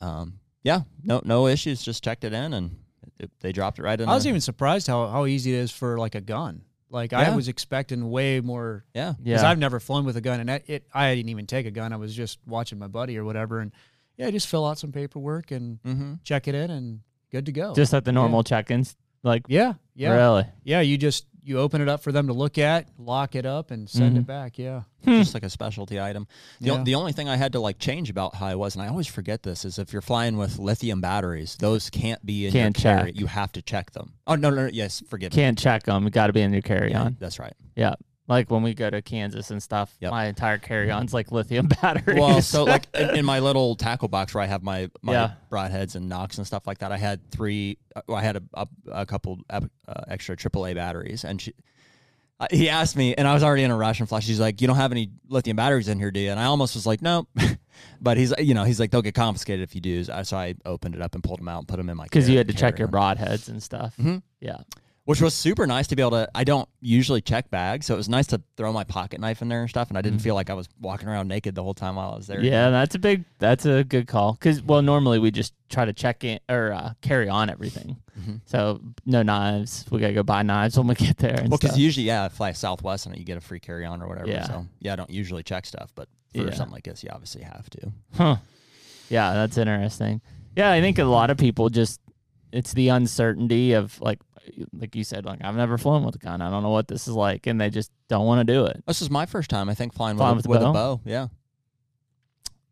S2: um, yeah, no no issues. Just checked it in, and it, they dropped it right in.
S5: I was
S2: the-
S5: even surprised how, how easy it is for like a gun. Like I
S2: Yeah.
S5: was expecting way more
S2: yeah,
S5: because
S1: Yeah.
S5: I've never flown with a gun, and I, it I didn't even take a gun. I was just watching my buddy or whatever, and yeah, just fill out some paperwork and
S2: mm-hmm.
S5: check it in, and good to
S2: Oh.
S5: go.
S1: Just at the normal check-ins, like
S5: yeah, yeah,
S1: really.
S5: yeah. You just you open it up for them to look at, lock it up, and send
S1: Mm-hmm.
S5: it back. Yeah,
S1: Hmm.
S2: just like a specialty item. The, o-
S5: Yeah.
S2: the only thing I had to like change about how I was, and I always forget this, is if you're flying with lithium batteries, those can't be in
S1: Can't
S2: your carry.
S1: check.
S2: You have to check them. Oh no, no, no yes, forgive me.
S1: Can't check them. Got to be in your carry-on.
S2: That's right.
S1: Yeah. Like when we go to Kansas and stuff,
S2: Yep.
S1: my entire carry-on's like lithium batteries.
S2: Well, so like in, in my little tackle box where I have my, my
S1: Yeah.
S2: broadheads and knocks and stuff like that, I had three. uh, Well, I had a, a, a couple uh, uh, extra AAA batteries, and she. I- He asked me, and I was already in a rush and flash. He's like, "You don't have any lithium batteries in here, do you?" And I almost was like, "No," but he's, uh, you know, he's like, "They'll get confiscated if you do." So I- So I opened it up and pulled them out and put them in my
S1: because
S2: car-
S1: you had to check your
S2: carry-on
S1: broadheads and stuff.
S2: Mhm.
S1: Yeah.
S2: which was super nice to be able to. I don't usually check bags, so it was nice to throw my pocket knife in there and stuff, and I
S1: Mm-hmm.
S2: didn't feel like I was walking around naked the whole time while I was there.
S1: Yeah, that's a big. That's a good call. Because well, normally we just try to check in or uh, carry on everything.
S2: Mm-hmm.
S1: So no knives. We gotta go buy knives when we get there. And
S2: Well, because
S1: stuff.
S2: usually, yeah, I fly Southwest and you get a free carry on or whatever.
S1: Yeah.
S2: So, yeah, I don't usually check stuff, but for
S1: Yeah.
S2: something like this, you obviously have to.
S1: Huh. Yeah, that's interesting. Yeah, I think a lot of people just it's the uncertainty of like like you said, like I've never flown with a gun. I don't know what this is like, and they just don't want to do it.
S2: This is my first time, I think, flying,
S1: Flying
S2: with, a-
S1: with
S2: with
S1: a
S2: a bow. Yeah.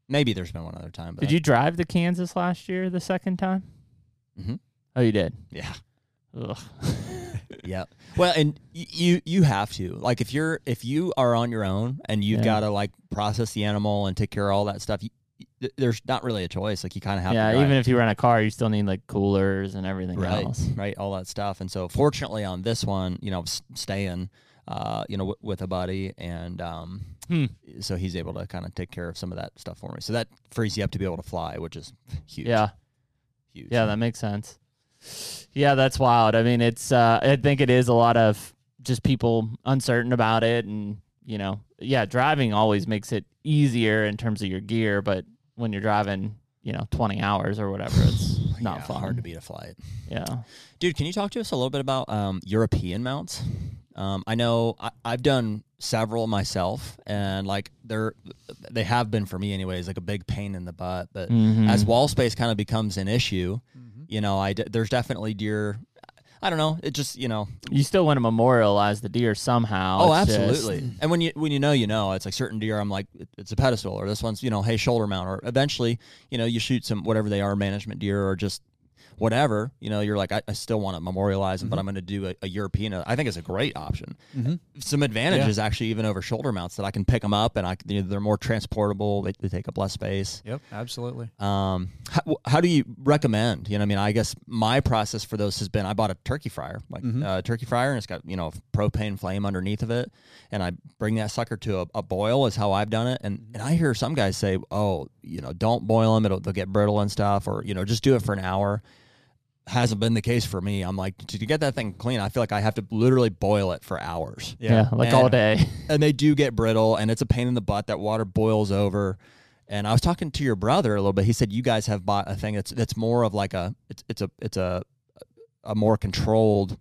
S2: Maybe there's been one other time. But
S1: Did you drive to Kansas last year the second time?
S2: Mhm.
S1: Oh, you did.
S2: Yeah.
S1: Ugh.
S2: Yeah. Well, and y- you you have to like if you're if you are on your own and you've
S1: Yeah.
S2: got to like process the animal and take care of all that stuff. You, y- there's not really a choice. Like you kind of have
S1: yeah,
S2: to. drive.
S1: even if you rent a car, you still need like coolers and everything
S2: right,
S1: else.
S2: right, all that stuff. And so, fortunately, on this one, you know, s- staying, uh, you know, w- with a buddy, and um,
S1: Hmm.
S2: so he's able to kind of take care of some of that stuff for me. So that frees you up to be able to fly, which is huge.
S1: Yeah.
S2: huge.
S1: Yeah, that makes sense. Yeah, that's wild. I mean, it's uh I think it is a lot of just people uncertain about it and, you know, yeah, driving always makes it easier in terms of your gear, but when you're driving, you know, 20 hours or whatever, it's not
S2: Yeah,
S1: fun.
S2: hard to beat a flight.
S1: Yeah.
S2: Dude, can you talk to us a little bit about um, European mounts? Um, I know I, I've done several myself, and like they're they have been for me anyways, like a big pain in the butt. But
S1: Mhm.
S2: as wall space kind of becomes an issue, you know, I d- there's definitely deer. I don't know. It just you know.
S1: You still want to memorialize the deer somehow.
S2: Oh,
S1: It's just-
S2: absolutely. And when you when you know, you know. It's like certain deer. I'm like, it- it's a pedestal, or this one's you know, hey, shoulder mount, or eventually, you know, you shoot some whatever they are, management deer, or just whatever. You know, you're like, I, I still want to memorialize them, but I'm
S1: Mm-hmm.
S2: going to do a, a European. I think it's a great option. Some advantages actually, even over shoulder mounts, that I can pick them up, and I c- you know, they're more transportable. They, they take up less space
S5: yep, absolutely.
S2: um how, wh- how do you recommend you know i mean i guess my process for those has been i bought a turkey fryer like uh, turkey fryer and it's got you know a propane flame underneath of it and i bring that sucker to a, a boil is how i've done it and and i hear some guys say oh you know don't boil them it'll they'll get brittle and stuff or you know just do it for an hour hasn't been the case for me i'm like to to get that thing clean i feel like i have to literally boil it for hours
S1: Yeah, like
S2: And-
S1: all day.
S2: and they do get brittle and it's a pain in the butt that water boils over and i was talking to your brother a little bit he said you guys have bought a thing that's that's more of like a it's, it's a it's a a more controlled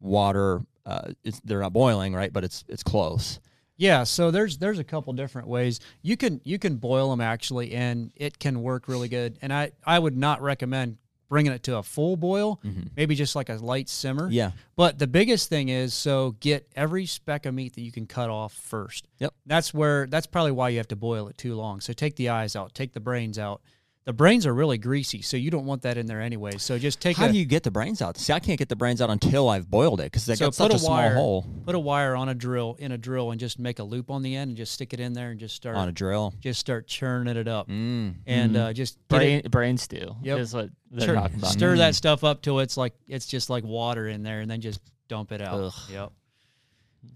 S2: water uh it's, they're not boiling right but it's it's close
S5: Yeah, so there's there's a couple different ways you can you can boil them actually, and it can work really good. And I I would not recommend bringing it to a full boil, maybe just like a light simmer.
S2: Mm-hmm. Yeah.
S5: But the biggest thing is so get every speck of meat that you can cut off first.
S2: Yep.
S5: That's where that's probably why you have to boil it too long. So take the eyes out, take the brains out. the brains are really greasy, so you don't want that in there anyway. So just take
S2: How
S5: a,
S2: do you get the brains out? See, I can't get the brains out until I've boiled it because I
S5: so
S2: got such a,
S5: put
S2: small
S5: wire,
S2: hole
S5: Put a wire on a drill in a drill and just make a loop on the end and just stick it in there and just start
S2: on a drill.
S5: just start churning it up
S2: Mm.
S5: and uh, just get
S1: Brain,
S5: it,
S1: brain stew
S5: Yep.
S1: is what they're
S5: stir,
S1: talking about.
S5: stir that stuff up till it's like it's just like water in there and then just dump it out. Yep.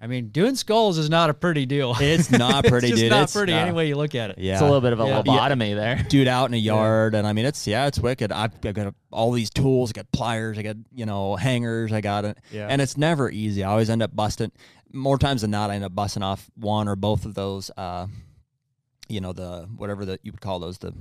S5: I mean, doing skulls is not a pretty deal.
S2: It's not pretty,
S5: it's just
S2: dude.
S5: not
S2: it's
S5: pretty
S2: not-
S5: any way you look at it.
S2: Yeah,
S1: It's a little bit of a
S5: Yeah.
S1: lobotomy there.
S2: dude out in a yard, and I mean it's yeah, it's wicked. I've, I've got all these tools. I got pliers. I got you know hangers. I got it.
S5: Yeah.
S2: and it's never easy. I always end up busting more times than not. I end up busting off one or both of those. Uh, you know the whatever that you would call those the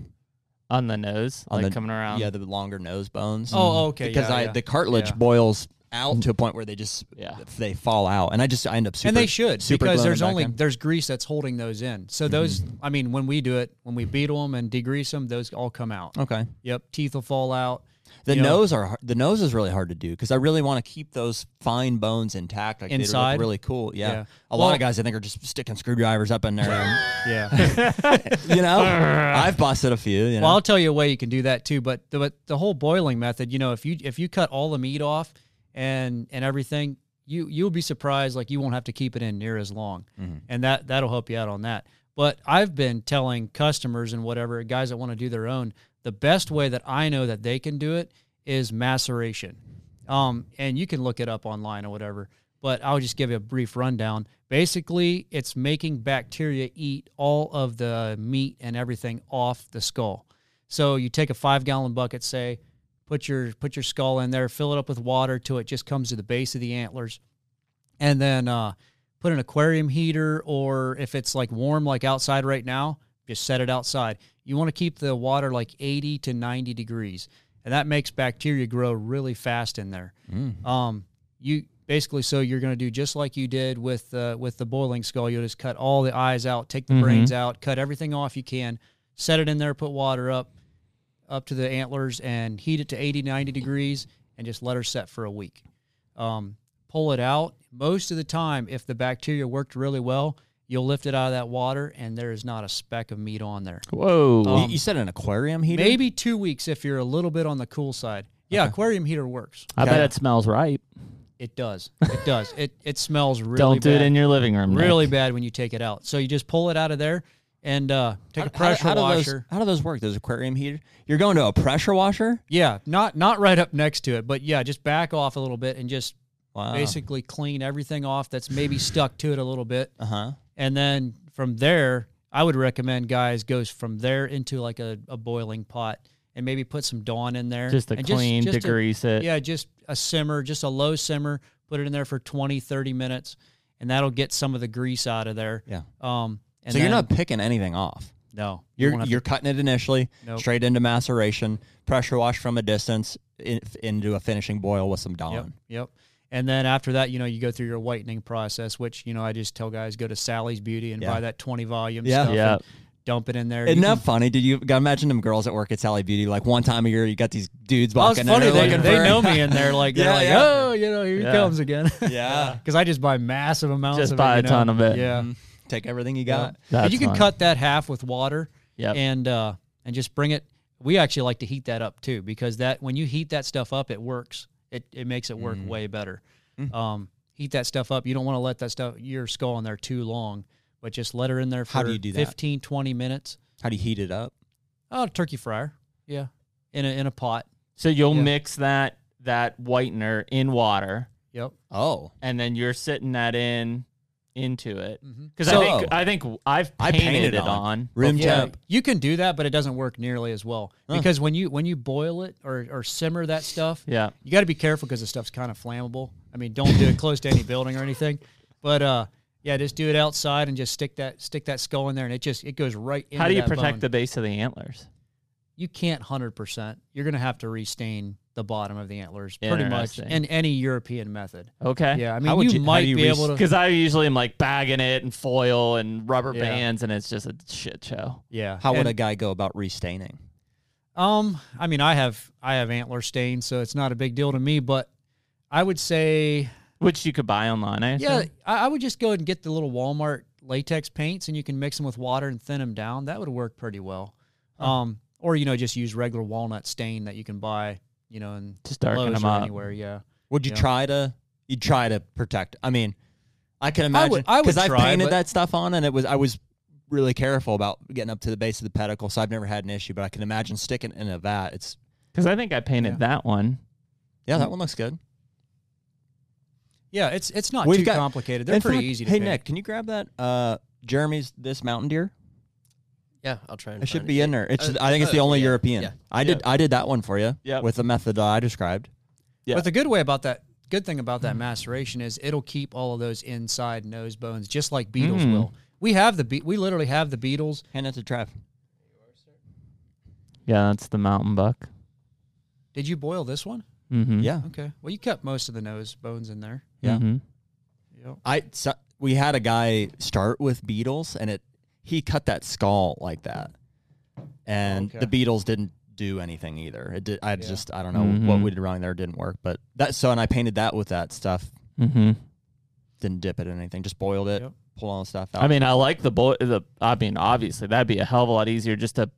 S1: On the nose,
S2: on
S1: like
S2: the-
S1: coming around.
S2: Yeah, the longer nose bones. Mm-hmm.
S5: Oh, okay,
S2: Because
S5: yeah,
S2: I
S5: yeah,
S2: the cartilage
S5: yeah.
S2: boils out to a point where they just
S1: Yeah.
S2: they fall out, and I just I end up super,
S5: and they should
S2: super
S5: because
S2: gluing
S5: there's
S2: them back
S5: only
S2: in. Mm-hmm.
S5: there's grease that's holding those in. So those, I mean, when we do it, when we beetle them and degrease them, those all come out.
S2: okay.
S5: Yep, teeth will fall out.
S2: The
S5: You know-
S2: nose are har- the nose is really hard to do because I really want to keep those fine bones intact. Like they
S5: Inside?
S2: look really cool. Yeah,
S5: Yeah.
S2: a lot
S5: Well-
S2: of guys I think are just sticking screwdrivers up in there. and,
S5: Yeah.
S2: you know, I've busted a few. You know,
S5: Well, I'll tell you a way you can do that too. But the, but the whole boiling method, you know, if you if you cut all the meat off and and everything, you you'll be surprised. Like you won't have to keep it in near as long,
S2: Mm-hmm.
S5: and that that'll help you out on that. But I've been telling customers and whatever guys that want to do their own, the best way that I know that they can do it is maceration. Um, and you can look it up online or whatever. But I'll just give you a brief rundown. Basically, it's making bacteria eat all of the meat and everything off the skull. So you take a five gallon bucket, say, put your put your skull in there, fill it up with water till it just comes to the base of the antlers, and then uh, put an aquarium heater or if it's like warm like outside right now, just set it outside. You want to keep the water like 80 to 90 degrees, and that makes bacteria grow really fast in there. Um, you basically so you're going to do just like you did with uh, with the boiling skull. You'll just cut all the eyes out, take the brains out, cut everything off you can, set it in there, put water up up to the antlers and heat it to 80 90 degrees and just let her set for a week um, pull it out most of the time if the bacteria worked really well you'll lift it out of that water and there is not a speck of meat on there
S1: Whoa.
S2: You- you said an aquarium heater.
S5: maybe two weeks if you're a little bit on the cool side yeah aquarium heater works
S1: I bet it smells right.
S5: it does it does it it smells really
S1: Don't do
S5: bad.
S1: it in your living room. Nick.
S5: really bad when you take it out so you just pull it out of there and uh, take a pressure
S2: how, do those-
S5: washer
S2: how do those work? Those aquarium heater. You're going to a pressure washer.
S5: yeah not not right up next to it but yeah just back off a little bit and just
S2: Wow.
S5: basically clean everything off that's maybe stuck to it a little bit.
S2: Uh huh.
S5: And then from there, I would recommend guys goes from there into like a, a boiling pot and maybe put some Dawn in there.
S1: Just to
S5: and
S1: clean,
S5: just a-
S1: degrease it.
S5: Yeah, just a simmer, just a low simmer, put it in there for 20, 30 minutes, and that'll get some of the grease out of there.
S2: Yeah.
S5: Um, and
S2: So you're
S5: then-
S2: not picking anything off.
S5: no, you
S2: You're
S5: won't have to-
S2: you're cutting it initially,
S5: Nope.
S2: straight into maceration, pressure wash from a distance in, into a finishing boil with some Dawn.
S5: Yep. Yep. And then after that, you know, you go through your whitening process, which you know I just tell guys go to Sally's Beauty and
S2: Yeah.
S5: buy that twenty volume
S2: Yeah.
S5: stuff,
S1: Yeah.
S5: and dump it in there. You
S2: Isn't
S5: can-
S2: that funny? Did you gotta imagine them girls that work at Sally Beauty? Like one time a year, you got these dudes
S5: Well, Oh, it's
S2: walking
S5: funny
S2: in.
S5: they,
S2: looking
S5: they
S2: for-
S5: know me in there like they're
S2: Yeah,
S5: like
S2: yeah.
S5: oh you know here
S1: Yeah.
S5: he comes again
S2: Yeah.
S5: because I just buy massive amounts
S1: Just
S5: of
S1: buy
S5: it,
S1: a
S5: you know?
S1: ton of it.
S5: yeah
S2: Take everything you got.
S5: But
S1: That's
S5: you can
S1: fun.
S5: cut that half with water
S1: Yep.
S5: and uh and just bring it we actually like to heat that up too because that when you heat that stuff up it works it it makes it
S2: Mm.
S5: work way better um heat that stuff up you don't want to let that stuff your skull in there too long but just let her in there for
S2: How do you do that?
S5: 15 20 minutes
S2: How do you heat it up?
S5: oh turkey fryer yeah in a in a pot
S1: So you'll
S5: Yeah.
S1: mix that that whitener in water,
S5: yep
S2: Oh,
S1: and then you're sitting that in into it.
S5: Mm-hmm.
S1: Because
S2: So-
S1: I think I think I've
S2: I
S1: painted,
S2: painted
S1: it
S2: on.
S1: on.
S2: room
S5: Yeah,
S2: temp.
S5: you can do that, but it doesn't work nearly as well because when you when you boil it or, or simmer that stuff,
S1: Yeah.
S5: you got to be careful because the stuff's kind of flammable. I mean, don't do it close to any building or anything, but uh, yeah, just do it outside and just stick that stick that skull in there, and it just it goes right. Into
S1: How do you protect the base of the antlers?
S5: You can't hundred percent. You're gonna have to restain the bottom of the antlers pretty much
S1: Interesting.
S5: in any European method.
S1: Okay.
S5: Yeah, I
S2: How
S5: mean,
S2: would you-
S5: you,
S2: how
S5: might
S2: do you
S5: be
S2: res-
S5: able to.
S1: Because I usually am like bagging it and foil and rubber
S5: Yeah.
S1: bands, and it's just a shit show.
S5: Yeah,
S2: How would
S5: and-
S2: a guy go about restaining?
S5: Um, I mean, I have I have antler stain, so it's not a big deal to me. But I would say,
S1: Which you could buy online. I
S5: yeah,
S1: assume?
S5: I, I would just go ahead and get the little Walmart latex paints, and you can mix them with water and thin them down. That would work pretty well. Um, or you know just use regular walnut stain that you can buy, you know, and
S1: Just darken them up.
S5: anywhere. Yeah,
S2: Would you
S5: Yeah.
S2: try to? You would try to protect. I mean, I can
S5: I
S2: imagine
S5: would- I would
S2: I
S5: try,
S2: painted
S5: but-
S2: that stuff on, and it was I was really careful about getting up to the base of the pedicle, so I've never had an issue. But I can imagine sticking it in a vat. It's
S1: Because I think I painted that one.
S2: yeah,
S5: Mm.
S2: that one looks good.
S5: yeah. It's it's not
S2: We've
S5: too
S2: got-
S5: complicated. They're
S2: In
S5: pretty
S2: fact,
S5: easy. to
S2: Hey
S5: paint.
S2: Nick, can you grab that? Uh, Jeremy's this mountain deer.
S6: Yeah, I'll try and.
S2: It should
S6: find
S2: be in there. It's,
S6: Uh,
S2: I think it's the
S6: uh,
S2: only
S6: yeah,
S2: European.
S6: yeah,
S2: I did. I did that one for you.
S1: Yep.
S2: With the method I described.
S1: Yeah.
S5: But the good way about that, good thing about
S2: Hmm.
S5: that maceration is it'll keep all of those inside nose bones, just like beetles
S2: Hmm.
S1: Mm.
S5: will. We have the be- we literally have the beetles.
S2: Hand it to Trev.
S1: Yeah, that's the mountain buck.
S5: Did you boil this one?
S1: Mm-hmm.
S2: Yeah.
S5: Okay. Well, you kept most of the nose bones in there.
S2: Yeah.
S1: Mhm.
S5: Yep.
S2: I so, we had a guy start with Beatles, and it he cut that skull like that, and
S5: Okay.
S2: the Beatles didn't do anything either. It did. I just I don't know what
S1: Mhm.
S2: we did wrong there. It didn't work, but that so and I painted that with that stuff.
S1: Mm-hmm.
S2: Didn't dip it in anything. Just boiled it.
S5: Yep.
S2: Pull all the stuff out.
S1: I mean, I like the boil. The I mean, obviously that'd be a hell of a lot easier just to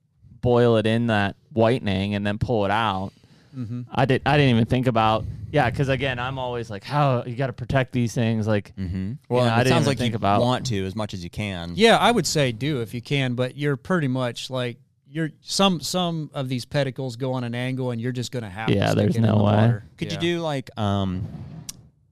S1: boil it in that whitening and then pull it out.
S2: Mm-hmm.
S1: I did. I didn't even think about. Yeah, because again, I'm always like, how you got to protect these things. Like,
S5: Mm-hmm.
S2: hmm well,
S1: Yeah, I
S2: it
S1: didn't
S2: sounds
S1: even
S2: like
S1: think
S2: you
S1: about-
S2: want to as much as you can.
S5: Yeah, I would say do if you can, but you're pretty much like you're some some of these pedicles go on an angle, and you're just gonna have
S1: Yeah,
S5: To stick
S1: there's
S5: it in
S1: no
S5: the
S1: way.
S5: water.
S2: Could
S5: Yeah.
S2: you do like um,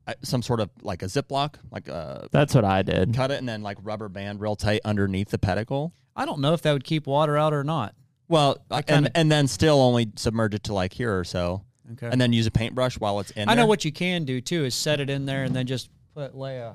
S2: uh, some sort of like a Ziploc, like a
S1: that's what I did.
S2: cut it and then like rubber band real tight underneath the pedicle?
S5: I don't know if that would keep water out or not.
S2: Well, and, and then still only submerge it to like here or so,
S5: Okay.
S2: and then use a paintbrush while it's in.
S5: I know
S2: there.
S5: what you can do too is set it in there and then just put lay a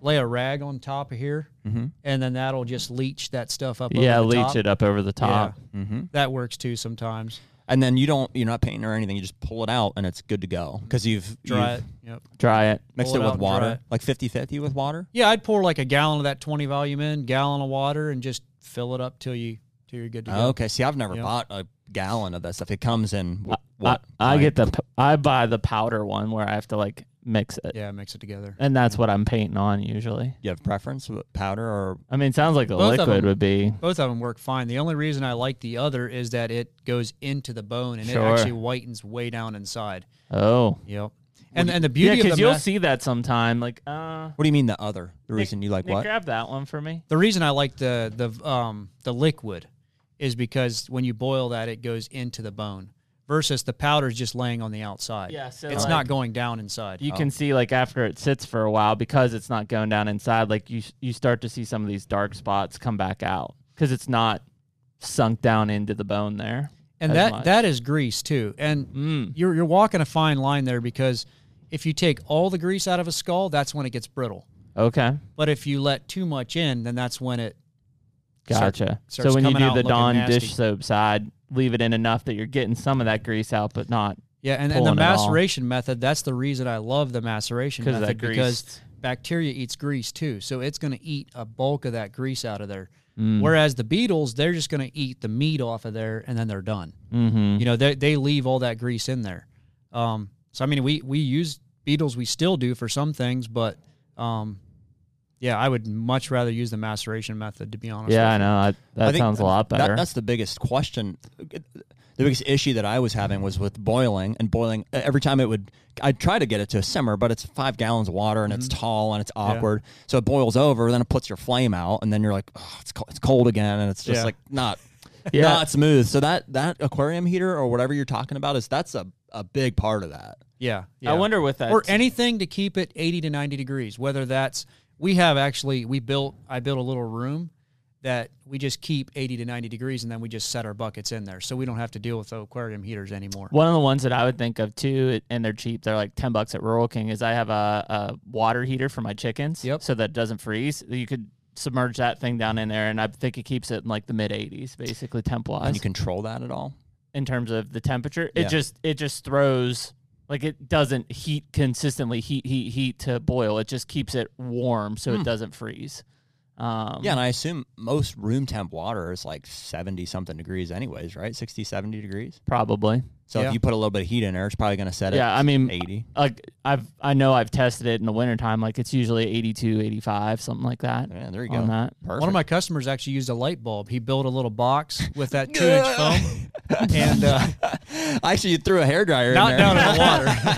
S5: lay a rag on top of here, and then that'll just leach that stuff up.
S1: Yeah,
S5: over the
S1: leach
S5: top.
S1: it up over the top.
S5: Yeah. That works too sometimes.
S2: And then you don't. You're not painting or anything. You just pull it out and it's good to go because you've
S5: Dry
S2: you've
S5: it. Yep.
S1: Dry it.
S2: mixed
S5: Pull
S2: it,
S5: it out
S2: with
S5: and dry
S2: water,
S5: it.
S2: like 50-50 with water.
S5: Yeah, I'd pour like a gallon of that twenty volume in, gallon of water, and just fill it up till you till you're good to go.
S2: Okay. See, I've never bought a gallon of that stuff. It comes in. wh-
S1: I,
S2: What?
S1: I
S2: like,
S1: get the. p- I buy the powder one where I have to like mix it,
S5: Yeah, mix it together.
S1: and that's what I'm painting on usually.
S2: You have preference with powder or
S1: I mean, it sounds like the
S5: Both of
S1: liquid
S5: them.
S1: would be.
S5: Both of them work fine. The only reason I like the other is that it goes into the bone and
S1: Sure.
S5: it actually whitens way down inside.
S1: Oh,
S5: Yep. And and the
S1: yeah,
S5: beauty of
S1: because
S5: the
S1: you'll
S5: mas-
S1: see that sometime. Like, uh,
S2: what do you mean the other? The reason you like
S1: Nick,
S2: what?
S1: grab that one for me.
S5: the reason I like the the um the liquid is because when you boil that it goes into the bone versus the powder is just laying on the outside.
S1: Yeah, so
S5: it's
S1: like-
S5: not going down inside.
S1: You can see like after it sits for a while because it's not going down inside. Like you, you start to see some of these dark spots come back out because it's not sunk down into the bone there.
S5: and
S1: as
S5: that mm.
S1: much. Mm.
S5: that is grease too. And you're you're walking a fine line there because if you take all the grease out of a skull, that's when it gets brittle.
S1: okay,
S5: But if you let too much in, then that's when it Start-
S1: gotcha.
S5: starts
S1: so when you
S5: coming
S1: do
S5: out
S1: the
S5: looking
S1: Dawn
S5: nasty.
S1: dish soap side, leave it in enough that you're getting some of that grease out, but not
S5: Yeah, and, and the
S1: pulling it all.
S5: maceration method, that's the reason I love the maceration
S1: 'Cause of
S5: method
S1: that
S5: because
S1: grease.
S5: bacteria eats grease too. So it's going to eat a bulk of that grease out of there.
S1: Mm.
S5: Whereas the beetles, they're just going to eat the meat off of there and then they're done. Mm-hmm. You know, they, they leave all that grease in there. Um, so, I mean, we, we use beetles, we still do for some things, but um, yeah, I would much rather use the maceration method, to be honest.
S1: Yeah,
S5: with
S1: I
S5: you.
S1: know. I, that
S2: I think
S1: sounds a lot
S2: that-
S1: better.
S2: that's the biggest question. The biggest issue that I was having was with boiling and boiling. e-, Every time it would, I'd try to get it to a simmer, but it's five gallons of water and
S1: Mm-hmm.
S2: it's tall and it's awkward. So it boils over, then it puts your flame out, and then you're like, oh, it's cold, it's cold again, and it's just
S5: Yeah.
S2: like not,
S1: Yeah.
S2: not smooth. So that that aquarium heater or whatever you're talking about is that's a a big part of that.
S5: Yeah,
S1: I
S5: yeah.
S1: wonder with that.
S5: or anything to keep it 80 to 90 degrees whether that's we have actually we built i built a little room that we just keep 80 to 90 degrees and then we just set our buckets in there so we don't have to deal with the aquarium heaters anymore
S1: One of the ones that I would think of too, it- and they're cheap. They're like ten bucks at Rural King. Is I have a, a water heater for my chickens,
S5: Yep.
S1: so that it doesn't freeze. You could submerge that thing down in there, and I think it keeps it in like the mid eighties, basically temp
S2: Can you
S1: wise,
S2: control that at all?
S1: in terms of the temperature.
S2: Yeah.
S1: It just it just throws like it doesn't heat consistently heat heat heat to boil. It just keeps it warm so it doesn't freeze. Um,
S2: Hmm. Yeah, and I assume most room temp water is like 70 something degrees, anyways, right? 60, 70 degrees.
S1: probably.
S2: So
S5: Yeah.
S2: if you put a little bit of heat in there, it's probably going to set it.
S1: Yeah, I mean,
S2: 80.
S1: Like I've I know I've tested it in the wintertime. Like it's usually 82, 85, something like that.
S2: Yeah, there you
S1: on
S2: go.
S1: that.
S2: Perfect.
S5: One of my customers actually used a light bulb. He built a little box with that two inch foam, and uh,
S2: Actually, you threw a hairdryer in
S5: not
S2: there.
S5: down in the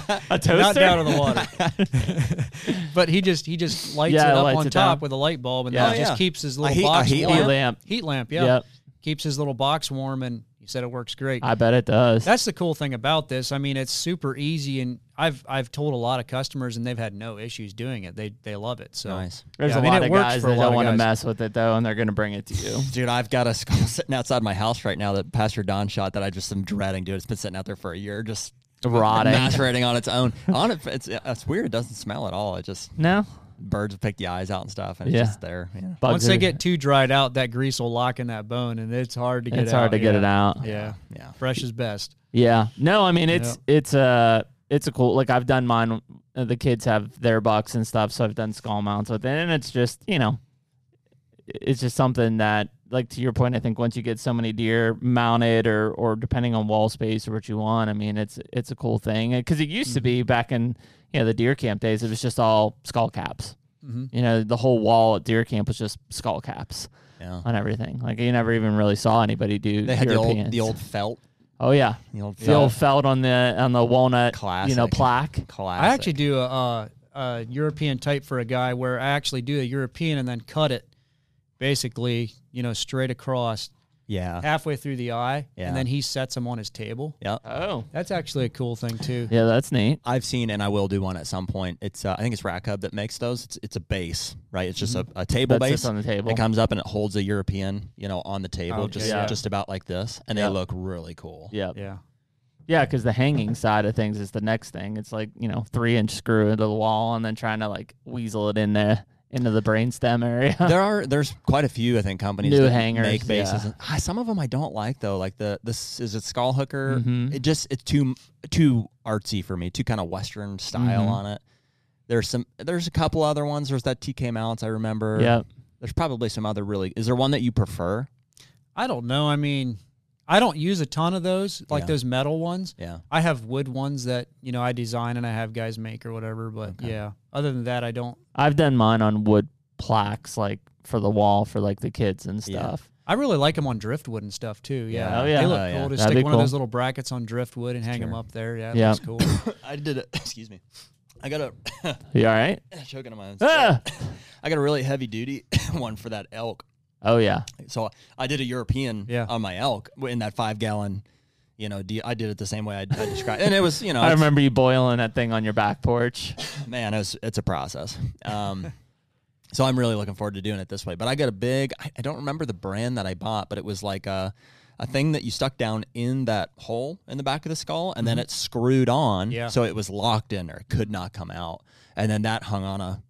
S5: water,
S1: A toaster.
S5: not down in the water. but he just he just lights
S1: Yeah,
S5: it up
S1: lights
S5: on
S1: it down.
S5: top with a light bulb, and
S1: Yeah.
S5: that
S2: Oh,
S5: just
S2: yeah.
S5: keeps his
S2: A
S5: little
S2: heat- a
S5: box
S2: heat
S5: warm.
S1: Heat lamp.
S5: Heat lamp, yeah.
S1: Yep.
S5: Keeps his little box warm, and he said it works great.
S1: I bet it does.
S5: That's the cool thing about this. I mean, it's super easy, and I've I've told a lot of customers, and they've had no issues doing it. They they love it. So
S2: Nice.
S1: There's
S5: Yeah, I
S1: a
S5: mean,
S1: lot
S5: it
S1: of
S5: works
S1: guys
S5: for a
S1: that
S5: lot
S1: don't
S5: of
S1: want to
S5: guys.
S1: mess with it though, and they're going to bring it to you.
S2: Dude, I've got a skull sitting outside my house right now that Pastor Don shot that I just am dreading, dude. It's been sitting out there for a year, just
S1: Rotting.
S2: macerating on its own. On it, it's, it's weird. It doesn't smell at all. It just
S1: No,
S2: birds pick the eyes out and stuff, and
S1: Yeah.
S2: it's just there. Yeah.
S1: Bugs
S5: Once they
S1: are-
S5: get too dried out, that grease will lock in that bone, and it's hard to get.
S1: it's
S5: out.
S1: hard to get
S5: yeah.
S1: it out.
S5: Yeah,
S2: Yeah.
S5: fresh is best.
S1: Yeah. No, I mean it's it's uh, it's a cool like I've done mine. uh, The kids have their bucks and stuff, so I've done skull mounts with it, and it's just you know, it's just something that like to your point. I think once you get so many deer mounted or or depending on wall space or what you want, I mean it's it's a cool thing because it used to
S2: Mm-hmm.
S1: be back in you know the deer camp days. It was just all skull caps.
S2: Mm-hmm.
S1: You know the whole wall at deer camp was just skull caps
S2: Yeah.
S1: on everything. Like you never even really saw anybody do.
S2: They had the old,
S1: Europeans.
S2: the old felt.
S1: Oh yeah,
S2: The old
S1: the old felt
S2: felt.
S1: on the on the walnut, you know,
S2: Classic.
S1: plaque.
S2: Classic.
S5: I actually do a, uh a European type for a guy where I actually do a European and then cut it, basically, you know, straight across
S2: Yeah.
S5: halfway through the eye,
S2: Yeah.
S5: and then he sets them on his table.
S2: Yeah.
S1: Oh,
S5: That's actually a cool thing too.
S1: yeah, that's neat.
S2: I've seen and I will do one at some point. It's uh, I think it's Rack Hub that makes those. It's it's a base, right? It's just a, a table
S1: That sits
S2: base
S1: Mm-hmm. on the table.
S2: It comes up and it holds a European, you know, on the table,
S5: Okay,
S2: just
S1: yeah.
S2: just about like this, and
S1: Yeah.
S2: they look really cool.
S1: Yeah,
S5: Yeah.
S1: yeah, because the hanging side of things is the next thing. It's like you know, three inch screw into the wall, and then trying to like weasel it in there into the brainstem area.
S2: There are there's quite a few I think companies
S1: New
S2: that
S1: hangers,
S2: make bases.
S1: yeah.
S2: Ah, some of them I don't like though, like the this is it skull hooker.
S1: Mhm.
S2: It just it's too too artsy for me, too kind of western style
S1: Mhm.
S2: on it. There's some there's a couple other ones. There's that TK mounts I remember.
S1: Yep.
S2: There's probably some other really. Is there one that you prefer?
S5: I don't know. I mean, I don't use a ton of those, like
S2: Yeah.
S5: those metal ones.
S2: Yeah.
S5: I have wood ones that you know I design and I have guys make or whatever. But yeah, other than that, I don't.
S1: I've done mine on wood plaques, like for the wall for like the kids and
S2: Yeah.
S1: stuff.
S5: I really like them on driftwood and stuff too. Yeah,
S1: Yeah. Oh, yeah.
S5: they look
S2: Oh, yeah.
S5: cool. Just
S1: That'd be
S5: stick one
S1: cool.
S5: of those little brackets on driftwood and hang them up there. Yeah,
S1: Yeah.
S5: that's cool.
S2: I did it. Excuse me. I got a
S1: You all right?
S2: choking on my own.
S1: Ah!
S2: I got a really heavy duty one for that elk.
S1: Oh yeah,
S2: So I did a European
S5: Yeah.
S2: on my elk in that five gallon. You know, de- I did it the same way I, I described, and it was you know,
S1: I
S2: it's-
S1: remember you boiling that thing on your back porch.
S2: man, it's it's a process. Um, so I'm really looking forward to doing it this way. But I got a big. I, I don't remember the brand that I bought, but it was like a a thing that you stuck down in that hole in the back of the skull, and then it screwed on.
S5: Yeah.
S2: So it was locked in or it could not come out, and then that hung on a.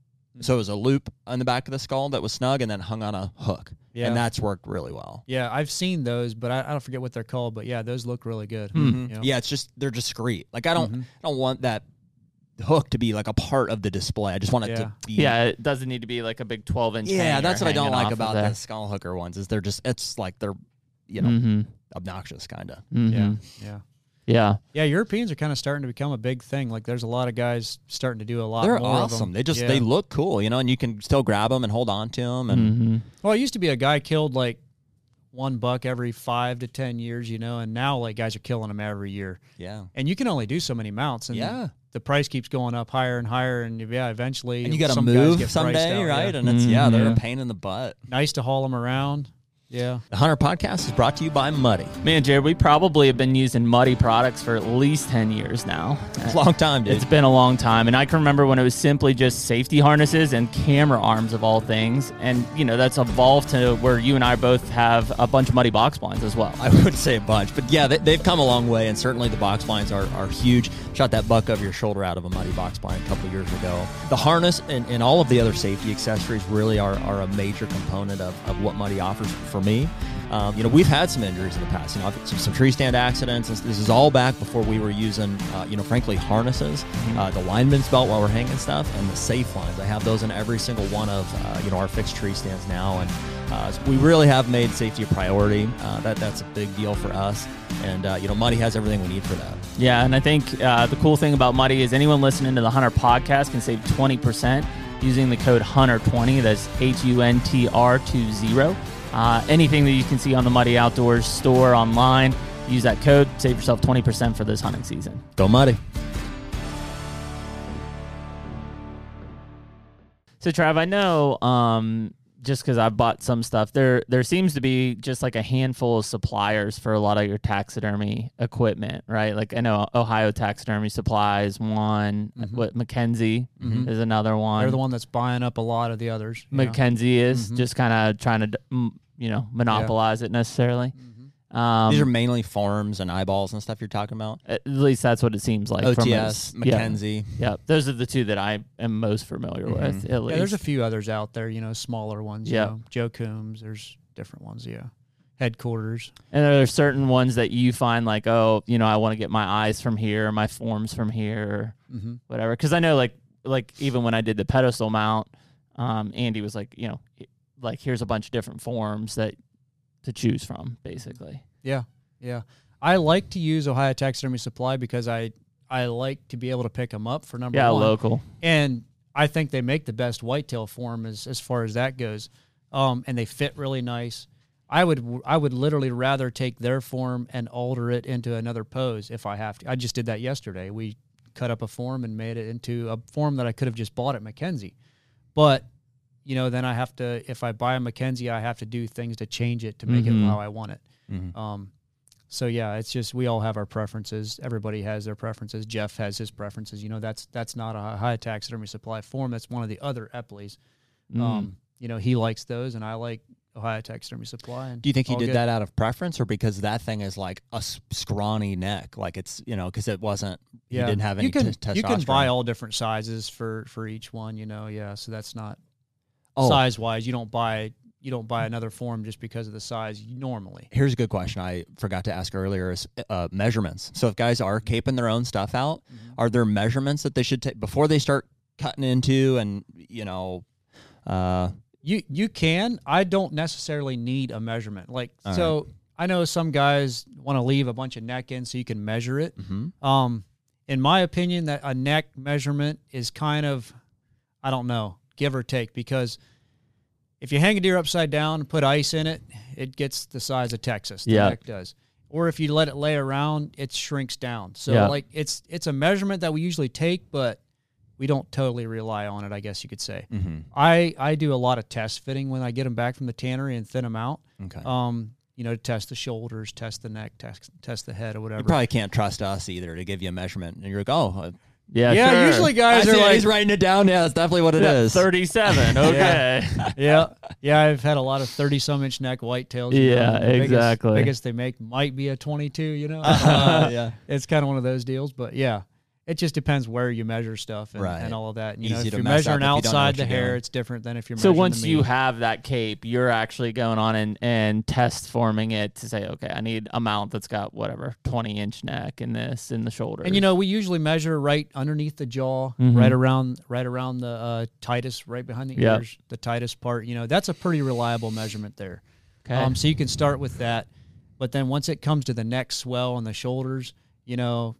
S2: So it was a loop on the back of the skull that was snug, and then hung on a hook.
S5: Yeah.
S2: And that's worked really well.
S5: Yeah, I've seen those, but I, I don't forget what they're called. But yeah, those look really good. You know?
S2: Yeah, it's just they're discreet. Like I don't I don't want that hook to be like a part of the display. I just want it to be
S1: Yeah, it doesn't need to be like a big twelve inch.
S2: Yeah,
S1: hanger
S2: that's what I don't
S1: hanging off
S2: like
S1: of
S2: about
S1: there.
S2: the skull hooker ones is they're just it's like they're you know
S1: Mhm.
S2: obnoxious kind of.
S1: Mhm.
S5: yeah, yeah,
S1: Yeah.
S5: yeah. Europeans are kind of starting to become a big thing. Like, there's a lot of guys starting to do a lot.
S2: They're
S5: more
S2: awesome.
S5: Of them.
S2: They just
S5: Yeah.
S2: they look cool, you know, and you can still grab them and hold on to them and
S1: hmm
S5: Well, it used to be a guy killed like one buck every five to ten years, you know, and now like guys are killing them every year,
S2: yeah.
S5: and you can only do so many mounts, and
S2: Yeah.
S5: the price keeps going up higher and higher, and yeah, eventually
S2: And you got to
S5: some guys get
S2: move
S5: priced
S2: someday,
S5: out, yeah.
S2: right? And it's Mm-hmm. yeah,
S1: Mhm.
S2: they're
S5: Yeah.
S2: a pain in the butt.
S5: Nice to haul them around. Yeah,
S2: The Hunter Podcast is brought to you by Muddy.
S1: Man, Jared, we probably have been using Muddy products for at least 10 years now.
S2: It's a long time, dude.
S1: It's been a long time. And I can remember when it was simply just safety harnesses and camera arms of all things. And, you know, that's evolved to where you and I both have a bunch of Muddy box blinds as well.
S2: I would say a bunch, but yeah, they, they've come a long way, and certainly the box blinds are, are huge. Shot that buck over your shoulder out of a muddy box blind a couple years ago. The harness and, and all of the other safety accessories really are, are a major component of, of what Muddy offers for me. Um, you know, we've had some injuries in the past. You know, I've had some, some tree stand accidents. This, this is all back before we were using, uh, you know, frankly, harnesses, uh, the lineman's belt while we're hanging stuff, and the safe lines. I have those in every single one of uh, you know our fixed tree stands now, and uh, so we really have made safety a priority. Uh, that that's a big deal for us, and uh, you know, Muddy has everything we need for that.
S1: Yeah, and I think uh, the cool thing about Muddy is anyone listening to the Hunter podcast can save 20% using the code HUNTER20. That's H U N T R 20. Uh, anything that you can see on the Muddy Outdoors store online, use that code, save yourself 20% for this hunting season.
S2: Go Muddy.
S1: So Trav, I know um, just because I've bought some stuff, there there seems to be just like a handful of suppliers for a lot of your taxidermy equipment, right? Like I know Ohio Taxidermy Supply is one. What McKenzie is another one.
S5: Mm-hmm. They're the one Mm-hmm. that's buying up a lot of the others. you know?
S1: McKenzie is just kind of trying to mm, you know monopolize it necessarily.
S5: Mm-hmm.
S1: Um,
S2: These are mainly farms and eyeballs and stuff you're talking about.
S1: at least that's what it seems like. from
S2: OTS,
S1: this-
S2: McKenzie.
S1: Yeah, yeah, those are the two that I am most familiar with. At least.
S5: Mm-hmm. Yeah, there's a few others out there, you know, smaller ones.
S1: Yeah.
S5: You know, Joe Coombs, there's different ones, yeah. Headquarters.
S1: And are there certain ones that you find like, oh, you know, I want to get my eyes from here, my forms from here,
S5: Mhm.
S1: whatever? Because I know, like, like even when I did the pedestal mount, um, Andy was like, you know, like here's a bunch of different forms that to choose from, basically.
S5: Yeah. Yeah. I like to use Ohio Taxidermy Supply because I I like to be able to pick them up for number
S1: yeah,
S5: one.
S1: local.
S5: and I think they make the best whitetail form as as far as that goes. Um, and they fit really nice. I would I would literally rather take their form and alter it into another pose if I have to. I just did that yesterday. We cut up a form and made it into a form that I could have just bought at McKenzie. But you know, then I have to if I buy a McKenzie, I have to do things to change it to make
S1: Mhm.
S2: Mm-hmm.
S5: it how I want it. Um, so yeah, it's just we all have our preferences. Everybody has their preferences. Jeff has his preferences. You know, that's that's not a high taxidermy supply form. That's one of the other Epleys.
S2: Mm.
S5: Um, you know, he likes those, and I like Ohio taxidermy supply. And
S2: Do you think he
S5: all
S2: did
S5: good.
S2: that out of preference or because that thing is like a s- scrawny neck? Like it's, you know, because it wasn't,
S5: Yeah,
S2: he didn't have any
S5: You can
S2: tes- testosterone.
S5: you can buy all different sizes for for each one. You know, yeah. So that's not
S2: Oh.
S5: size wise. You don't buy you don't buy another form just because of the size normally.
S2: Here's a good question I forgot to ask earlier is uh, measurements. So if guys are caping their own stuff out,
S5: Mm-hmm.
S2: are there measurements that they should take before they start cutting into and, you know, uh,
S5: You you can. I don't necessarily need a measurement. Like so, I know some guys want to leave a bunch of neck in so you can measure it.
S1: Mm-hmm.
S5: Um, in my opinion, that a neck measurement is kind of, I don't know, give or take, because if you hang a deer upside down and put ice in it, it gets the size of Texas. The
S1: Yeah.
S5: neck does. Or if you let it lay around, it shrinks down. So
S1: Yeah.
S5: like it's it's a measurement that we usually take, but we don't totally rely on it. I guess you could say.
S2: Mm-hmm.
S5: I I do a lot of test fitting when I get them back from the tannery and thin them out.
S2: Okay.
S5: Um, you know, to test the shoulders, test the neck, test test the head, or whatever.
S2: you probably can't trust us either to give you a measurement. And you're like, oh, uh,
S1: Yeah,
S5: yeah,
S1: sure.
S5: usually guys
S2: I
S5: are
S2: see it,
S5: like
S2: he's writing it down. Yeah, that's definitely what it is.
S1: Yeah, 37. Okay.
S5: yeah, yeah. I've had a lot of thirty-some inch neck whitetails. you
S1: Yeah,
S5: know, the biggest-
S1: exactly.
S5: Biggest they make might be a twenty-two. You know, Uh,
S2: Uh, yeah.
S5: it's kind of one of those deals. But yeah, it just depends where you measure stuff and,
S2: Right.
S5: and all of that. And, you know,
S2: Easy
S5: if
S2: to
S5: you're
S2: mess up if
S5: measuring
S2: you don't know
S5: outside
S2: what
S5: the
S2: you're
S5: hair,
S2: doing.
S5: it's different than if you're.
S1: So
S5: measuring the
S1: once you
S5: meat.
S1: have that cape, you're actually going on and, and test forming it to say, okay, I need a mount that's got whatever, 20 inch neck and this and the shoulder.
S5: and you know, we usually measure right underneath the jaw,
S1: Mhm.
S5: right around, right around the uh, titus, right behind the
S1: Yeah.
S5: ears, the titus part. You know, that's a pretty reliable measurement there.
S1: okay.
S5: Um, so you can start with that, but then once it comes to the neck swell and the shoulders, you know,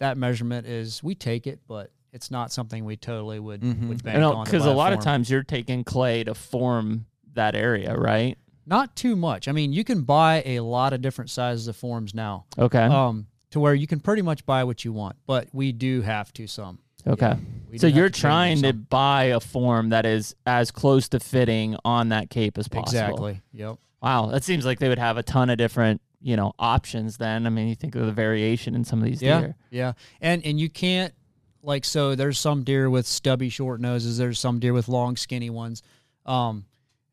S5: that measurement is we take it, but it's not something we totally would
S1: Mm-hmm.
S5: would bank on. to
S1: because
S5: buy
S1: a lot of
S5: form.
S1: times you're taking clay to form that area, right?
S5: not too much. I mean, you can buy a lot of different sizes of forms now,
S1: Okay.
S5: um, to where you can pretty much buy what you want. But we do have to some.
S1: okay.
S5: we
S1: So
S5: do have
S1: you're
S5: to change
S1: trying to
S5: some.
S1: buy a form that is as close to fitting on that cape as possible.
S5: Exactly. Yep.
S1: Wow, that seems like they would have a ton of different, you know, options. Then I mean, you think of the variation in some of these
S5: Yeah.
S1: deer.
S5: Yeah. And and you can't like so there's some deer with stubby short noses, there's some deer with long skinny ones. Um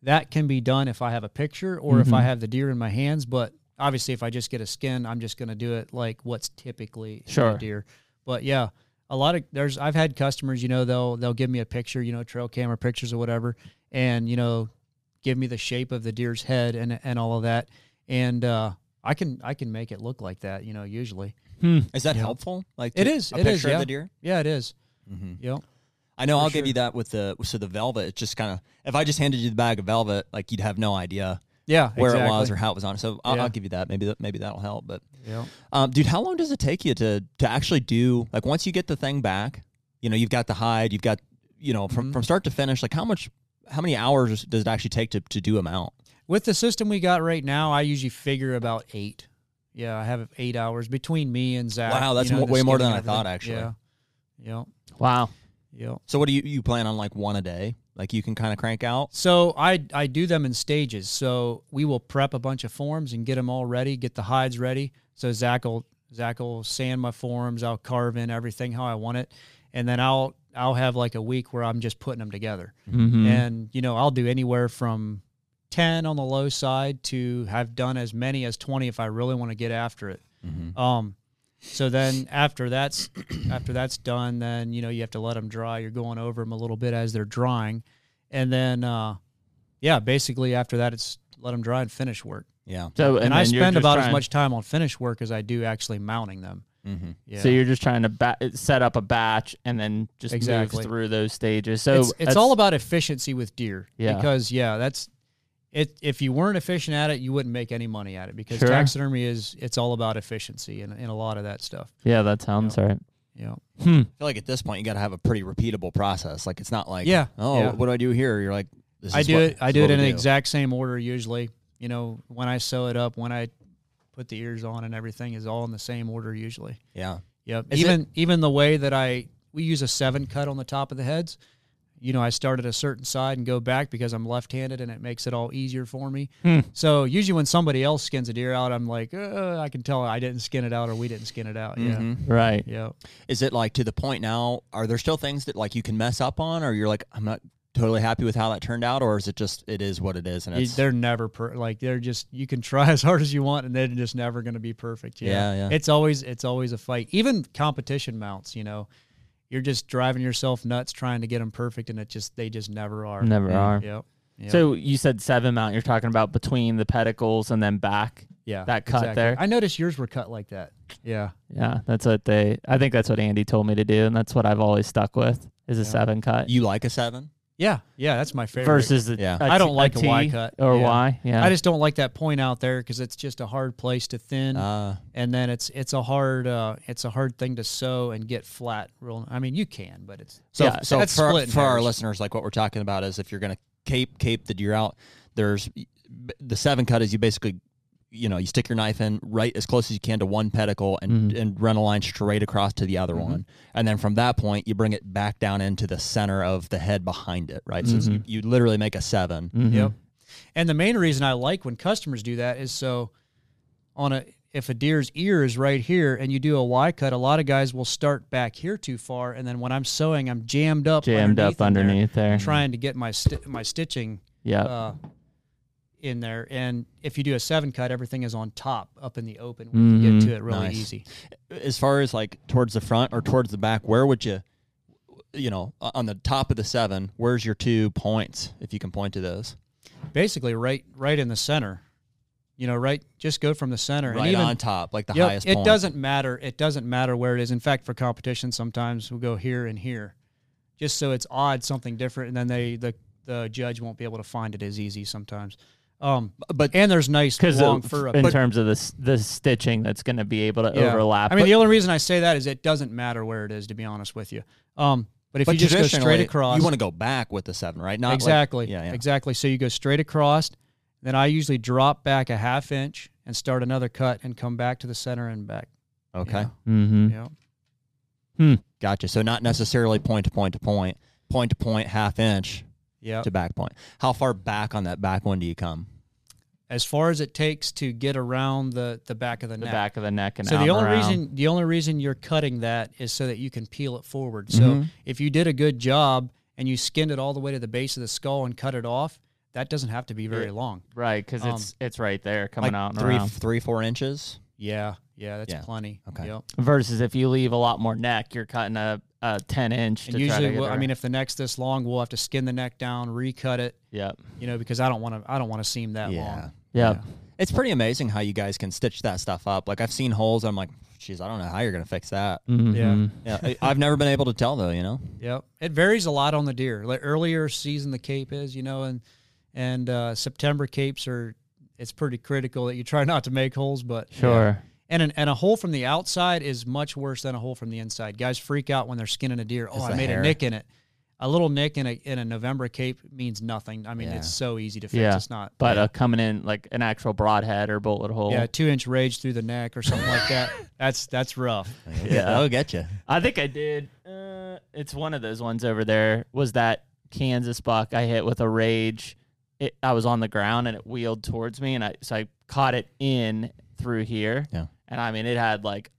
S5: that can be done if I have a picture or if I
S1: Mm-hmm.
S5: have the deer in my hands, but obviously if I just get a skin, I'm just going to do it like what's typically in
S1: Sure.
S5: a deer. But yeah, a lot of there's I've had customers, you know, they'll they'll give me a picture, you know, trail camera pictures or whatever and you know give me the shape of the deer's head and and all of that. and uh, I can I can make it look like that. You know, usually
S2: Is that helpful? Like
S5: it
S2: to-
S5: is.
S2: a
S5: it
S2: picture
S5: is.
S2: of
S5: Yeah.
S2: the deer. Mm-hmm.
S5: Yeah, it is. Yep.
S2: I know I'll give you that with the so the velvet. It's just kind of if I just handed you the bag of velvet, like you'd have no idea
S5: Yeah.
S2: where
S5: exactly.
S2: it was or how it was on. it. So I'll,
S5: Yeah.
S2: I'll give you that. Maybe that maybe that'll help. But
S5: Yep.
S2: um, dude, how long does it take you to to actually do like once you get the thing back? You know, you've got the hide. You've got you know
S5: Mm-hmm.
S2: from from start to finish. Like how much how many hours does it actually take to to do a mount?
S5: With the system we got right now, I usually figure about eight. Yeah, I have eight hours between me and Zach.
S2: Wow, that's mo-
S5: the
S2: way more
S5: skinning
S2: than
S5: and
S2: I thought,
S5: everything.
S2: actually.
S5: Yeah. Yep.
S1: Wow.
S5: Yep.
S2: So what do you you plan on like one a day? Like you can kind of crank out.
S5: So I I do them in stages. So we will prep a bunch of forms and get them all ready, get the hides ready. So Zach will Zach will sand my forms. I'll carve in everything how I want it, and then I'll I'll have like a week where I'm just putting them together.
S1: Mm-hmm.
S5: And you know I'll do anywhere from ten on the low side to I've done as many as twenty if I really want to get after it.
S1: Mm-hmm.
S5: Um, so then after that's after that's done, then you know you have to let them dry. You're going over them a little bit as they're drying, and then uh, yeah, basically after that it's let them dry and finish work.
S2: Yeah.
S1: so
S5: And,
S1: and,
S5: I
S1: then you're
S5: spend
S1: just
S5: about as
S1: trying-
S5: much time on finish work as I do actually mounting them.
S2: Mm-hmm.
S5: Yeah.
S1: So you're just trying to ba- set up a batch and then just
S5: Exactly.
S1: move through those stages. So
S5: it's, it's
S1: that's-
S5: all about efficiency with deer
S1: Yeah.
S5: because yeah that's it if you weren't efficient at it you wouldn't make any money at it because
S1: Sure.
S5: taxidermy is it's all about efficiency and, and a lot of that stuff
S1: yeah. That sounds right.
S5: yeah
S1: Hmm.
S2: I feel like at this point you got to have a pretty repeatable process. Like it's not like
S5: Yeah,
S2: oh,
S5: yeah.
S2: what do I do here? You're like this
S5: i
S2: is
S5: do
S2: what-
S5: it i
S2: this
S5: do
S2: is what
S5: it in
S2: we
S5: the exact same order usually you know when i sew it up when i put the ears on and everything is all in the same order usually
S2: Yeah.
S5: Yep.
S2: Is it-
S5: even even the way that I we use a seven cut on the top of the heads. You know, I start at a certain side and go back because I'm left-handed, and it makes it all easier for me.
S2: Hmm.
S5: So usually, when somebody else skins a deer out, I'm like, uh, I can tell I didn't skin it out or we didn't skin it out.
S2: Mm-hmm.
S1: Right.
S5: Yeah, yeah.
S2: Is it like to the point now? Are there still things that like you can mess up on, or you're like I'm not totally happy with how that turned out, or is it just it is what it is and
S5: You-
S2: it's
S5: they're never per- like they're just you can try as hard as you want, and they're just never going to be perfect.
S2: Yeah, yeah.
S5: It's always it's always a fight. Even competition mounts, you know, you're just driving yourself nuts trying to get them perfect, and it just they just never are.
S1: Never are.
S5: Yep. Yep.
S1: So you said seven mount. You're talking about between the pedicles and then back.
S5: Yeah,
S1: that cut
S5: exactly.
S1: there.
S5: I noticed yours were cut like that. Yeah,
S1: Yeah, that's what they. I think that's what Andy told me to do, and that's what I've always stuck with is a seven cut
S2: you like a seven?
S5: yeah, yeah. That's my favorite.
S1: versus the.
S2: Yeah.
S1: I
S5: I don't like a Y cut.
S1: or
S5: Yeah.
S1: Y. Yeah,
S5: I just don't like that point out there because it's just a hard place to thin,
S2: Uh,
S5: and then it's it's a hard uh, it's a hard thing to sew and get flat. Real, I mean, you can, but it's
S2: so
S1: Yeah,
S2: so
S5: that's
S2: for
S5: splitting
S2: for our
S5: hairs.
S2: listeners, like what we're talking about is if you're gonna cape cape the deer out, there's the seven cut is you basically. You know, you stick your knife in right as close as you can to one pedicle and,
S5: Mm-hmm.
S2: and run a line straight across to the other one. And then from that point, you bring it back down into the center of the head behind it, right? So
S5: Mm-hmm.
S2: you, you literally make a 7
S1: Mm-hmm.
S5: Yep. And the main reason I like when customers do that is so on a if a deer's ear is right here and you do a Y cut, a lot of guys will start back here too far, and then when I'm sewing, I'm jammed up,
S1: jammed up
S5: in there,
S1: underneath there.
S5: trying to get my sti- my stitching
S1: Yeah,
S5: uh, in there. And if you do a seven cut, everything is on top, up in the open. where You
S1: Mhm.
S5: get to it really
S2: Nice.
S5: easy.
S2: as far as like towards the front or towards the back, where would you, you know, o- on the top of the seven, where's your two points if you can point to those?
S5: Basically, right right in the center. You know, right. Just go from the center.
S2: Right
S5: and even,
S2: on top, like the
S5: Yep,
S2: highest
S5: It
S2: point.
S5: doesn't matter. It doesn't matter where it is. In fact, for competition, sometimes we'll go here and here, just so it's odd, something different, and then they the the judge won't be able to find it as easy sometimes. Um,
S2: But
S5: and there's nice
S1: because
S5: long fur up
S1: in
S5: there.
S1: terms of the s- the stitching that's going to be able to
S5: Yeah.
S1: overlap.
S5: I mean,
S1: But-
S5: the only reason I say that is it doesn't matter where it is, to be honest with you. Um, but if
S2: but
S5: you just go straight
S2: traditionally,
S5: across,
S2: you want to go back with the seven, right? Not like-
S5: exactly,
S2: yeah, yeah.
S5: exactly. So you go straight across. Then I usually drop back a half inch and start another cut and come back to the center and back.
S2: Okay, Mm-hmm.
S1: Mhm.
S5: Yeah.
S2: gotcha. So not necessarily point to point to point, point to point, half inch
S5: Yeah.
S2: to back point. How far back on that back one do you come?
S5: As far as it takes to get around the the back of the,
S1: the
S5: neck.
S1: back of the neck and
S5: so
S1: out
S5: the
S1: and
S5: only
S1: around.
S5: reason the only reason you're cutting that is so that you can peel it forward. So
S1: Mm-hmm.
S5: if you did a good job and you skinned it all the way to the base of the skull and cut it off, that doesn't have to be very long.
S1: right? Because
S5: um,
S1: it's it's right there coming
S2: like
S1: out and
S2: three,
S1: around.
S2: three, four inches.
S5: Yeah, yeah, that's
S2: Yeah.
S5: plenty.
S2: Okay.
S5: Yep.
S1: Versus if you leave a lot more neck, you're cutting a, a ten inch.
S5: And
S1: to try to
S5: usually,
S1: get
S5: we'll, I
S1: around.
S5: mean, if the neck's this long, we'll have to skin the neck down, recut it,
S1: yep,
S5: you know, because I don't want to, I don't want to seam that
S2: yeah.
S5: long.
S1: yep.
S2: It's pretty amazing how you guys can stitch that stuff up. Like I've seen holes, I'm like, jeez, I don't know how you're gonna fix that.
S1: Mhm.
S2: Yeah, I- I've never been able to tell though. You know,
S5: Yep. It varies a lot on the deer. Like earlier season the cape is, you know, and and uh, September capes are it's pretty critical that you try not to make holes, but
S1: Sure.
S5: And an, and a hole from the outside is much worse than a hole from the inside. Guys freak out when they're skinning a deer. Oh,
S2: It's
S5: I
S2: the
S5: made
S2: hair.
S5: a nick in it. A little nick in a in a November cape means nothing. I mean, it's so easy to fix.
S1: Yeah.
S5: It's not.
S1: But uh, coming in like an actual broadhead or bullet hole.
S5: yeah, two inch rage through the neck or something like that. That's that's rough.
S2: yeah, I'll get you.
S1: I think I did. Uh, it's one of those ones over there. Was that Kansas buck I hit with a rage? It, I was on the ground and it wheeled towards me, and I so I caught it in through here.
S2: Yeah.
S1: And I mean, it had like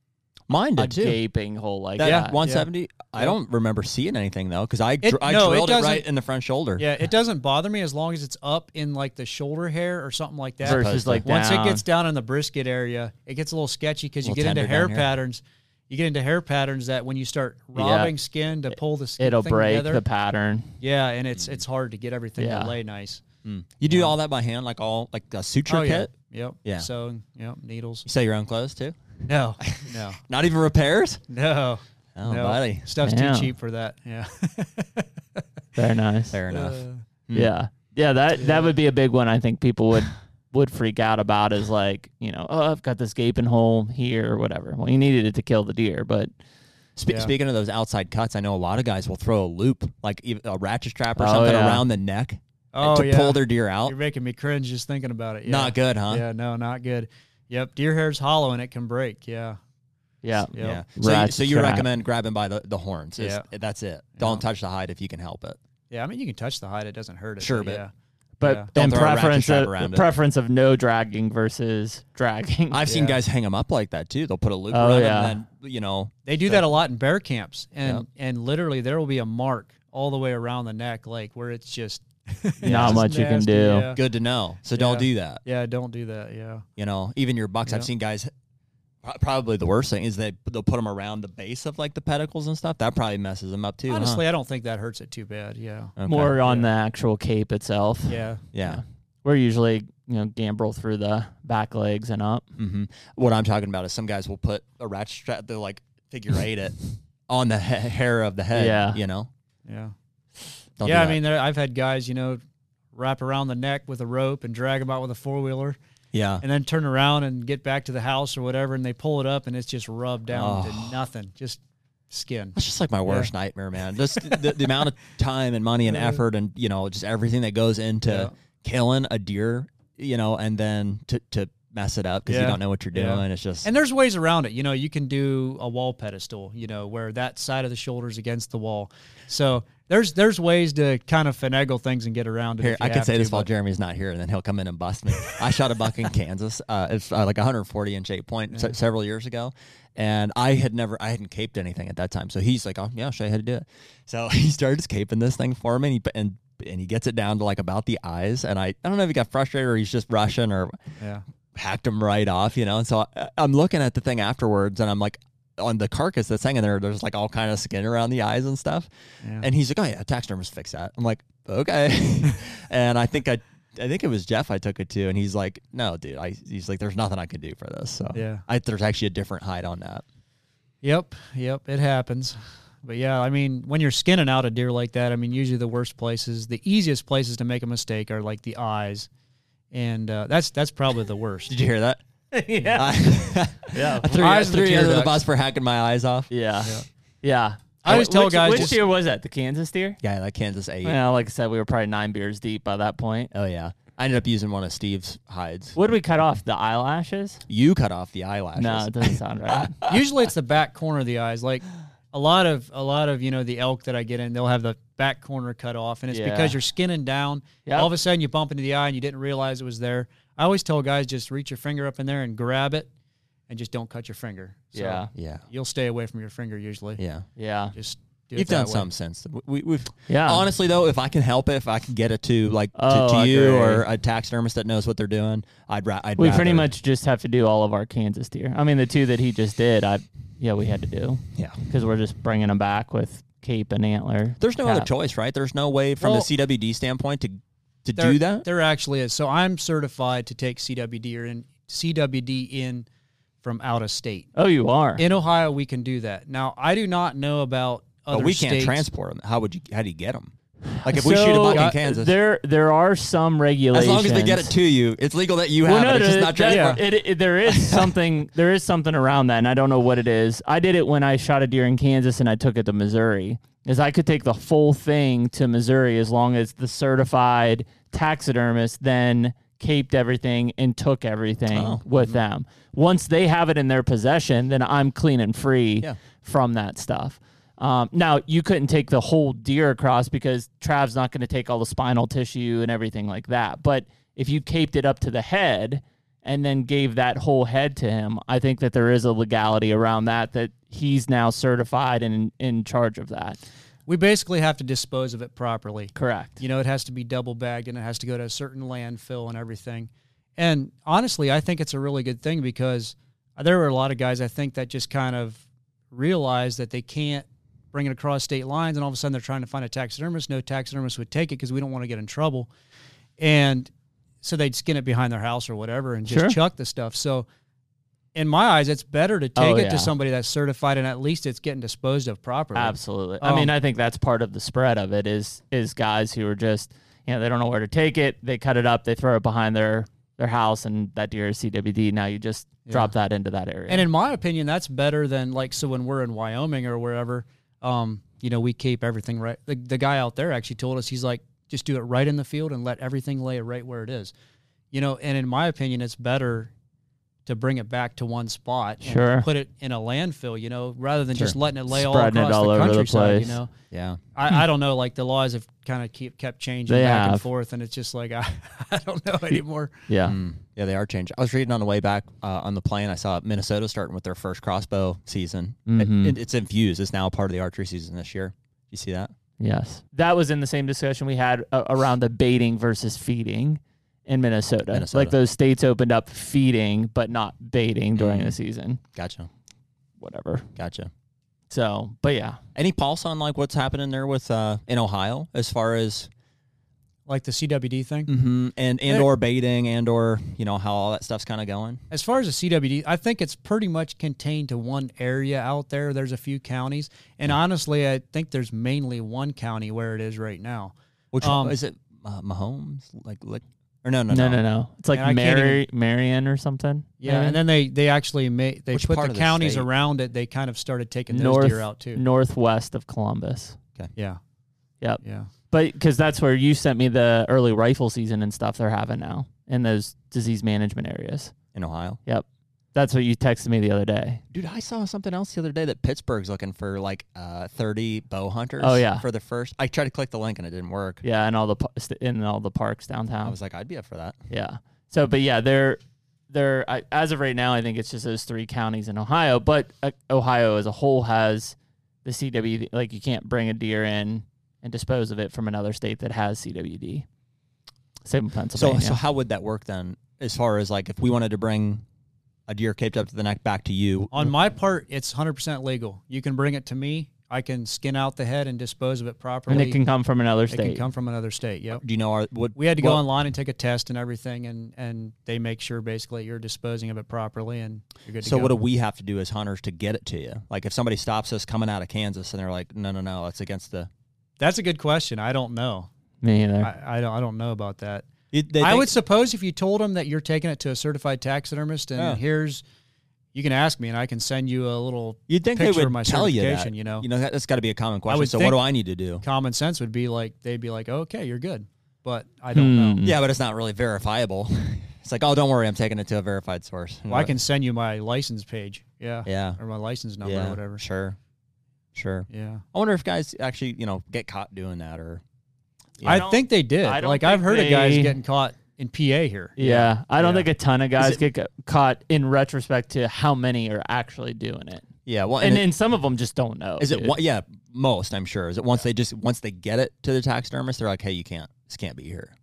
S2: Mine
S1: a
S2: did too.
S1: gaping hole like
S2: That
S1: that.
S2: 170. I don't remember seeing anything though, because I
S5: It-
S2: dr- I
S5: no, it
S2: drilled it,
S5: doesn't-
S2: right in the front shoulder.
S5: Yeah, it doesn't bother me as long as it's up in like the shoulder hair or something like that.
S1: Versus like
S5: once
S1: down.
S5: it gets down in the brisket area, it gets a little sketchy because you
S2: Little
S5: get into
S2: tender
S5: hair
S2: down here.
S5: patterns. You get into hair patterns that when you start robbing skin to pull the skin,
S1: it'll
S5: thing
S1: break
S5: together,
S1: the pattern.
S5: yeah, and it's
S2: Mm.
S5: it's hard to get everything
S1: Yeah.
S5: to lay nice.
S2: you do all that by hand, like all like a suture
S5: Oh yeah,
S2: kit.
S5: yep,
S2: Yeah.
S5: Sewing, yep, needles.
S2: You sew your own clothes too.
S5: No, no,
S2: Not even repairs.
S5: no,
S2: Oh,
S5: no.
S2: buddy.
S5: stuff's
S1: Damn.
S5: too cheap for that. Yeah,
S1: Very nice.
S5: Uh,
S2: Fair enough.
S1: Yeah. Yeah, that that would be a big one I think people would would freak out about is like, you know, oh, I've got this gaping hole here or whatever. Well, you needed it to kill the deer, but
S2: Spe- Speaking of those outside cuts, I know a lot of guys will throw a loop, like ev- a ratchet strap or
S1: Oh,
S2: something,
S1: yeah.
S2: around the neck
S5: Oh,
S2: to
S5: yeah.
S2: pull their deer out.
S5: you're making me cringe just thinking about it. Yeah.
S2: Not good, huh?
S5: Yeah, no, not good. Yep, deer hair's hollow and it can break. Yeah,
S1: yeah.
S2: Yeah.
S5: Yeah.
S2: So, you,
S1: Ratchet
S2: so you
S1: strap.
S2: recommend grabbing by the, the horns. It's-
S5: Yeah.
S2: That's it. Don't touch the hide if you can help it.
S5: Yeah, I mean you can touch the hide; it doesn't hurt it.
S2: Sure, but-
S5: yeah. Yeah.
S1: But
S2: Don't
S1: in
S2: throw a ratchet
S1: preference
S2: strap
S1: of,
S2: around it.
S1: preference of no dragging versus dragging.
S2: I've seen guys hang them up like that too. They'll put a loop
S1: Oh,
S2: around
S1: yeah.
S2: them and then, you know,
S5: they do that a lot in bear camps, and and literally there will be a mark all the way around the neck, like where it's just
S1: Not
S5: just
S1: much you can
S5: nasty,
S1: do.
S5: Yeah.
S2: good to know. So don't
S5: Yeah.
S2: do that.
S5: Yeah, don't do that. Yeah,
S2: You know, even your bucks, I've
S5: Yeah.
S2: seen guys. pro- Probably the worst thing is they they'll put them around the base of like the pedicles and stuff. That probably messes them up too. huh?
S5: honestly, I don't think that hurts it too bad. Yeah,
S2: Okay.
S1: More on the actual cape itself.
S5: yeah,
S2: yeah.
S1: We're usually, you know, gambrel through the back legs and up.
S2: hmm What I'm talking about is some guys will put a ratchet strap, they'll like figure eight it on the ha- hair of the head.
S1: Yeah.
S2: You know?
S5: yeah,
S2: Don't do
S5: yeah. I
S2: that.
S5: mean, there, I've had guys, you know, wrap around the neck with a rope and drag them out with a four wheeler,
S2: yeah.
S5: and then turn around and get back to the house or whatever, and they pull it up and it's just rubbed down to nothing, just skin.
S2: That's just like my worst nightmare, man. Just the, the amount of time and money and effort and, you know, just everything that goes into killing a deer, you know, and then to, to mess it up because you
S5: Yeah.
S2: don't know what you're doing.
S5: Yeah.
S2: It's just,
S5: And there's ways around it. You know, you can do a wall pedestal, you know, where that side of the shoulder's against the wall. So there's there's ways to kind of finagle things and get around it.
S2: Here,
S5: if you
S2: I can
S5: have
S2: say
S5: to,
S2: this while
S5: but-
S2: Jeremy's not here, and then he'll come in and bust me. I shot a buck in Kansas. Uh, it's uh, like 140 inch eight point se- several years ago, and I had never, I hadn't caped anything at that time. So he's like, "Oh yeah, I'll show you how to do it." So he starts caping this thing for me, and he, put- and and he gets it down to like about the eyes, and I, I don't know if he got frustrated or he's just rushing or
S5: Yeah.
S2: hacked him right off, you know. And so I, I'm looking at the thing afterwards, and I'm like, on the carcass that's hanging there, there's like all kind of skin around the eyes and stuff. And he's like, "Oh yeah, taxidermist fix that." I'm like, "Okay." and I think I, I think it was Jeff I took it to, and he's like, "No, dude," I, he's like, "There's nothing I can do for this." So
S5: Yeah.
S2: I, there's actually a different hide on that.
S5: Yep, yep, it happens. But yeah, I mean, when you're skinning out a deer like that, I mean, usually the worst places, the easiest places to make a mistake are like the eyes, and uh, that's that's probably the worst.
S2: Did you hear that?
S1: yeah.
S2: I, yeah, I threw, I
S5: Eyes of the
S2: threw you
S5: tear
S2: under the
S5: ducks.
S2: bus for hacking my eyes off.
S1: Yeah. Yeah.
S5: I always
S1: Which-
S5: tell guys
S1: Which
S5: just-
S1: deer was that? The Kansas deer?
S2: Yeah, that Kansas eight.
S1: Yeah, like I said, we were probably nine beers deep by that point.
S2: Oh yeah, I ended up using one of Steve's hides.
S1: What did we cut off? The eyelashes?
S2: You cut off the eyelashes.
S1: No, it doesn't sound right.
S5: usually it's the back corner of the eyes like a lot of a lot of you know the elk that i get in they'll have the back corner cut off and it's
S1: Yeah.
S5: because you're skinning down
S1: Yep.
S5: all of a sudden you bump into the eye and you didn't realize it was there i always tell guys just reach your finger up in there and grab it and just don't cut your finger so
S1: yeah,
S2: yeah,
S5: you'll stay away from your finger usually
S2: yeah.
S1: yeah,
S5: just do it
S2: You've done
S5: that way.
S2: some since. We, we've
S1: Yeah.
S2: Honestly, though, if I can help it, if I can get it to like to-
S1: Oh,
S2: to,
S1: I
S2: you
S1: agree.
S2: or a taxidermist that knows what they're doing, I'd, ra- I'd
S1: We
S2: rather.
S1: pretty much just have to do all of our Kansas deer. I mean, the two that he just did, I yeah, we had to do
S2: yeah.
S1: because we're just bringing them back with cape and antler.
S2: There's no other
S1: cap.
S2: choice, right? There's no way from
S5: Well-
S2: the CWD standpoint to to
S5: There-
S2: do that?
S5: There actually is. So I'm certified to take CWD or in CWD in from out of state.
S1: Oh, you are.
S5: In Ohio, we can do that. Now, I do not know about other
S2: But we can't
S5: states.
S2: transport them. How would you? How do you get them? Like if we shoot a
S1: So,
S2: buck in
S1: uh,
S2: Kansas,
S1: There, there are some regulations.
S2: as long as they get it to you, it's legal that you have
S1: Well, no,
S2: it. It's just
S1: there-
S2: not
S1: that-
S2: transport.
S1: it- it- there is something. there is something around that, and I don't know what it is. I did it when I shot a deer in Kansas, and I took it to Missouri. Is I could take the full thing to Missouri as long as the certified taxidermist then caped everything and took everything with them. Once they have it in their possession, then I'm clean and free
S2: Yeah.
S1: from that stuff. Um, now you couldn't take the whole deer across because Trav's not going to take all the spinal tissue and everything like that. But if you caped it up to the head and then gave that whole head to him, I think that there is a legality around that that he's now certified and in, in charge of that.
S5: We basically have to dispose of it properly.
S1: Correct.
S5: You know, it has to be double bagged and it has to go to a certain landfill and everything. And honestly, I think it's a really good thing because there were a lot of guys I think that just kind of realized that they can't bring it across state lines and all of a sudden they're trying to find a taxidermist. No taxidermist would take it because we don't want to get in trouble. And so they'd skin it behind their house or whatever and just
S1: Sure.
S5: chuck the stuff. So in my eyes, it's better to take
S1: Oh,
S5: it
S1: yeah.
S5: to somebody that's certified and at least it's getting disposed of properly.
S1: Absolutely. I mean,
S5: Um,
S1: I think that's part of the spread of it is is guys who are just you know they don't know where to take it. They cut it up. They throw it behind their their house, and that deer is CWD. Now you just drop that into that area.
S5: And in my opinion, that's better than like so when we're in Wyoming or wherever, um, you know, we keep everything right. The, the guy out there actually told us he's like, just do it right in the field and let everything lay right where it is, you know. And in my opinion, it's better to bring it back to one spot, and
S1: Sure.
S5: Put it in a landfill, you know, rather than just
S2: Sure.
S5: letting it lay all
S1: Spreading it
S5: across
S1: all
S5: the
S1: over the
S5: countryside,
S1: place.
S5: you know.
S2: yeah.
S5: I, I don't know, like the laws have kind of keep kept changing
S1: They
S5: back
S1: have.
S5: and forth, and it's just like I, I don't know anymore.
S1: yeah.
S2: Mm. Yeah, they are changing. I was reading on the way back uh, on the plane. I saw Minnesota starting with their first crossbow season. It-
S1: Mhm.
S2: it- it's infused. It's now a part of the archery season this year. You see that?
S1: Yes. That was in the same discussion we had uh, around the baiting versus feeding in Minnesota.
S2: Minnesota.
S1: Like those states opened up feeding but not baiting during the season,
S2: Gotcha.
S1: whatever.
S2: Gotcha.
S1: So, but yeah.
S2: Any pulse on like what's happening there with uh, in Ohio as far as
S5: Like the CWD thing.
S2: mhm, and and or baiting and or you know how all that stuff's kind of going?
S5: As far as the CWD, I think it's pretty much contained to one area out there. There's a few counties, and honestly, I think there's mainly one county where it is right now.
S2: Which
S5: Um,
S2: is it? Uh, Mahomes? Like like or no no
S1: No,
S2: no
S1: no, no. It's like
S5: And I can't
S1: Mary Marion or something.
S5: Yeah, and then they they actually made they
S2: Which
S5: put
S2: part
S5: the
S2: of the
S5: counties
S2: state?
S5: around it. They kind of started taking those
S1: north
S5: deer out too.
S1: northwest of Columbus.
S5: Yeah,
S1: Yep.
S5: yeah.
S1: But cuz that's where you sent me the early rifle season and stuff they're having now in those disease management areas.
S2: in Ohio.
S1: Yep. That's what you texted me the other day.
S2: Dude, I saw something else the other day that Pittsburgh's looking for like uh, 30 bow hunters.
S1: Oh, yeah.
S2: for the first. I tried to click the link and it didn't work.
S1: Yeah, and all the pa- st- in all the parks downtown.
S2: I was like, I'd be up for that.
S1: Yeah. So, but yeah, they're they're I, as of right now, I think it's just those three counties in Ohio. But uh, Ohio as a whole has the CWD. Like you can't bring a deer in and dispose of it from another state that has CWD. Same with
S2: So,
S1: Pennsylvania.
S2: so how would that work then? As far as like if we wanted to bring a deer caped up to the neck back to you,
S5: On my part, it's 100% legal. You can bring it to me. I can skin out the head and dispose of it properly.
S1: and it can come from another
S5: It
S1: state.
S5: can come from another state. Yep.
S2: do you know? Our, what
S5: We had to go
S2: what-
S5: online and take a test and everything, and and they make sure basically you're disposing of it properly and you're good to
S2: So
S5: go.
S2: what do we have to do as hunters to get it to you? Like if somebody stops us coming out of Kansas and they're like, no no no, that's against the.
S5: That's a good question. I don't know.
S1: Me either.
S5: I, I don't. I don't know about that.
S2: It- they
S5: I
S2: think-
S5: would suppose if you told them that you're taking it to a certified taxidermist, and
S2: Yeah.
S5: here's, you can ask me, and I can send you a little.
S2: You'd think they
S5: picture
S2: would
S5: of my
S2: tell you that.
S5: certification, you know?
S2: you know that, that's got to be a common question.
S5: would
S2: So what do
S5: think-
S2: I need to do?
S5: Common sense would be like they'd be like, okay, you're good, but I
S2: Hmm.
S5: don't know.
S1: Hmm.
S2: Yeah, but it's not really verifiable. It's like, oh, don't worry, I'm taking it to a verified source.
S5: Well, I can send you my license page. Yeah.
S2: Yeah.
S5: Or my license number
S2: yeah,
S5: or whatever.
S2: Sure, sure.
S5: Yeah.
S2: I wonder if guys actually, you know, get caught doing that or
S1: Yeah. I
S5: I
S1: don't-
S5: think they did.
S1: I don't
S5: Like I've
S1: think
S5: heard of guys
S1: they-
S5: getting caught in PA here.
S1: yeah. I don't
S5: Yeah.
S1: think a ton of guys get ca- caught in retrospect to how many are actually doing it,
S2: yeah. Well,
S1: and
S2: and, it-
S1: then some of them just don't know.
S2: is it
S1: dude.
S2: one? Yeah, most I'm sure. Is it once they just once they get it to the taxidermist, they're like, hey, you can't, this can't be here.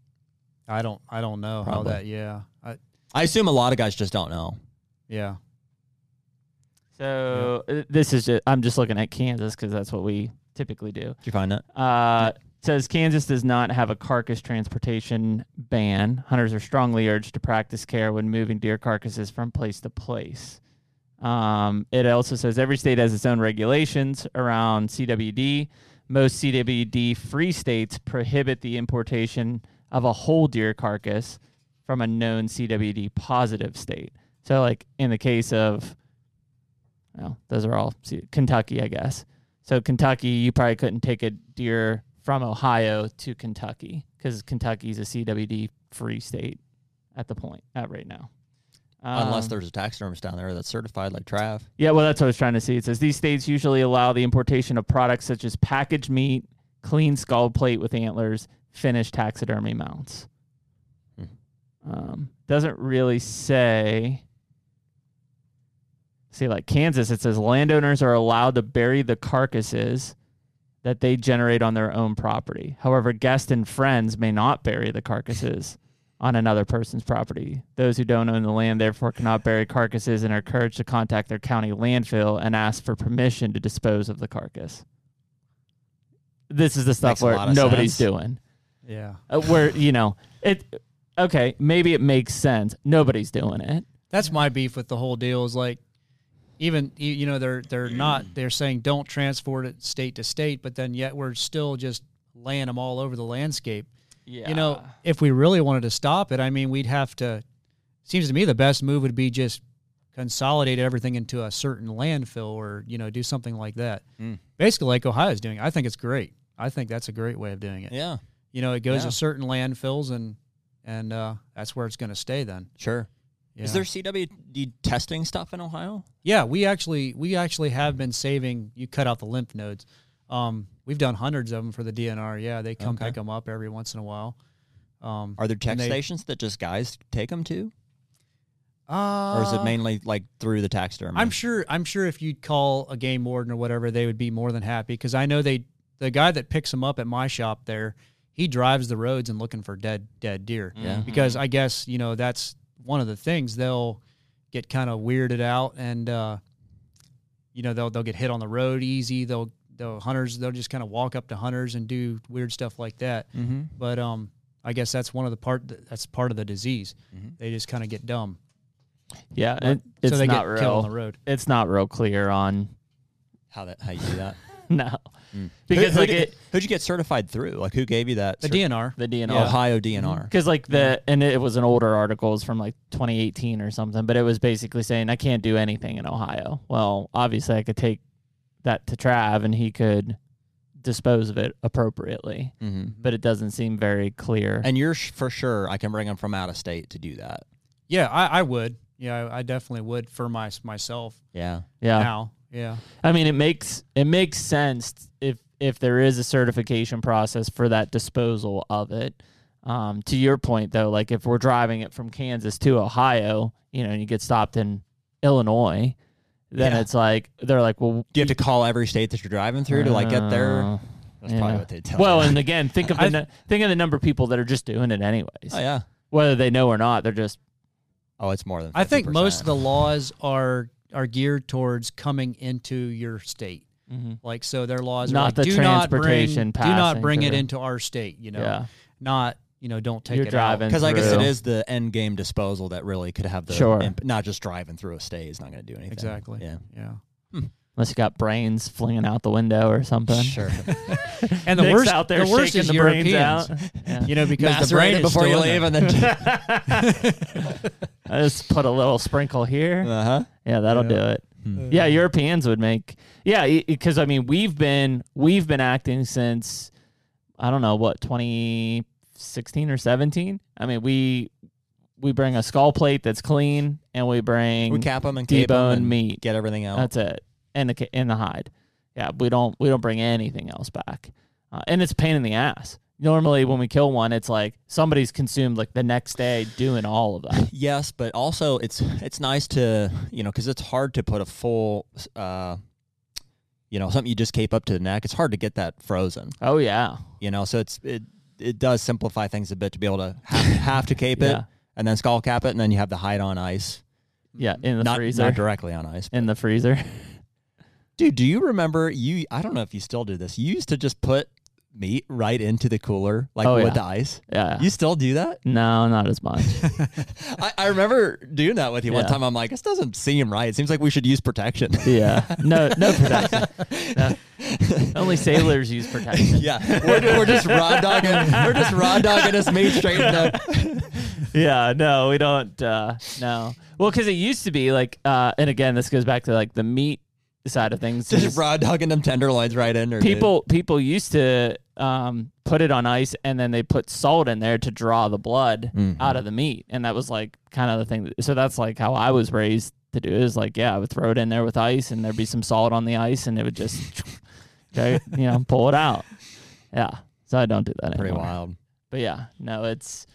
S5: I don't. I don't know
S2: Probably.
S5: how that. Yeah. I,
S2: I assume a lot of guys just don't know.
S5: yeah.
S1: So uh, this is just I'm just looking at Kansas because that's what we typically do.
S2: Did you find that?
S1: Uh, says Kansas does not have a carcass transportation ban. Hunters are strongly urged to practice care when moving deer carcasses from place to place. Um, it also says every state has its own regulations around CWD. Most CWD free states prohibit the importation of a whole deer carcass from a known CWD positive state. So, like in the case of, well, those are all C- Kentucky, I guess. So, Kentucky, you probably couldn't take a deer from Ohio to Kentucky because Kentucky is a CWD free state at the point at right now.
S2: Unless
S1: Um,
S2: there's a taxidermist down there that's certified, like Trav.
S1: yeah, well, that's what I was trying to see. It says these states usually allow the importation of products such as packaged meat, clean skull plate with antlers, finished taxidermy mounts.
S2: Hmm.
S1: Um, doesn't really say. See, like Kansas, it says landowners are allowed to bury the carcasses that they generate on their own property. However, guests and friends may not bury the carcasses on another person's property. Those who don't own the land therefore cannot bury carcasses and are encouraged to contact their county landfill and ask for permission to dispose of the carcass. This is the stuff
S2: Makes a lot
S1: where
S2: of
S1: nobody's
S2: sense.
S1: doing.
S5: Yeah.
S1: Uh, where, you know, it okay, maybe it makes sense. Nobody's doing it.
S5: That's my beef with the whole deal. Is like, even you- you know they're they're not they're saying don't transport it state to state, but then yet we're still just laying them all over the landscape.
S1: Yeah.
S5: You know, if we really wanted to stop it, I mean, we'd have to. Seems to me the best move would be just consolidate everything into a certain landfill, or you know, do something like that.
S2: Mm.
S5: Basically, like Ohio's doing. I think it's great. I think that's a great way of doing it.
S2: Yeah,
S5: You know, it goes
S2: Yeah.
S5: to certain landfills, and and uh, that's where it's going to stay. Then
S2: sure.
S5: yeah.
S2: Is there CWD testing stuff in Ohio?
S5: Yeah, we actually we actually have been saving. You cut out the lymph nodes. Um, we've done hundreds of them for the DNR. Yeah, they come pick 'em
S2: Okay.
S5: pick them up every once in a while. Um,
S2: Are there tech
S5: and they-
S2: stations that just guys take them to,
S5: Uh,
S2: or is it mainly like through the taxidermy?
S5: I'm sure. I'm sure if you'd call a game warden or whatever, they would be more than happy because I know they. The guy that picks them up at my shop there, he drives the roads and looking for dead dead deer.
S2: Yeah. Mm-hmm.
S5: Because I guess you know that's one of the things they'll get kind of weirded out and uh, you know they'll they'll get hit on the road easy. They'll they'll hunters they'll just kind of walk up to hunters and do weird stuff like that.
S2: Mm-hmm.
S5: But um, I guess that's one of the part that's part of the disease.
S2: Mm-hmm.
S5: They just kind of get dumb.
S1: yeah, it, it's
S5: so they
S1: not
S5: get
S1: real.
S5: killed on the road.
S1: It's not real clear on
S2: How that? How you do that?
S1: no. Because
S2: Hmm. who,
S1: like
S2: who did,
S1: it,
S2: who'd you get certified through? Like who gave you that?
S5: The
S2: cer-
S5: DNR.
S1: the DNR
S2: Ohio DNR.
S1: because like the and it was an older article it was from like 2018 or something but it was basically saying i can't do anything in ohio well obviously i could take that to trav and he could dispose of it appropriately
S2: Mm-hmm.
S1: but it doesn't seem very clear
S2: And you're sh- for sure. I can bring them from out of state to do that.
S5: Yeah, I, I would. Yeah, I, I definitely would for my myself
S2: Yeah.
S1: yeah
S5: now. Yeah,
S1: i mean it makes it makes sense if if there is a certification process for that disposal of it um, to your point though like if we're driving it from kansas to ohio you know and you get stopped in illinois then
S2: Yeah.
S1: it's like they're like well
S2: Do you have to call every state that you're driving through to like get there?
S1: Oh,
S2: That's
S1: yeah.
S2: probably what they tell.
S1: Well,
S2: you.
S1: and again, think of the
S5: I-
S1: nu- think of the number of people that are just doing it anyways,
S2: oh yeah.
S1: whether they know or not. They're just
S2: Oh, it's more than. 50%.
S5: I think most of the laws are are geared towards coming into your state. Like so, their laws
S1: Not
S5: are like,
S1: the
S5: do
S1: transportation
S5: not bring, do not
S1: passing
S5: bring it
S1: through.
S5: into our state. You know,
S1: Yeah.
S5: not you know, don't take
S1: You're
S5: it
S1: driving.
S5: Out.
S2: Because I guess it
S1: True.
S2: is the end game disposal that really could have the
S1: Sure.
S2: imp- not just driving through a state is not going to do anything.
S5: Exactly.
S2: Yeah.
S5: Yeah.
S1: unless you got brains flinging out the window or something.
S2: Sure.
S5: And the
S1: Nick's
S5: worst
S1: out there
S5: the worst
S1: shaking
S5: is
S1: the brains
S5: Europeans.
S1: out. Yeah.
S5: You know, because the
S2: Macerate
S5: brain
S2: it
S5: is
S2: before you
S5: still in
S2: leave,
S5: there.
S2: and then.
S1: I just put a little sprinkle here.
S2: uh huh.
S1: Yeah, that'll do it.
S2: Hmm.
S1: Yeah, Europeans would make. Yeah, because I mean, we've been we've been acting since I don't know what 2016 or 17. I mean, we we bring a skull plate that's clean, and we bring
S2: We cap them and cape 'em
S1: debone
S2: and
S1: meat.
S2: Get everything out.
S1: That's it, and the ca- and the hide. Yeah, we don't we don't bring anything else back, uh, and it's a pain in the ass. Normally, when we kill one, it's like somebody's consumed like the next day doing all of that.
S2: Yes, but also it's it's nice to you know because it's hard to put a full, uh, you know, something you just cape up to the neck. It's hard to get that frozen,
S1: Oh yeah,
S2: you know. So it's it it does simplify things a bit to be able to have, have to cape
S1: Yeah.
S2: it and then skull cap it, and then you have the hide on ice,
S1: yeah, in the
S2: not
S1: freezer.
S2: not directly on ice.
S1: in the freezer.
S2: Dude, do you remember you? I don't know if you still do this. You used to just put meat right into the cooler, like
S1: Oh,
S2: with
S1: yeah.
S2: the ice?
S1: Yeah.
S2: You still do that?
S1: no, not as much.
S2: I, I remember doing that with you one
S1: Yeah.
S2: time. I'm like, this doesn't seem right. It seems like we should use protection.
S1: Yeah. No, no protection. No. Only sailors use protection.
S2: yeah, we're, we're just raw dogging. We're just raw dogging this meat straight up.
S1: yeah no we don't uh no well because it used to be like uh and again this goes back to like the meat side of things
S2: Just
S1: is
S2: raw dogging them tenderloins right in there. dude.
S1: people people used to um put it on ice and then they put salt in there to draw the blood
S2: Mm-hmm.
S1: out of the meat and that was like kind of the thing so that's like how i was raised to do it is like yeah i would throw it in there with ice and there'd be some salt on the ice and it would just you know pull it out yeah so i don't do that
S2: Pretty
S1: anymore
S2: wild.
S1: but yeah, no, it's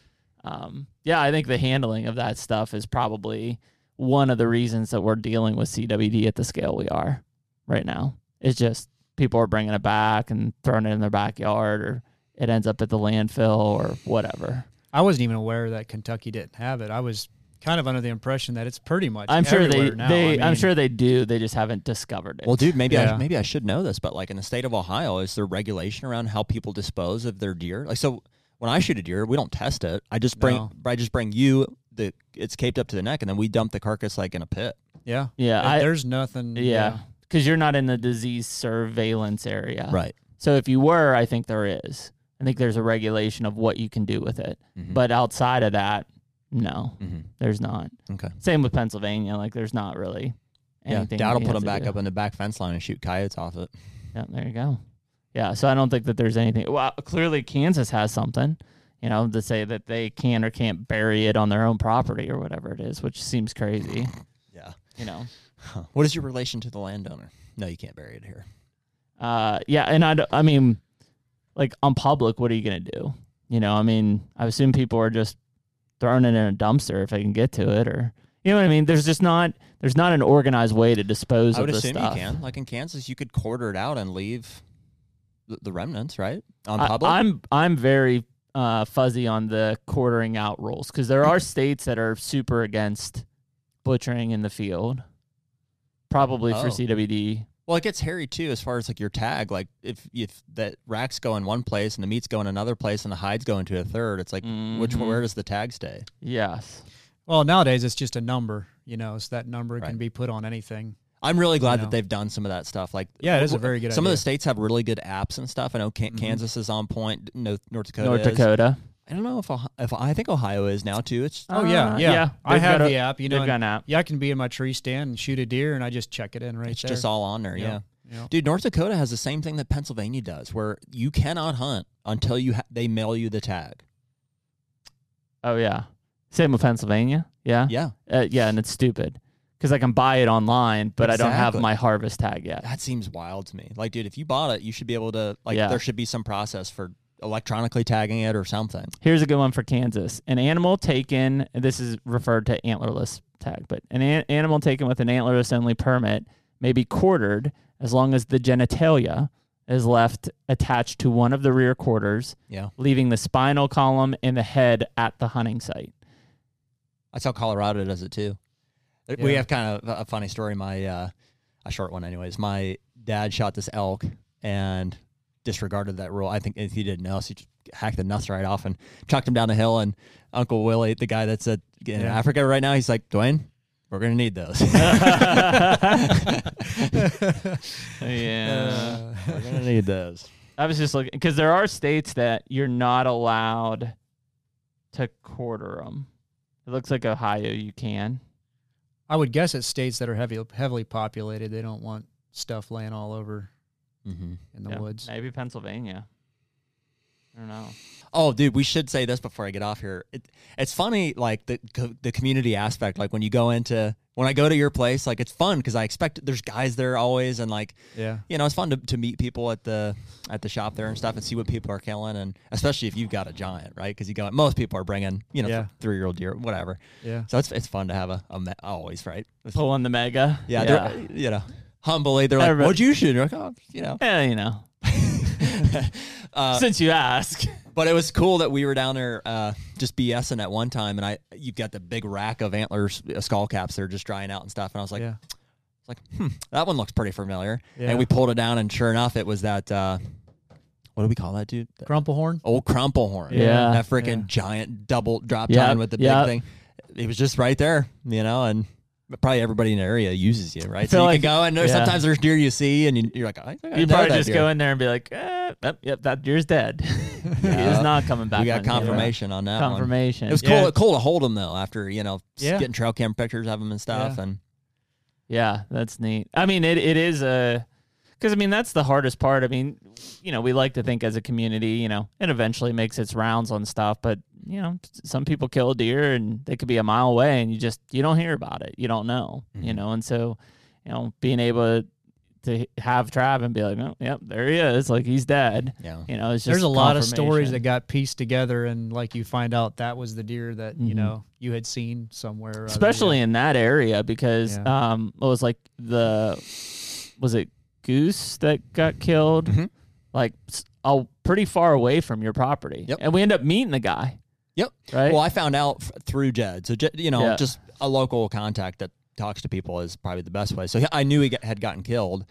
S1: um, yeah, I think the handling of that stuff is probably one of the reasons that we're dealing with CWD at the scale we are right now. It's just people are bringing it back and throwing it in their backyard, or it ends up at the landfill or whatever.
S5: I wasn't even aware that Kentucky didn't have it. I was kind of under the impression that it's pretty much.
S1: I'm sure they,
S5: everywhere now.
S1: they
S5: I
S1: I'm
S5: mean,
S1: sure they do. They just haven't discovered it.
S2: Well, dude, maybe I,
S5: Yeah.
S2: maybe I should know this, but like in the state of Ohio, is there regulation around how people dispose of their deer? Like, so when I shoot a deer, we don't test it. I just bring,
S5: No.
S2: I just bring you the it's caped up to the neck, and then we dump the carcass like in a pit.
S5: Yeah.
S1: Yeah,
S5: There-
S1: I-
S5: there's nothing.
S1: yeah, because you're not in the disease surveillance area,
S2: Right.
S1: So if you were, I think there is. I think there's a regulation of what you can do with it. Mm-hmm.
S2: Mm-hmm.
S1: But outside of that, no, there's not.
S2: Okay.
S1: Same with Pennsylvania. Like there's not really anything.
S2: yeah, Dad will
S1: he
S2: put
S1: has
S2: them
S1: to
S2: back
S1: do.
S2: up in the back fence line and shoot coyotes off it.
S1: Yeah, there you go. Yeah, so I don't think that there's anything. Well, clearly Kansas has something, you know, to say that they can or can't bury it on their own property or whatever it is, which seems crazy.
S2: Yeah.
S1: You know.
S2: What is your relation to the landowner? No, you can't bury it here.
S1: uh yeah and i d- i mean like on public what are you gonna do you know i mean i assume people are just throwing it in a dumpster if they can get to it or you know what i mean there's just not there's not an organized way to dispose
S2: I would
S1: of this
S2: assume
S1: stuff
S2: you can. Like in Kansas, you could quarter it out and leave the, the remnants, right? On
S1: I-
S2: public?
S1: i'm i'm very uh, fuzzy on the quartering out rules because there are states that are super against butchering in the field probably for
S2: Oh.
S1: cwd
S2: well, it gets hairy too as far as like your tag. Like if if that racks go in one place and the meats go in another place and the hides go into a third, it's like which
S1: Mhm.
S2: where does the tag stay?
S1: yes
S5: Well, nowadays it's just a number. You know, so that number
S2: Right.
S5: can be put on anything.
S2: I'm really glad
S5: know.
S2: that they've done some of that stuff. Like
S5: Yeah,
S2: wh-
S5: it is a
S2: wh-
S5: very good
S2: Some of the
S5: idea.
S2: states have really good apps and stuff. I know Kan- Kansas is on point. No, North Dakota.
S1: Mm-hmm. north
S2: is.
S1: dakota
S2: I don't know if Ohio, if I think Ohio is now too. It's
S5: Oh yeah,
S1: Uh,
S5: yeah.
S1: yeah,
S5: I
S1: they've
S5: have
S1: got a-
S5: the app. You know,
S1: they've
S5: and-
S1: got an app.
S5: Yeah, I can be in my tree stand and shoot a deer, and I just check it in right
S2: it's
S5: there.
S2: just all on there. Yeah.
S5: Yeah, yeah.
S2: Dude, North Dakota has the same thing that Pennsylvania does, where you cannot hunt until you ha- they mail you the tag.
S1: oh yeah same with pennsylvania yeah
S2: Yeah,
S1: Uh, yeah, and it's stupid because I can buy it online, but I don't have
S2: Exactly.
S1: my harvest tag yet.
S2: that seems wild to me. Like, dude, if you bought it, you should be able to. Like,
S1: Yeah.
S2: there should be some process for electronically tagging it or something.
S1: Here's a good one for Kansas: an animal taken. This is referred to antlerless tag, but an, an animal taken with an antlerless only permit may be quartered as long as the genitalia is left attached to one of the rear quarters,
S2: Yeah,
S1: leaving the spinal column and the head at the hunting site.
S2: that's how Colorado does it too. Th- We
S5: Yeah.
S2: have kind of a funny story. My uh, a short one, anyways. My dad shot this elk and disregarded that rule. I think if he didn't else, he just hacked the nuts right off and chucked him down the hill. And Uncle Willie, the guy that's at, in
S5: Yeah.
S2: Africa right now, he's like, Dwayne, we're gonna need those.
S1: Yeah.
S2: we're gonna need those.
S1: I was just looking because there are states that you're not allowed to quarter them. It looks like Ohio, you can.
S5: I would guess it's states that are heavily heavily populated. They don't want stuff laying all over
S2: hmm
S5: in the
S1: Yeah,
S5: woods.
S1: Maybe Pennsylvania. I don't know.
S2: Oh, dude, we should say this before I get off here. It, it's funny, like the co- the community aspect. Like when you go into when I go to your place, like it's fun because I expect there's guys there always, and like
S5: Yeah.
S2: you know, it's fun to, to meet people at the at the shop there and stuff and see what people are killing, and especially if you've got a giant, right? Because you go, most people are bringing you know
S5: Yeah.
S2: three year old deer, whatever.
S5: Yeah. Oh,
S2: So it's it's fun to have a, a me- always right. It's-
S1: Pulling the mega.
S2: yeah,
S1: Yeah.
S2: they're you know humbly they're like,
S1: Everybody-
S2: what'd you shoot? You're like, oh, you know.
S1: Eh, you know,
S2: Uh,
S1: since you ask.
S2: But it was cool that we were down there uh, just BSing at one time, and I you've got the big rack of antlers, uh, skull caps that are just drying out and stuff, and I was like,
S5: yeah.
S2: it's like hmm, that one looks pretty familiar,
S5: Yeah.
S2: and we pulled it down, and sure enough, it was that uh, What do we call that dude? The
S5: Crumplehorn.
S2: old Crumplehorn.
S1: Yeah.
S2: That freaking giant double drop
S1: Yep,
S2: down with the big
S1: yep.
S2: thing. It was just right there, you know, and probably everybody in the area uses you, right?
S1: feel
S2: So you
S1: like-
S2: can go and there's
S1: yeah.
S2: sometimes there's deer you see and you, you're like, I, think I
S1: You
S2: know
S1: probably
S2: that
S1: just
S2: deer.
S1: go in there and be like, eh, yep, yep, that deer's dead.
S2: Yeah.
S1: He's not coming back.
S2: We got
S1: on here.
S2: confirmation on that one.
S1: Confirmation.
S2: It was
S1: yeah.
S2: cool, cool to hold them though after you know s-
S5: Yeah.
S2: getting trail cam pictures of them and stuff
S5: Yeah.
S2: and
S1: Yeah, that's neat. I mean, it, it is a because I mean that's the hardest part. I mean, you know, we like to think as a community, you know, it eventually makes its rounds on stuff, but you know, s- some people kill a deer and they could be a mile away, and you just you don't hear about it. You don't know, you know, and so you know, being able to have Trav and be like, oh, yep, there he is, like he's dead.
S2: yeah.
S1: You know, it's just
S5: There's a lot of stories
S1: confirmation.
S5: that got pieced together, and like you find out that was the deer that
S1: Mhm.
S2: Mm-hmm.
S5: you know you had seen somewhere. or other,
S1: especially
S5: yeah.
S1: in that area because
S5: Yeah.
S1: um it was like the was it goose that got killed
S2: Mhm.
S1: like s- a- pretty far away from your property
S2: Yep.
S1: and we end up meeting the guy
S2: Yep.
S1: right
S2: Well, I found out f- through Jed. So, Jed, you know,
S1: Yeah.
S2: just a local contact that talks to people is probably the best way. So he- I knew he got, had gotten killed,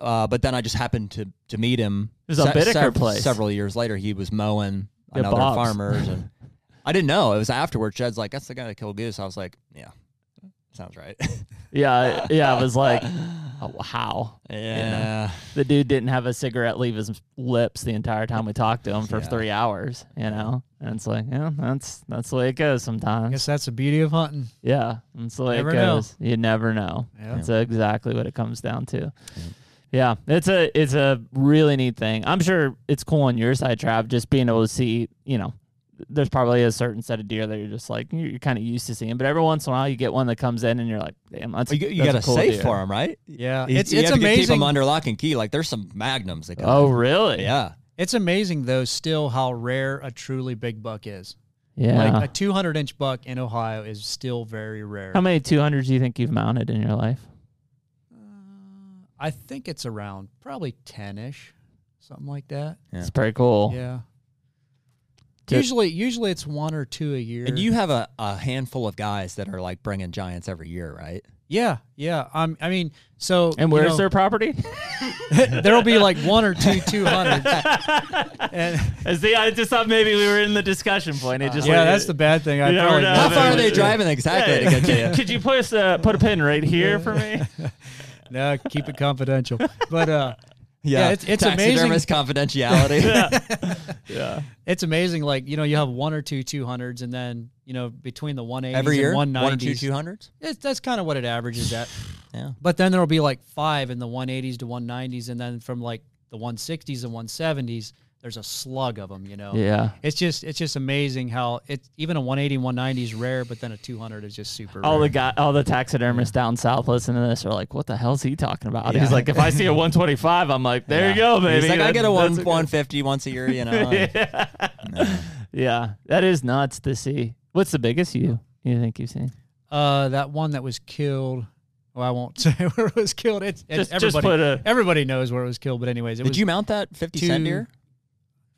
S2: uh, but then I just happened to to meet him.
S1: It was a Bittaker place.
S2: Several years later, he was mowing
S1: Yeah,
S2: another
S1: Bob's.
S2: farmer's, and I didn't know. It was afterwards. Jed's like, "That's the guy that killed Goose." I was like, "Yeah, sounds right."
S1: yeah yeah i was like oh, how
S2: yeah.
S1: the dude didn't have a cigarette leave his lips the entire time we talked to him for
S2: Yeah.
S1: three hours you know and it's like yeah that's that's the way it goes
S5: I
S1: sometimes
S5: guess that's the beauty of hunting.
S1: Yeah, that's the way
S5: Never
S1: it
S5: know.
S1: goes. uh, You never know.
S5: Yeah.
S1: That's exactly what it comes down to. Yeah. it's a it's a really neat thing. I'm sure it's cool on your side, Trav, just being able to see. You know, there's probably a certain set of deer that you're just like you're, kind of used to seeing, but every once in a while you get one that comes in and you're like, damn, that's
S2: You, g- you
S1: that's
S2: got
S1: a
S2: a
S1: cool
S2: safe
S1: deer.
S2: for him, right?
S5: Yeah,
S2: You-
S5: Uh, it's
S2: you
S5: it's
S2: have to get- Keep
S5: amazing.
S2: him under lock and key. Like there's some magnums that go.
S1: Oh, really?
S2: yeah.
S5: it's amazing though, still how rare a truly big buck is.
S1: Yeah.
S5: Like a 200 inch buck in Ohio is still very rare.
S1: How many 200s do you think you've mounted in your life?
S5: I think it's around probably 10 ish, something like that.
S2: Yeah.
S1: It's pretty cool.
S5: Yeah.
S1: Did-
S5: Usually, usually it's one or two a year.
S2: And you have a, a handful of guys that are like bringing giants every year, right?
S5: yeah, yeah. Um, I mean, so
S1: And
S5: you
S1: where's
S5: know,
S1: their property?
S5: There'll be like one or two two hundreds. and
S1: As the, I just thought maybe we were in the discussion point. It just
S5: yeah,
S1: like-
S5: that's the bad thing. I
S1: You never
S5: probably
S1: know.
S2: How
S1: Yeah,
S2: far
S1: they-
S2: are they
S1: yeah.
S2: driving exactly
S1: Hey,
S2: to get
S1: could,
S2: to you?
S1: could you place, uh, put a pin right here for me?
S5: no, keep it confidential. But uh,
S2: Yeah,
S5: it's- it's
S2: Taxidermist confidentiality.
S1: yeah.
S5: it's amazing. Like you know, you have one or two two hundreds, and then you know between the one eighty
S2: Every year,
S5: and one
S2: one or two
S5: nineties,
S2: two hundreds.
S5: it's, that's kind of what it averages at.
S2: Yeah.
S5: But then there'll be like five in the 180s to 190s, and then from like the 160s and 170s, there's a slug of them. You know.
S1: Yeah.
S5: It's just it's just amazing how it's even a 180 190 is rare, but then a 200 is just super.
S1: All the
S5: rare.
S1: guy, all the taxidermists down south listening to this are like, "What the hell's he talking about?"
S2: Yeah.
S1: He's like, "If I see a 125, I'm like, there you go, baby."
S2: He's like, I
S1: That's-
S2: get a one
S1: that's
S2: one fifty once a year, you know. and-
S1: yeah. yeah, that is nuts to see. What's the biggest you you think you've seen?
S5: uh, that one that was killed. Well, I won't say where it was killed. It's,
S1: Just-
S5: it's
S1: just
S5: everybody.
S1: put a-
S5: everybody knows where it was killed. But anyways, it
S2: Did
S5: was
S2: you mount that fifty cent
S5: two-
S2: deer?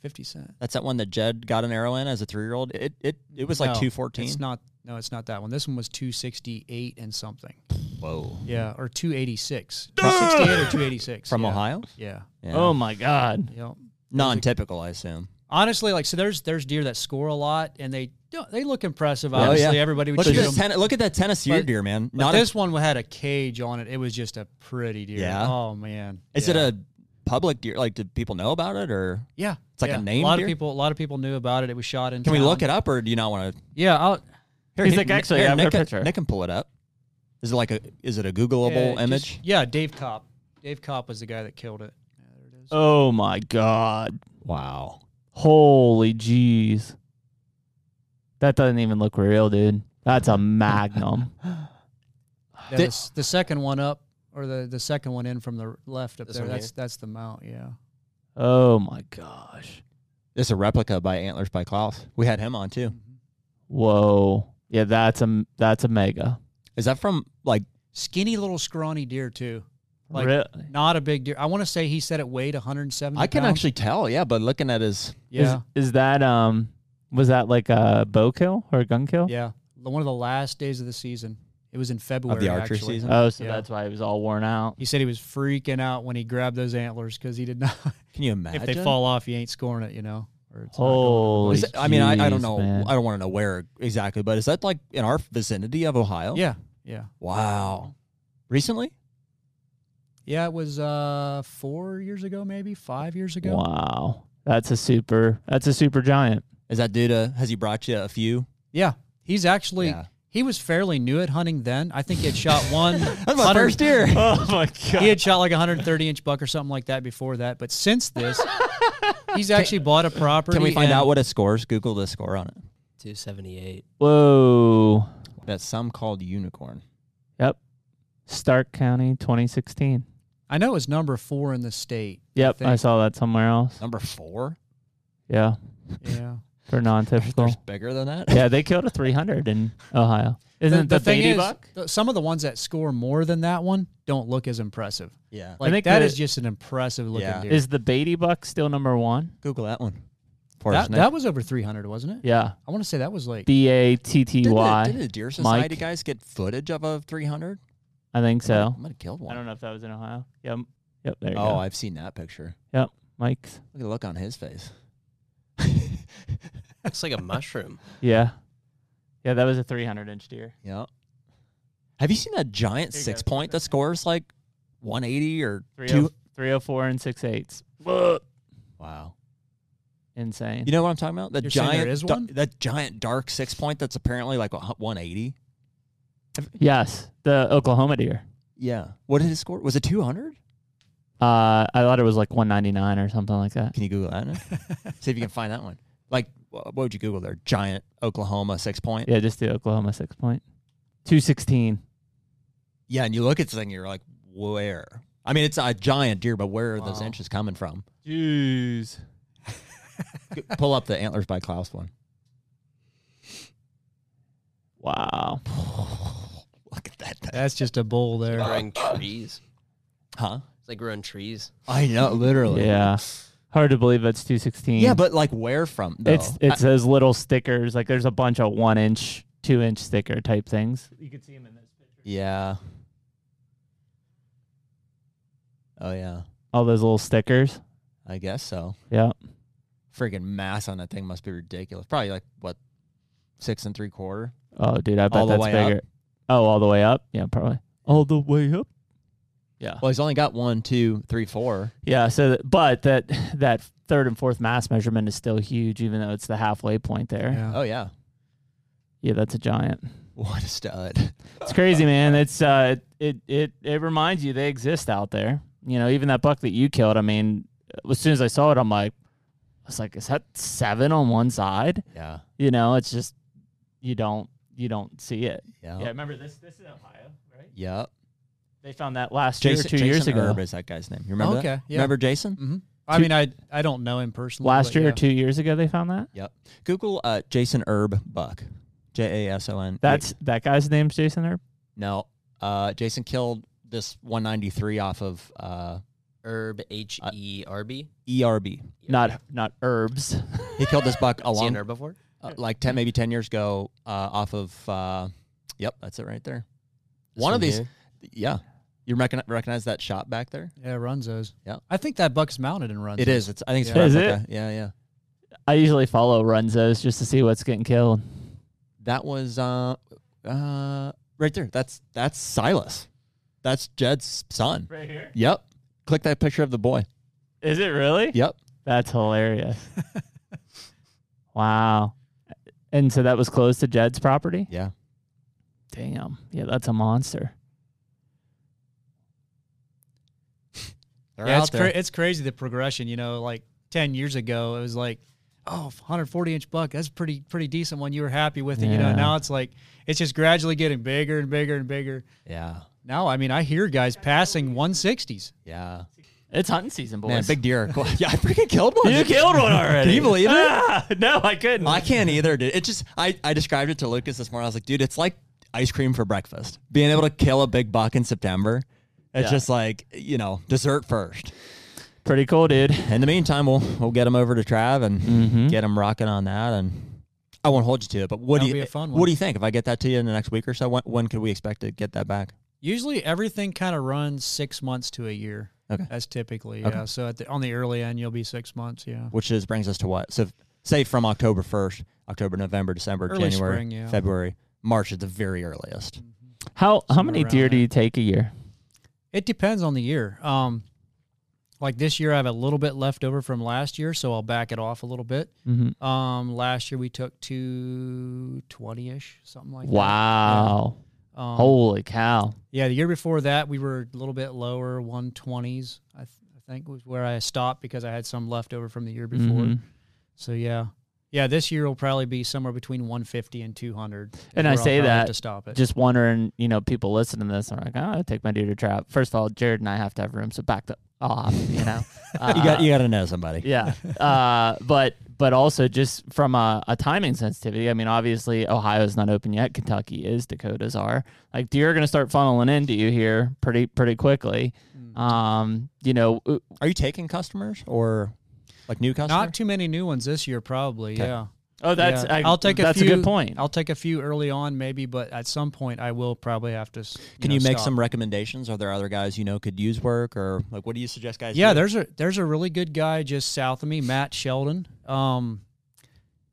S5: 50 cent.
S2: That's that one that Jed got an arrow in as a three year old. It it it was like
S5: No,
S2: two fourteen.
S5: It's not. No, it's not that one. This one was 268 and something.
S2: Whoa.
S5: Yeah, or 286. 268 or 286
S2: From
S5: yeah.
S2: Ohio?
S5: Yeah.
S2: Yeah.
S1: Oh my god!
S5: Yep.
S2: non typical, I assume.
S5: Honestly, like so, there's there's deer that score a lot, and they don't, they look
S2: Oh,
S5: impressive. Obviously, everybody
S2: look
S5: would shoot
S2: at,
S5: them.
S2: this ten, look at that Tennessee
S5: But-
S2: deer, man.
S5: But
S2: Not a-
S5: this one had a cage on it. It was just a pretty deer.
S2: Yeah?
S5: Oh man.
S2: is it
S5: Yeah.
S2: a public deer? Like, do people know about it or?
S5: Yeah.
S2: It's like a
S5: yeah.
S2: named
S5: A lot
S2: deer?
S5: of people. A lot of people knew about it. It was shot in.
S2: Can we
S5: town.
S2: look it up, or do you not want to?
S5: Yeah. I'll,
S1: He's like, actually, I have
S2: Nick,
S1: their
S2: can-
S1: picture.
S2: Nick can pull it up. Is it like a? Is it a Googleable
S5: yeah,
S2: image?
S5: just- yeah. Dave Cop. Dave Cop was the guy that killed it.
S1: Oh my god!
S2: wow.
S1: Holy jeez! That doesn't even look real, dude. That's a magnum.
S5: Yeah,
S2: Did-
S5: the, s- the second one up, or the, the second one in from the left up
S6: This
S5: there.
S6: one
S5: That's
S6: here?
S5: that's the mount. Yeah.
S1: oh my gosh!
S2: It's a replica by Antlers by Klaus. We had him on too.
S1: Whoa. Yeah, that's a that's a mega.
S2: Is that from like?
S5: Skinny little scrawny deer too. Like
S1: Re-
S5: not a big deer. I want to say he said it weighed 170.
S2: I can
S5: pounds.
S2: actually tell. Yeah, but looking at his,
S5: Yeah.
S1: Is, is that um was that like a bow kill or a gun kill?
S5: Yeah. The- One of the last days of the season. It was in February
S2: archery
S5: actually.
S2: season?
S1: Oh, so
S5: Yeah.
S1: that's why it was all worn out.
S5: He said he was freaking out when he grabbed those antlers because he did not.
S2: Can you imagine?
S5: if they fall off, you ain't scoring it, you know. Or it's not going-
S1: Holy,
S2: Is it- I mean, I, I
S1: jeez,
S2: don't know.
S1: man.
S2: I don't want to know where exactly, but is that like in our vicinity of Ohio?
S5: Yeah, yeah,
S2: Wow. Recently?
S5: yeah. It was uh, four years ago, maybe five years ago.
S1: Wow, that's a super. That's a super giant.
S2: Is that dude? uh has he brought you a few?
S5: Yeah, he's actually
S2: Yeah.
S5: he was fairly new at hunting then. I think he had shot one.
S2: That's my first year.
S1: Oh my
S5: He had shot like a 130 inch buck or something like that before that. But since this, he's actually bought a property.
S2: Can we find
S5: and-
S2: out what it scores? Google the score on it.
S6: 278.
S1: Whoa.
S2: That's some called unicorn.
S1: Yep. Stark County, 2016.
S5: I know it's number four in the state.
S1: Yep, I,
S5: think.
S1: saw that somewhere else.
S2: Number four?
S1: Yeah,
S5: Yeah.
S1: for non-typical.
S2: There's bigger than that?
S1: yeah, they killed a 300 in Ohio. Isn't it the, baby buck?
S5: th- some of the ones that score more than that one don't look as impressive.
S2: Yeah.
S5: Like that is
S1: think the-
S5: just an impressive looking
S2: Yeah.
S5: deer.
S1: Is the Beatty buck still number one?
S2: Google that one. Poor
S5: that,
S2: snake.
S5: that was over 300, wasn't it?
S1: Yeah,
S5: I want to say that was like
S1: B A T T
S2: didn't,
S1: Y.
S2: the, didn't the Deer Society
S1: Mike.
S2: guys get footage of a 300?
S1: I think so.
S2: I might have killed one.
S1: I don't know if that was in Ohio. Yep. Yep. There you
S2: Oh,
S1: go.
S2: I've seen that picture.
S1: yep. Mike's.
S2: Look at the look on his face.
S6: Looks like a mushroom.
S1: Yeah. Yeah, that was a 300 inch deer.
S2: Yeah. Have you seen that giant
S1: There you
S2: six
S1: go.
S2: point that scores like 180 or
S1: 30
S2: two?
S1: 304 and six eights.
S2: Wow.
S1: Insane.
S2: You know what I'm talking about? That
S5: You're saying there
S2: giant,
S5: is
S2: da-
S5: one?
S2: that giant dark six point that's apparently like a hu- 180.
S1: yes, the Oklahoma deer.
S2: Yeah. What did it score? Was it 200?
S1: Uh, I thought it was like 199 or something like that.
S2: Can you Google that? now? See if you can find that one. Like, wh- what would you Google there? Giant Oklahoma six point.
S1: Yeah, just the Oklahoma six point. 216.
S2: Yeah, and you look at the thing, you're like, where? I mean, it's a giant deer, but where are those
S5: Wow.
S2: inches coming from?
S1: Jeez.
S2: G- Pull up the antlers by Klaus one.
S1: Wow.
S2: Look at that. thing.
S5: that's just a bull there.
S6: Growing trees.
S2: Huh?
S6: It's like growing trees.
S2: I know, literally.
S1: Yeah. Hard to believe that's 216.
S2: Yeah, but like where from? Though?
S1: it's it's those little stickers. Like there's a bunch of one inch, two inch sticker type things.
S2: yeah. Oh yeah,
S1: All those little stickers.
S2: I guess so.
S1: Yeah.
S2: Friggin' mass on that thing must be ridiculous. Probably like what, six and three quarter.
S1: Oh, dude, I bet
S2: All the
S1: that's
S2: way
S1: bigger.
S2: up?
S1: Oh, all the way up? Yeah, probably. All the way up. Yeah.
S2: Well, he's only got one, two, three, four.
S1: Yeah. So, that, but that that third and fourth mass measurement is still huge, even though it's the halfway point there. Yeah,
S5: Yeah.
S2: Oh yeah,
S1: that's a giant.
S2: what a stud.
S1: It's crazy, man. It's uh, it it it reminds you they exist out there. You know, even that buck that you killed. I mean, as soon as I saw it, I'm like, I was like, is that seven on one side?
S2: Yeah,
S1: You know, it's just you don't you don't see it.
S2: yeah,
S1: Yeah.
S2: yep.
S1: Remember this? This is Ohio, right?
S2: yep.
S1: They found that last year or
S2: Jason,
S1: two
S2: Jason
S1: years ago. Oh,
S2: Erb is that guy's name? You remember?
S5: Okay,
S2: That?
S5: yeah.
S2: Remember Jason?
S1: Mm.
S5: hmm I mean, I I don't know him personally.
S1: last
S5: but
S1: year
S5: yeah.
S1: or two years ago they found that
S2: Yep. Google uh, Jason Erb Buck. J A S O N.
S1: that's that guy's name's jason herb
S2: no. Uh, Jason killed this 193 off of uh,
S6: Herb, H E R B.
S2: ERB.
S1: not not herbs
S2: He killed this buck a
S6: See an
S2: long,
S6: herbivore?
S2: uh, like ten, maybe ten years ago, uh, off of. Uh, yep, that's it right there.
S6: This
S2: one,
S6: one
S2: of these,
S6: here?
S2: yeah. You recognize, recognize that shot back there?
S5: Yeah, Runzos.
S2: Yeah.
S5: I think that buck's mounted in Runzos.
S2: It is. It's. I think it's.
S5: Yeah.
S2: right
S1: Is
S2: up
S1: it?
S2: there. Yeah, yeah.
S1: i usually follow runzos just to see what's getting killed
S2: That was uh, uh, right there. That's that's Silas. That's Jed's son.
S1: right here
S2: Yep. Click that picture of the boy.
S1: is it really
S2: Yep.
S1: that's hilarious wow and so that was close to jed's property
S2: Yeah.
S1: damn yeah that's a monster
S2: They're
S5: yeah,
S2: out
S5: it's,
S2: there.
S5: cra- it's crazy the progression. You know, like ten years ago, it was like, oh, 140 inch buck. That's pretty pretty decent one. You were happy with it. You know,
S1: Yeah.
S5: now it's like it's just gradually getting bigger and bigger and bigger.
S2: Yeah.
S5: Now, I mean, I hear guys passing 160s.
S2: Yeah.
S1: it's hunting season boys
S2: Man, big deer. are cool. yeah, I freaking killed one.
S1: you killed one already
S2: Can you believe it?
S1: Ah, no i couldn't
S2: I can't either, dude. It just I, I described it to Lucas this morning. I was like, dude, it's like ice cream for breakfast. Being able to kill a big buck in September. It's
S1: Yeah.
S2: just like, you know, dessert first.
S1: pretty cool dude
S2: In the meantime, we'll we'll get him over to Trav and get him rocking on that and I won't hold you to it, but what
S5: Mm-hmm. That'll
S2: do
S5: be
S2: you
S5: a fun
S2: what
S5: one.
S2: do you think? If I get that to you in the next week or so, when, when could we expect to get that back?
S5: Usually everything kind of runs six months to a year.
S2: Okay.
S5: That's typically, yeah.
S2: Okay.
S5: So at the, on the early end, you'll be six months, yeah.
S2: Which is brings us to what? So, if- say from October first, October, November, December,
S5: Early
S2: January,
S5: spring, yeah. Mm.
S2: February, March at the very earliest.
S1: How how
S5: Somewhere
S1: many
S5: around
S1: deer do
S5: there.
S1: you take a year?
S5: It depends on the year. Um, like this year, I have a little bit left over from last year, so I'll back it off a little bit.
S1: Mm-hmm.
S5: Um, last year we took two twenty ish, something like
S1: Wow!
S5: that. Um,
S1: Holy cow!
S5: Yeah, the year before that we were a little bit lower, one twenties. I, th- I think was where I stopped because I had some left over from the year before.
S1: Mhm.
S5: So yeah, yeah, this year will probably be somewhere between one fifty and two hundred.
S1: And I say that
S5: to stop it.
S1: Just wondering, you know, people listening to this are like, "Oh, I take my deer to trap." First of all, Jared and I have to have room, so back the off. You know, uh,
S2: Ah. you got you got to know somebody.
S1: yeah. Uh, but but also just from a, a timing sensitivity. I mean, obviously Ohio's not open yet. Kentucky is. Dakotas are. Like deer are going to start funneling into you here pretty pretty quickly.
S5: Mm.
S1: Um, you know, uh,
S2: Are you taking customers or like new customers?
S5: not too many new ones this year, probably.
S2: Okay.
S5: Yeah.
S1: oh, that's
S5: Yeah.
S1: I,
S5: I'll take a
S1: that's
S5: few-
S1: good point.
S5: I'll take a few early on, maybe, but at some point I will probably have to. s-
S2: Can you
S5: know,
S2: make
S5: stop.
S2: some recommendations? Are there other guys you know could use work or like what do you suggest guys?
S5: Yeah,
S2: do?
S5: there's a there's a really good guy just south of me, Matt Sheldon. Um,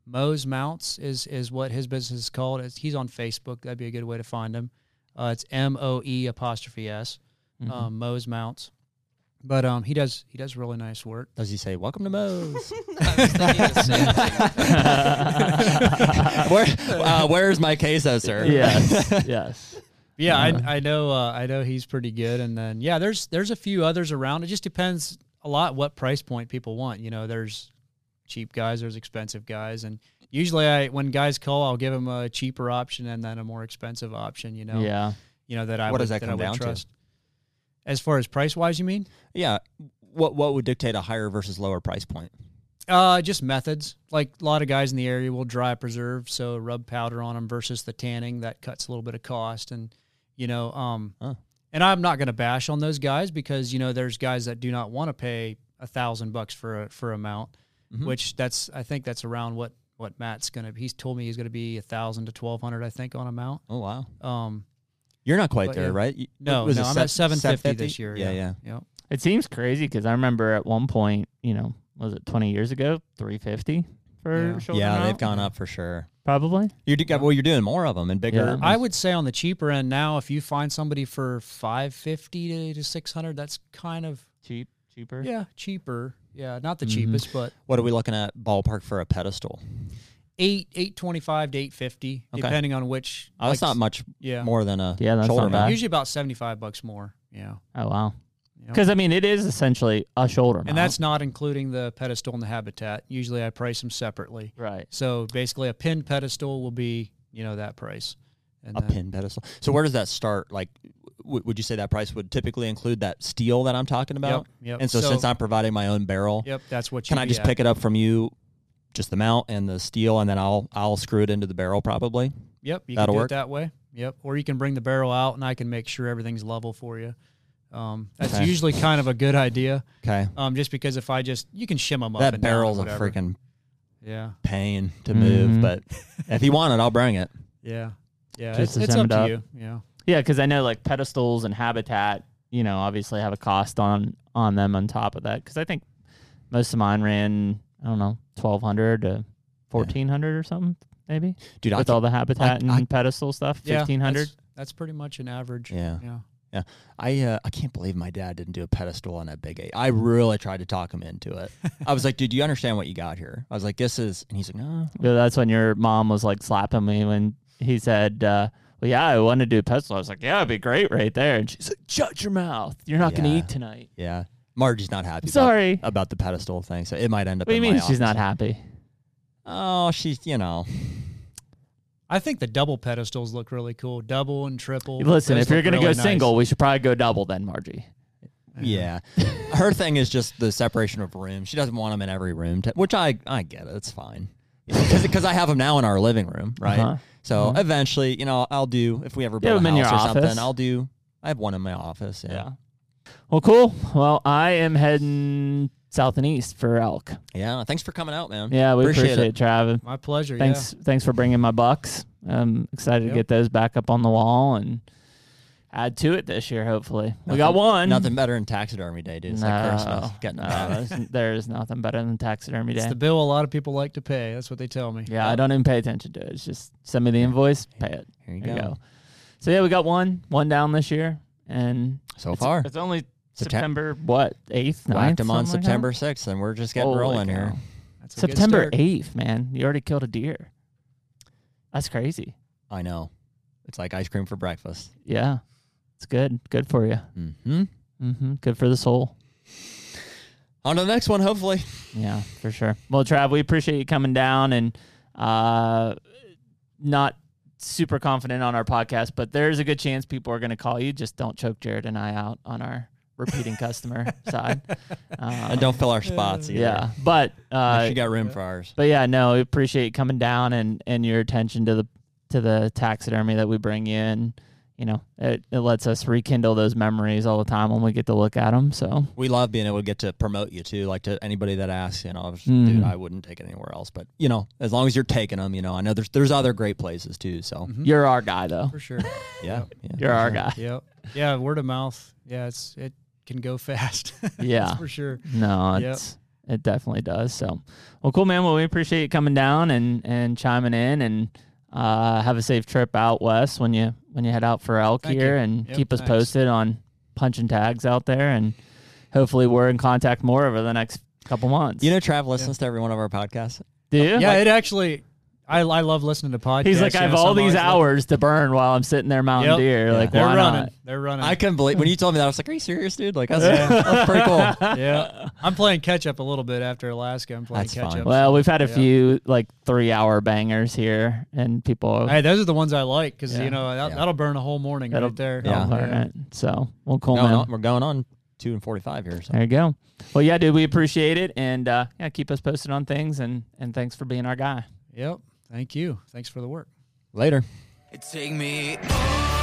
S5: Moe's Mounts is is what his business is called. It's, he's on Facebook. That'd be a good way to find him. Uh, it's M O E apostrophe S.
S2: Mm-hmm.
S5: Um, Moe's Mounts. But um, he does he does really nice work.
S2: Does he say welcome to Moe's? Where uh, where's my queso, sir?
S1: yes, yes.
S5: Yeah, I, I know. Uh, I know he's pretty good. And then yeah, there's there's a few others around. It just depends a lot what price point people want. You know, there's cheap guys, there's expensive guys, and usually I when guys call, I'll give them a cheaper option and then a more expensive option. You know,
S1: Yeah.
S5: you know that I
S2: What
S5: would,
S2: does that
S5: I
S2: come
S5: would
S2: down to?
S5: trust. As far as price wise, you mean?
S2: Yeah. What what would dictate a higher versus lower price point?
S5: Uh, just methods. Like a lot of guys in the area will dry preserve, so rub powder on them versus the tanning that cuts a little bit of cost, and you know, um,
S2: Huh.
S5: and I'm not going to bash on those guys because you know there's guys that do not want to pay a thousand bucks for a for a mount,
S2: Mm-hmm.
S5: which that's I think that's around what what Matt's going to. He's told me he's going to be a thousand to twelve hundred, I think, on a mount.
S2: Oh wow.
S5: Um,
S2: You're not quite
S5: But,
S2: there,
S5: yeah.
S2: right? You-
S5: no,
S2: was
S5: no,
S2: it
S5: I'm
S2: se-
S5: at seven fifty
S2: 750?
S5: this year.
S2: Yeah, yeah.
S5: yeah.
S1: It seems crazy because I remember at one point, you know, was it 20 years ago, 350 for
S5: Yeah.
S1: shoulder
S2: yeah, they've
S1: mount?
S2: gone up for sure.
S1: Probably.
S2: You're do- well. You're doing more of them and
S1: Yeah.
S2: bigger.
S5: I would say on the cheaper end now, if you find somebody for five fifty to, to six hundred, that's kind of
S1: Cheap, cheaper.
S5: yeah cheaper. Yeah, not the
S2: Mhm.
S5: cheapest, but
S2: What are we looking at ballpark for a pedestal?
S5: eight eight twenty five to eight fifty,
S2: Okay.
S5: depending on which.
S2: Oh, that's
S5: like,
S2: not much
S5: yeah.
S2: more than a
S1: Yeah, that's
S2: shoulder
S1: not
S2: mount.
S1: bad.
S5: Usually about seventy five bucks more. Yeah,
S1: Oh, wow.
S5: Yep.
S1: Because, I mean, it is essentially a shoulder mount.
S5: and that's not including the pedestal and the habitat. Usually I price them separately.
S1: right.
S5: So basically, a pinned pedestal will be you know that price. And
S2: a
S5: then-
S2: pin pedestal. So where does that start? Like, w- would you say that price would typically include that steel that I'm talking about?
S5: yep.
S2: And so,
S5: So-
S2: since I'm providing my own barrel,
S5: Yep, that's what you
S2: can I just
S5: pick?
S2: pick it up from you, just the mount and the steel, and then I'll I'll screw it into the barrel probably.
S5: Yep, you
S2: That'll
S5: can do
S2: work.
S5: it that way. Yep, or you can bring the barrel out, and I can make sure everything's level for you. Um, that's
S2: Okay.
S5: usually kind of a good idea,
S2: Okay.
S5: um, just because if I just you can shim them up.
S2: that
S5: and down or
S2: barrel's a
S5: whatever.
S2: freaking
S5: yeah,
S2: pain to
S1: Mhm.
S2: move, but
S1: Mm-hmm.
S2: if you want it, I'll bring it.
S5: yeah, yeah.
S1: Just
S5: it's
S1: to
S5: it's
S1: sum
S5: up
S1: it
S5: to
S1: up.
S5: you. Yeah,
S1: Yeah, because I know, like, pedestals and habitat, you know, obviously have a cost on on them on top of that. Because I think most of mine ran, I don't know, 1200 to 1400 or something, maybe,
S2: Dude, I
S1: with
S2: can-
S1: all the habitat
S2: I-
S1: and pedestal stuff,
S5: yeah.
S1: 1500
S5: That's, that's pretty much an average.
S2: Yeah.
S5: yeah.
S2: Yeah, I uh, I can't believe my dad didn't do a pedestal on that big eight. I really tried to talk him into it. I was like, "Dude, do you understand what you got here?" I was like, "This is," and he's like, "No."
S1: Yeah, that's when your mom was like slapping me when he said, uh, "Well, yeah, I want to do pedestal." I was like, "Yeah, it'd be great right there." And she's like, "Shut your mouth! You're not
S2: Yeah.
S1: gonna eat tonight."
S2: Yeah, Margie's not happy. about-
S1: Sorry.
S2: about, the pedestal thing, so it might end up.
S1: What do you
S2: in
S1: mean
S2: my
S1: she's not
S2: office.
S1: happy?
S2: Oh, she's you know.
S5: I think the double pedestals look really cool, double and triple.
S1: Listen,
S5: Those
S1: if you're
S5: look
S1: gonna go
S5: really nice.
S1: single, we should probably go double then, Margie.
S2: Yeah, her thing is just the separation of rooms. She doesn't want them in every room, to, which I I get it. It's fine because I have them now in our living room, right?
S1: Uh-huh.
S2: So eventually, you know, I'll do if we ever
S1: have
S2: build
S1: 'em
S2: a
S1: in your
S2: house or something,
S1: office?
S2: I'll do. I have one in my office. Yeah.
S1: Well, cool. Well, I am heading south and east for elk.
S2: Yeah, thanks for coming out, man.
S1: Yeah, we appreciate,
S2: appreciate,
S1: it, Travis.
S5: My pleasure.
S1: Thanks, thanks for bringing my bucks. I'm excited
S5: Yep.
S1: to get those back up on the wall and add to it this year. Hopefully, we got
S2: Nothing-
S1: one.
S2: Nothing better than taxidermy day, dude. It's like Christmas. Getting
S1: no,
S2: them back.
S1: there's- there's nothing better than taxidermy
S5: Yeah.
S1: day.
S5: It's the bill a lot of people like to pay. That's what they tell me.
S1: yeah, I don't even pay attention to it. It's just send me the invoice, pay it.
S2: Here you
S1: There you
S2: go.
S1: go. So yeah, we got one, one down this year, and
S2: So
S1: it's,
S2: far.
S1: it's only
S2: Septem-
S1: September what eighth,
S2: Whacked
S1: ninth,
S2: them on
S1: something like that?
S2: September 6th, and we're just getting
S1: Holy
S2: rolling
S1: cow.
S2: here.
S5: That's a good
S1: September
S5: start.
S1: eighth, man. You already killed a deer. That's crazy.
S2: I know. It's like ice cream for breakfast.
S1: Yeah, it's good. Good for you.
S2: Mm-hmm.
S1: hmm Good for the soul.
S2: On to the next one, hopefully.
S1: Uh-huh. Yeah, for sure. Well, Trav, we appreciate you coming down and uh, not super confident on our podcast, but there's a good chance people are going to call you. Just don't choke Jared and I out on our repeating customer side. Um,
S2: And don't fill our spots either.
S1: yeah, but uh,
S2: She got room for ours.
S1: but yeah, no, we appreciate you coming down and and your attention to the to the taxidermy that we bring you in. You know, it, it lets us rekindle those memories all the time when we get to look at them. So
S2: We love being able to get to promote you too, like to anybody that asks. You know, I was-
S1: Mhm.
S2: dude, I wouldn't take it anywhere else. But you know, as long as you're taking them, you know, I know there's there's other great places too. So
S1: you're our guy, though.
S5: For sure.
S2: yeah, yeah,
S1: Mm-hmm. You're
S2: for
S1: our
S2: sure.
S1: guy.
S5: yep. Yeah. Word of mouth. Yeah. It's it can go fast.
S1: Yeah.
S5: That's for sure.
S1: No,
S5: Yep.
S1: it's it definitely does. So, well, cool, man. Well, we appreciate you coming down and and chiming in, and uh, have a safe trip out west when you when you head out for elk
S5: Thank
S1: here,
S5: you.
S1: and
S5: Yep,
S1: keep us
S5: thanks.
S1: posted on punching tags out there, and hopefully we're in contact more over the next couple months.
S2: You know, Trav listens to every one of our podcasts.
S1: do you?
S5: Yeah. it actually. I, I love listening to podcasts.
S1: He's like,
S5: you
S1: I have
S5: know, so
S1: all
S5: I'm
S1: these
S5: always looking-
S1: hours to burn while I'm sitting there mountain
S5: Yep.
S1: deer.
S2: Yeah.
S1: Like,
S5: They're
S1: why
S5: running.
S1: not?
S5: They're running.
S2: I couldn't believe when you told me that. I was like, "Are you serious, dude?" Like that's, that's pretty cool.
S5: yeah. I'm playing catch up a little bit after Alaska. I'm playing
S2: That's
S5: catch
S2: fine.
S5: up.
S1: Well, we've had a
S5: Yeah.
S1: few like three hour bangers here, and people
S5: Hey, those are the ones I like because
S1: Yeah.
S5: you know that,
S2: Yeah.
S5: that'll burn a whole morning
S1: That'll-
S5: right there.
S1: yeah.
S2: Yeah.
S1: it. So, well, cool,
S2: No,
S1: man.
S2: no, we're going on two and forty-five here. So.
S1: There you go. Well, yeah, dude, we appreciate it, and uh, yeah, keep us posted on things, and and thanks for being our guy.
S5: Yep. Thank you. Thanks for the work.
S2: Later.
S7: Take me over